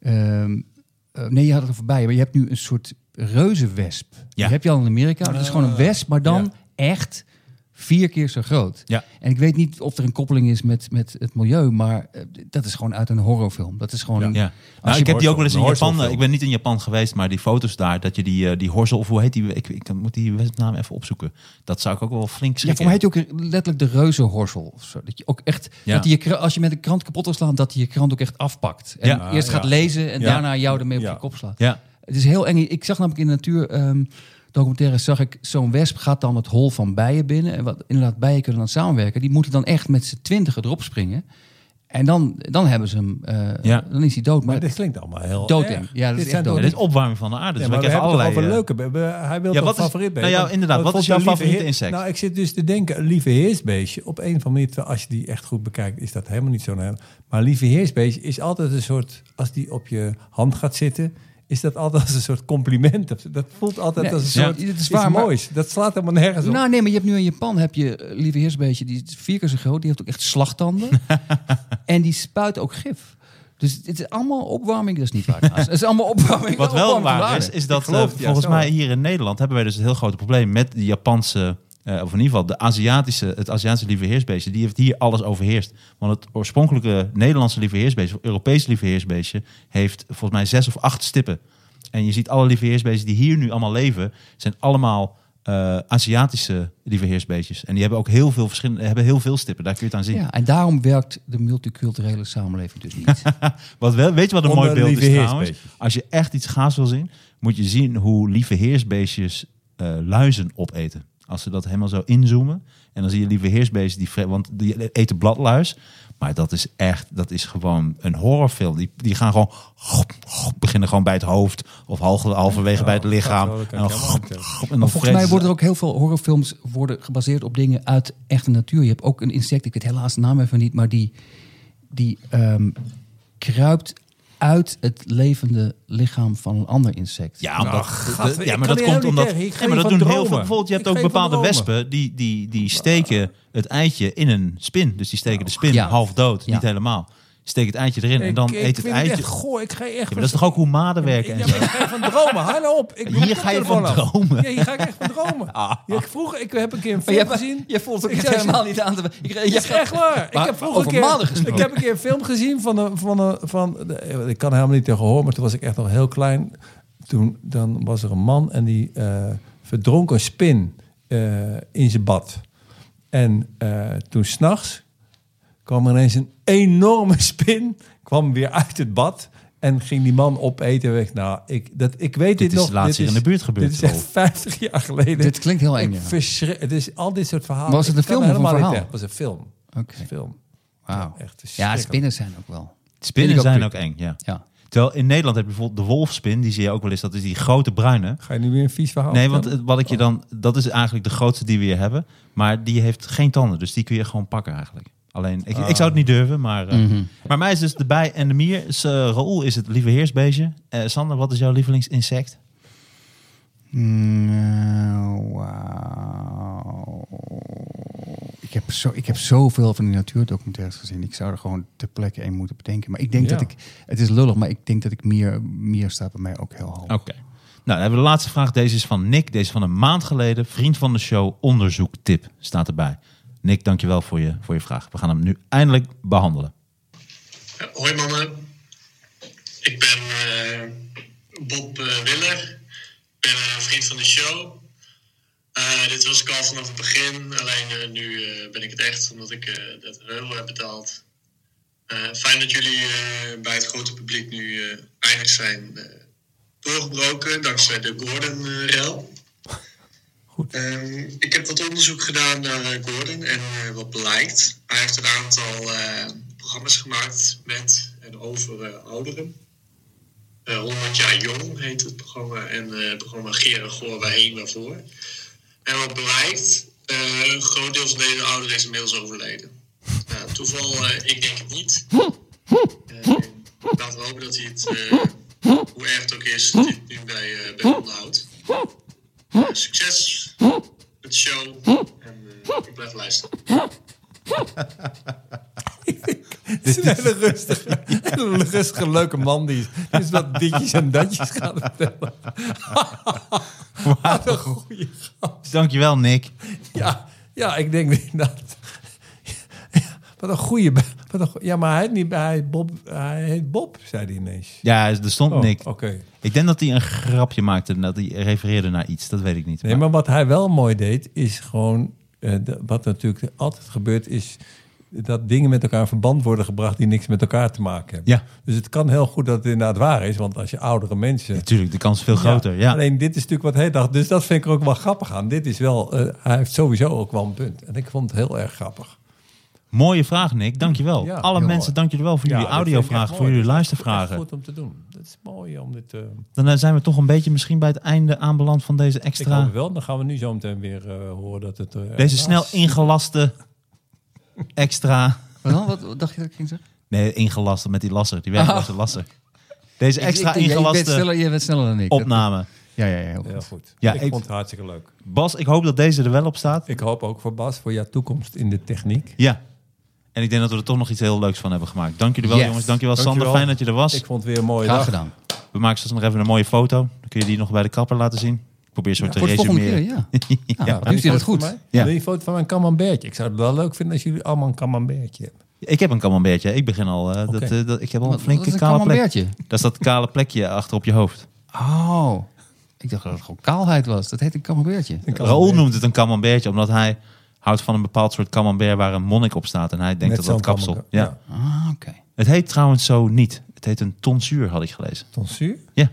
Speaker 4: Ehm, eh, nee, je had het over bijen. Maar je hebt nu een soort reuzenwesp.
Speaker 3: Ja.
Speaker 4: Die heb je al in Amerika. Dat is gewoon
Speaker 3: Eh,
Speaker 4: een wesp, maar dan echt vier keer zo groot.
Speaker 3: Ja.
Speaker 4: En ik weet niet of er een koppeling is met, met het milieu. Maar eh, dat is gewoon uit een horrorfilm. Dat is gewoon... een-
Speaker 3: Ja.
Speaker 4: Als
Speaker 3: Nou,
Speaker 4: je-
Speaker 3: ik heb die ook wel eens in
Speaker 2: een
Speaker 3: Japan. eh,
Speaker 2: horzelfilm.
Speaker 3: Ik ben niet in Japan geweest, maar die foto's daar, dat je die, eh, die horzel, of hoe heet die? Ik, ik moet die naam even opzoeken. Dat zou ik ook wel flink
Speaker 4: Ja,
Speaker 3: schrikken.
Speaker 4: voor mij heet hij ook letterlijk de reuzenhorsel. Of zo. Dat je ook echt,
Speaker 3: Ja.
Speaker 4: dat die je, kra- als je met een krant kapot wil slaan, dat hij je krant ook echt afpakt. En
Speaker 3: Ja.
Speaker 4: eerst gaat lezen en
Speaker 2: Ja.
Speaker 4: daarna jou ermee op
Speaker 2: Ja.
Speaker 4: je kop slaat.
Speaker 3: Ja.
Speaker 4: Het is heel eng. Ik zag namelijk in de natuur ehm documentaire, zag ik zo'n wesp gaat dan het hol van bijen binnen. En wat inderdaad bijen kunnen dan samenwerken. Die moeten dan echt met z'n twintigen erop springen. En dan, dan hebben ze hem, eh,
Speaker 3: Ja.
Speaker 4: dan is hij dood. Maar,
Speaker 2: dit klinkt allemaal heel
Speaker 4: Dood
Speaker 2: erg.
Speaker 4: hem. Ja, dat
Speaker 2: Dit
Speaker 4: is
Speaker 2: zijn
Speaker 4: echt dood.
Speaker 2: toch
Speaker 3: Ja, dit is opwarming van de aarde. Dus
Speaker 2: Ja, maar
Speaker 3: we
Speaker 2: we
Speaker 3: hebben
Speaker 2: hebben
Speaker 3: allerlei...
Speaker 2: het over
Speaker 3: eh,
Speaker 2: leuke. be- be- Hij wil
Speaker 3: Ja,
Speaker 2: toch
Speaker 3: wat is-
Speaker 2: favoriet
Speaker 3: nou ja,
Speaker 2: Want-
Speaker 3: inderdaad,
Speaker 2: want
Speaker 3: wat is
Speaker 2: vond
Speaker 3: jouw
Speaker 2: dat
Speaker 3: favoriete
Speaker 2: lieve heer-
Speaker 3: insect?
Speaker 2: Nou, ik zit dus te denken, lieve heersbeestje. Op een of andere manier, als je die echt goed bekijkt, is dat helemaal niet zo'n heel. Maar lieve heersbeestje is altijd een soort, als die op je hand gaat zitten, is dat altijd als een soort compliment. Dat voelt altijd
Speaker 4: Nee,
Speaker 2: als een
Speaker 4: ja,
Speaker 2: soort
Speaker 4: dit is
Speaker 2: iets
Speaker 4: waar, maar-
Speaker 2: moois. Dat slaat helemaal nergens op.
Speaker 4: Nou, nee, maar je hebt nu in Japan heb je eh, lieve heersbeestje, die is vier keer zo groot, die heeft ook echt slagtanden. en die spuit ook gif. Dus het is allemaal opwarming, dat is niet waar. trouwens. Het is allemaal opwarming.
Speaker 3: Wat wel
Speaker 4: opwarming van de
Speaker 3: waar is,
Speaker 4: aarde.
Speaker 3: is dat
Speaker 2: Ik geloof
Speaker 3: eh,
Speaker 2: het, ja,
Speaker 3: volgens
Speaker 2: zo.
Speaker 3: mij hier in Nederland hebben wij dus een heel groot probleem met de Japanse, eh, of in ieder geval de Aziatische, het Aziatische lieveheersbeestje. Die heeft hier alles overheerst. Want het oorspronkelijke Nederlandse lieveheersbeestje, of Europese lieveheersbeestje, heeft volgens mij zes of acht stippen. En je ziet alle lieveheersbeestjes die hier nu allemaal leven, zijn allemaal eh, Aziatische lieveheersbeestjes. En die hebben ook heel veel verschillende, hebben heel veel stippen. Daar kun je het aan zien.
Speaker 4: Ja, en daarom werkt de multiculturele samenleving dus niet.
Speaker 3: Wat wel, weet je wat een
Speaker 2: Onder
Speaker 3: mooi beeld
Speaker 2: lieve
Speaker 3: is trouwens?
Speaker 2: heersbeestjes.
Speaker 3: Als je echt iets gaas wil zien, moet je zien hoe lieve heersbeestjes eh, luizen opeten. Als ze dat helemaal zo inzoomen. En dan zie je lieve heersbeestjes, die vre- want die eten bladluis. Maar dat is echt, dat is gewoon een horrorfilm. Die, die gaan gewoon, beginnen gewoon bij het hoofd. Of halve- halverwege bij het lichaam.
Speaker 2: dat kan
Speaker 3: en dan,
Speaker 2: ik helemaal niet,
Speaker 3: en dan
Speaker 4: Volgens mij
Speaker 3: vreten ze-
Speaker 4: worden er ook heel veel horrorfilms worden gebaseerd op dingen uit echte natuur. Je hebt ook een insect, ik weet helaas de naam even niet, maar die, die ehm, kruipt uit het levende lichaam van een ander insect.
Speaker 3: Ja, omdat,
Speaker 2: gast,
Speaker 3: de-
Speaker 2: Nou, ik
Speaker 3: ja, maar
Speaker 2: kan
Speaker 3: dat
Speaker 2: hier
Speaker 3: komt
Speaker 2: helemaal
Speaker 3: omdat.
Speaker 2: niet tegen. Ik
Speaker 3: Nee,
Speaker 2: geef
Speaker 3: maar dat
Speaker 2: van
Speaker 3: doen heel
Speaker 2: dromen.
Speaker 3: veel. Bijvoorbeeld, je hebt
Speaker 2: Ik
Speaker 3: ook
Speaker 2: geef van
Speaker 3: bepaalde
Speaker 2: dromen.
Speaker 3: wespen die, die, die steken het eitje in een spin. Dus die steken de spin
Speaker 4: Ja.
Speaker 3: half dood,
Speaker 4: Ja.
Speaker 3: niet helemaal. Steek het eitje erin en dan
Speaker 2: Nou, ik,
Speaker 3: eet het
Speaker 2: vind
Speaker 3: eitje.
Speaker 2: Echt, goh, ik ga echt
Speaker 3: Ja, maar dat is toch ook hoe maden werken
Speaker 2: Ja,
Speaker 3: en zo.
Speaker 2: maar ik ga van dromen. Hou nou op. Ik doe
Speaker 3: Hier
Speaker 2: mijn
Speaker 3: ga je
Speaker 2: koptelefoon
Speaker 3: van
Speaker 2: af.
Speaker 3: dromen. Ah.
Speaker 2: Ja, hier ga ik echt van
Speaker 3: (laughs)
Speaker 2: dromen. Ja, ik, vroeg, ik heb een keer een
Speaker 4: Maar
Speaker 2: film
Speaker 4: jij,
Speaker 2: gezien.
Speaker 4: je voelt ook
Speaker 2: Ik
Speaker 4: echt
Speaker 2: zei-
Speaker 4: helemaal niet aan te... Ik,
Speaker 2: Ja, is echt waar.
Speaker 4: Maar
Speaker 2: ik heb vroeger
Speaker 4: over
Speaker 2: een keer,
Speaker 4: maanden gesproken.
Speaker 2: ik heb een keer een film gezien van een, van een, van de- ik kan er helemaal niet tegen horen, maar toen was ik echt nog heel klein. Toen dan was er een man en die eh, verdronk een spin eh, in zijn bad. En eh, toen s'nachts kwam er ineens een enorme (laughs) spin, kwam weer uit het bad en ging die man opeten en weg. Nou, ik, dat, ik weet dit,
Speaker 3: is
Speaker 2: nog.
Speaker 3: laatst hier in de buurt gebeurd,
Speaker 2: Dit is echt
Speaker 3: Rolf.
Speaker 2: 50 jaar geleden.
Speaker 4: Dit klinkt heel eng,
Speaker 2: Ik
Speaker 4: ja.
Speaker 2: verschrik- Het is al dit soort verhalen.
Speaker 4: Was het
Speaker 2: Ik
Speaker 4: een
Speaker 2: kan er
Speaker 4: film of een
Speaker 2: helemaal niet
Speaker 4: verhaal?
Speaker 2: tegen. Het was een film.
Speaker 4: Oké.
Speaker 2: Een film.
Speaker 4: Wauw.
Speaker 2: Ja, echt
Speaker 4: Ja,
Speaker 2: verschrikkelijk.
Speaker 4: spinnen zijn ook wel.
Speaker 3: Spinnen
Speaker 4: Vind ik ook
Speaker 3: zijn ook
Speaker 4: creepy.
Speaker 3: eng, ja.
Speaker 4: Ja.
Speaker 3: Terwijl in Nederland heb je bijvoorbeeld de wolfspin, die zie je ook wel eens. Dat is die grote bruine.
Speaker 2: Ga je nu weer een vies verhaal
Speaker 3: Nee, want
Speaker 2: vertellen?
Speaker 3: het- wat ik je dan, dat is eigenlijk de grootste die we hier hebben. Maar die heeft geen tanden, dus die kun je gewoon pakken eigenlijk. Alleen, ik, ik zou het
Speaker 2: Oh.
Speaker 3: niet durven, maar, eh,
Speaker 2: Mhm.
Speaker 3: maar mij is dus de bij en de mier. Is, eh, Raoul is het lieve heersbeestje. Eh, Sander, wat is jouw lievelingsinsect?
Speaker 4: Nou,
Speaker 5: Wauw. Ik heb, zo, ik heb zoveel van die natuurdocumentaires gezien. Ik zou er gewoon ter plekke één moeten bedenken. Maar ik denk
Speaker 2: Ja.
Speaker 5: dat ik... Het is lullig, maar ik denk dat ik meer... Meer staat bij mij ook heel hoog.
Speaker 3: Oké. Nou, dan hebben we de laatste vraag. Deze is van Nick. Deze is van een maand geleden. Vriend van de show, onderzoektip staat erbij. Nick, dankjewel voor je, voor je vraag. We gaan hem nu eindelijk behandelen.
Speaker 10: Eh, Hoi mannen, ik ben eh, Bob eh, Willer. Ik ben eh, vriend van de show. Eh, dit was ik al vanaf het begin, alleen eh, nu eh, ben ik het echt omdat ik eh, dat heel heb betaald. Eh, fijn dat jullie eh, bij het grote publiek nu eh, eindelijk zijn eh, doorgebroken dankzij de eh, Gordon-rel.
Speaker 2: Goed.
Speaker 10: Ehm, ik heb wat onderzoek gedaan naar eh, Gordon en eh, wat blijkt. Hij heeft een aantal eh, programma's gemaakt met en over eh, ouderen. Eh 100 jaar jong heet het programma en eh, het programma Geren Goor waarheen waarvoor. En wat blijkt, eh, een groot deel van deze ouderen is inmiddels overleden. Nou, toeval, eh, ik denk het niet. Eh, laten we hopen dat hij het, eh, hoe erg het ook is, dat hij het nu bij, eh, bij handen houdt. Eh, succes met de show en eh, ik blijf luisteren.
Speaker 2: Het is (laughs) een hele rustige, hele rustige, leuke man die dus wat ditjes en datjes gaat vertellen. Wat een goeie gast.
Speaker 3: Dankjewel, Nick.
Speaker 2: Ja, ja, ik denk (laughs) inderdaad. Wat een goeie... be- Wat een goeie- ja, maar hij heet, niet, hij, heet Bob, hij heet Bob, zei hij ineens.
Speaker 3: Ja, er stond
Speaker 2: Oh,
Speaker 3: Nick.
Speaker 2: Oké.
Speaker 3: Ik denk dat hij een grapje maakte en dat hij refereerde naar iets. Dat weet ik niet.
Speaker 2: Nee, maar wat hij wel mooi deed, is gewoon... eh, de- wat natuurlijk altijd gebeurt, is dat dingen met elkaar in verband worden gebracht... die niks met elkaar te maken hebben.
Speaker 3: Ja.
Speaker 2: Dus het kan heel goed dat het inderdaad waar is. Want als je oudere mensen...
Speaker 3: Natuurlijk, de kans is veel groter. Ja.
Speaker 2: Alleen dit is natuurlijk wat hij dacht. Dus dat vind ik er ook wel grappig aan. Dit is wel... eh, hij heeft sowieso ook wel een punt. En ik vond het heel erg grappig.
Speaker 3: Mooie vraag, Nick. Dankjewel.
Speaker 2: Ja,
Speaker 3: Alle
Speaker 2: heel
Speaker 3: mensen,
Speaker 2: mooi.
Speaker 3: dankjewel voor
Speaker 2: Ja,
Speaker 3: jullie
Speaker 2: dat vind ik echt
Speaker 3: audiovragen,
Speaker 2: mooi.
Speaker 3: voor jullie
Speaker 2: Dat is echt-
Speaker 3: luistervragen.
Speaker 2: Dat is goed om te doen. Dat is mooi om dit... eh,
Speaker 3: Dan eh, zijn we toch een beetje misschien bij het einde aanbeland van deze
Speaker 2: ik hoop
Speaker 3: extra...
Speaker 2: het wel. Dan gaan we nu zo meteen weer eh, horen dat het... eh,
Speaker 3: Deze
Speaker 2: helaas-
Speaker 3: snel ingelaste extra...
Speaker 4: Wat, dan? wat, wat dacht je dat ik ging zeggen?
Speaker 3: Nee, ingelast met die lasser.
Speaker 2: (laughs)
Speaker 3: Die werkloze
Speaker 4: Oh.
Speaker 3: lasser. Deze
Speaker 4: Ik-
Speaker 3: extra
Speaker 4: ik denk, jij bent sneller-
Speaker 3: ingelaste
Speaker 4: jij bent sneller dan ik. Dat-
Speaker 3: opname.
Speaker 5: Ja, ja, ja, heel
Speaker 2: Heel
Speaker 5: goed.
Speaker 2: goed.
Speaker 3: Ja,
Speaker 2: ik,
Speaker 3: ik-
Speaker 2: vond het hartstikke leuk.
Speaker 3: Bas, ik hoop dat deze er wel op staat.
Speaker 2: Ik hoop ook voor Bas, voor jouw toekomst in de techniek.
Speaker 3: Ja. En ik denk dat we er toch nog iets heel leuks van hebben gemaakt. Dank jullie wel,
Speaker 4: Yes.
Speaker 3: jongens. Dank je wel, Sander.
Speaker 2: Dankjewel.
Speaker 3: Fijn dat je er was.
Speaker 2: Ik vond het weer een mooie
Speaker 4: Graag
Speaker 2: dag.
Speaker 4: gedaan.
Speaker 3: We maken straks nog even een mooie foto. Dan kun je die nog bij de kapper laten zien. Ik probeer zo te
Speaker 4: Voor de volgende keer,
Speaker 3: resumeren.
Speaker 4: ja. Nou,
Speaker 3: Ja.
Speaker 2: Ja,
Speaker 4: doet hij dat goed?
Speaker 3: Ja.
Speaker 2: Ja. Wil je een foto van mijn camembertje? Ik zou het wel leuk vinden als jullie allemaal een camembertje hebben.
Speaker 3: Ik heb een camembertje. Ik begin al. eh, dat,
Speaker 2: Oké.
Speaker 3: eh, dat, ik heb al een
Speaker 4: Wat-
Speaker 3: flinke
Speaker 4: wat is een
Speaker 3: kale plek.
Speaker 4: camembertje?
Speaker 3: Dat is dat kale plekje achter op je hoofd.
Speaker 4: Oh, ik dacht dat het gewoon kaalheid was. Dat heet een camembertje.
Speaker 3: Raoul noemt het een camembertje omdat hij houdt van een bepaald soort camembert waar een monnik op staat. En hij
Speaker 2: Met
Speaker 3: denkt dat dat
Speaker 2: zo'n
Speaker 3: kapsel.
Speaker 2: camembert,
Speaker 3: Ja.
Speaker 2: ja.
Speaker 4: Ah, oké.
Speaker 3: Het heet trouwens zo niet. Het heet een tonsuur, had ik gelezen.
Speaker 2: Tonsuur?
Speaker 3: Ja,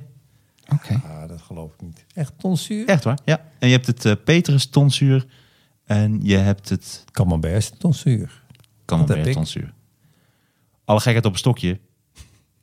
Speaker 4: Oké.
Speaker 2: Ah, dat geloof ik niet. Echt tonsuur?
Speaker 3: echt waar. Ja. En je hebt het eh, Petrus tonsuur en je hebt het
Speaker 2: Camembert is tonsuur. Dat
Speaker 3: camembert
Speaker 2: heb ik.
Speaker 3: tonsuur. Alle gekheid op een stokje.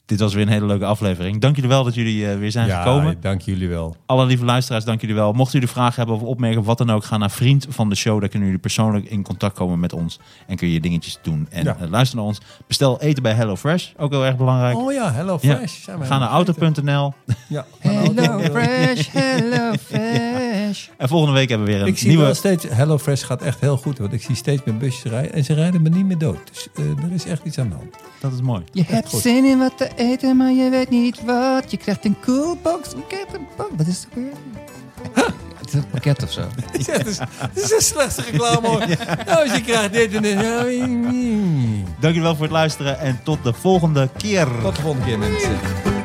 Speaker 3: Dit was weer een hele leuke aflevering. Dank jullie wel dat jullie eh, weer zijn gekomen.
Speaker 2: dank jullie wel.
Speaker 3: Alle lieve luisteraars, dank jullie wel. Mochten jullie vragen hebben of opmerkingen of wat dan ook, ga naar vriend van de show. Daar kunnen jullie persoonlijk in contact komen met ons. En kun je dingetjes doen. En
Speaker 2: Ja.
Speaker 3: eh, luister naar ons. Bestel eten bij HelloFresh. Ook heel erg belangrijk.
Speaker 2: Oh ja, hello
Speaker 3: Ja.
Speaker 2: fresh. Zijn we
Speaker 3: Ga naar
Speaker 2: helemaal vergeten.
Speaker 3: auto.nl.
Speaker 2: Ja.
Speaker 4: Hello
Speaker 2: Auto.nl.
Speaker 4: fresh, hello fresh.
Speaker 3: (laughs) En volgende week hebben we weer een
Speaker 2: Ik zie
Speaker 3: nieuwe...
Speaker 2: wel steeds, hello fresh gaat echt heel goed. Want ik zie steeds meer busjes rijden en ze rijden me niet meer dood. Dus eh, er is echt iets aan de hand.
Speaker 3: Dat is mooi.
Speaker 4: Je hebt
Speaker 2: goed.
Speaker 4: zin in wat te eten, maar je weet niet wat. Je krijgt een coolbox. Ik heb een box. Wat is het ook weer? Het is een pakket of zo.
Speaker 2: Het (laughs) is echt een- dus, het is de slechtste reclame.
Speaker 3: (laughs)
Speaker 2: hoor. Nou, als je krijgt dit en dit.
Speaker 3: Dank jullie wel voor het luisteren. En tot de volgende keer.
Speaker 2: Tot de volgende keer mensen.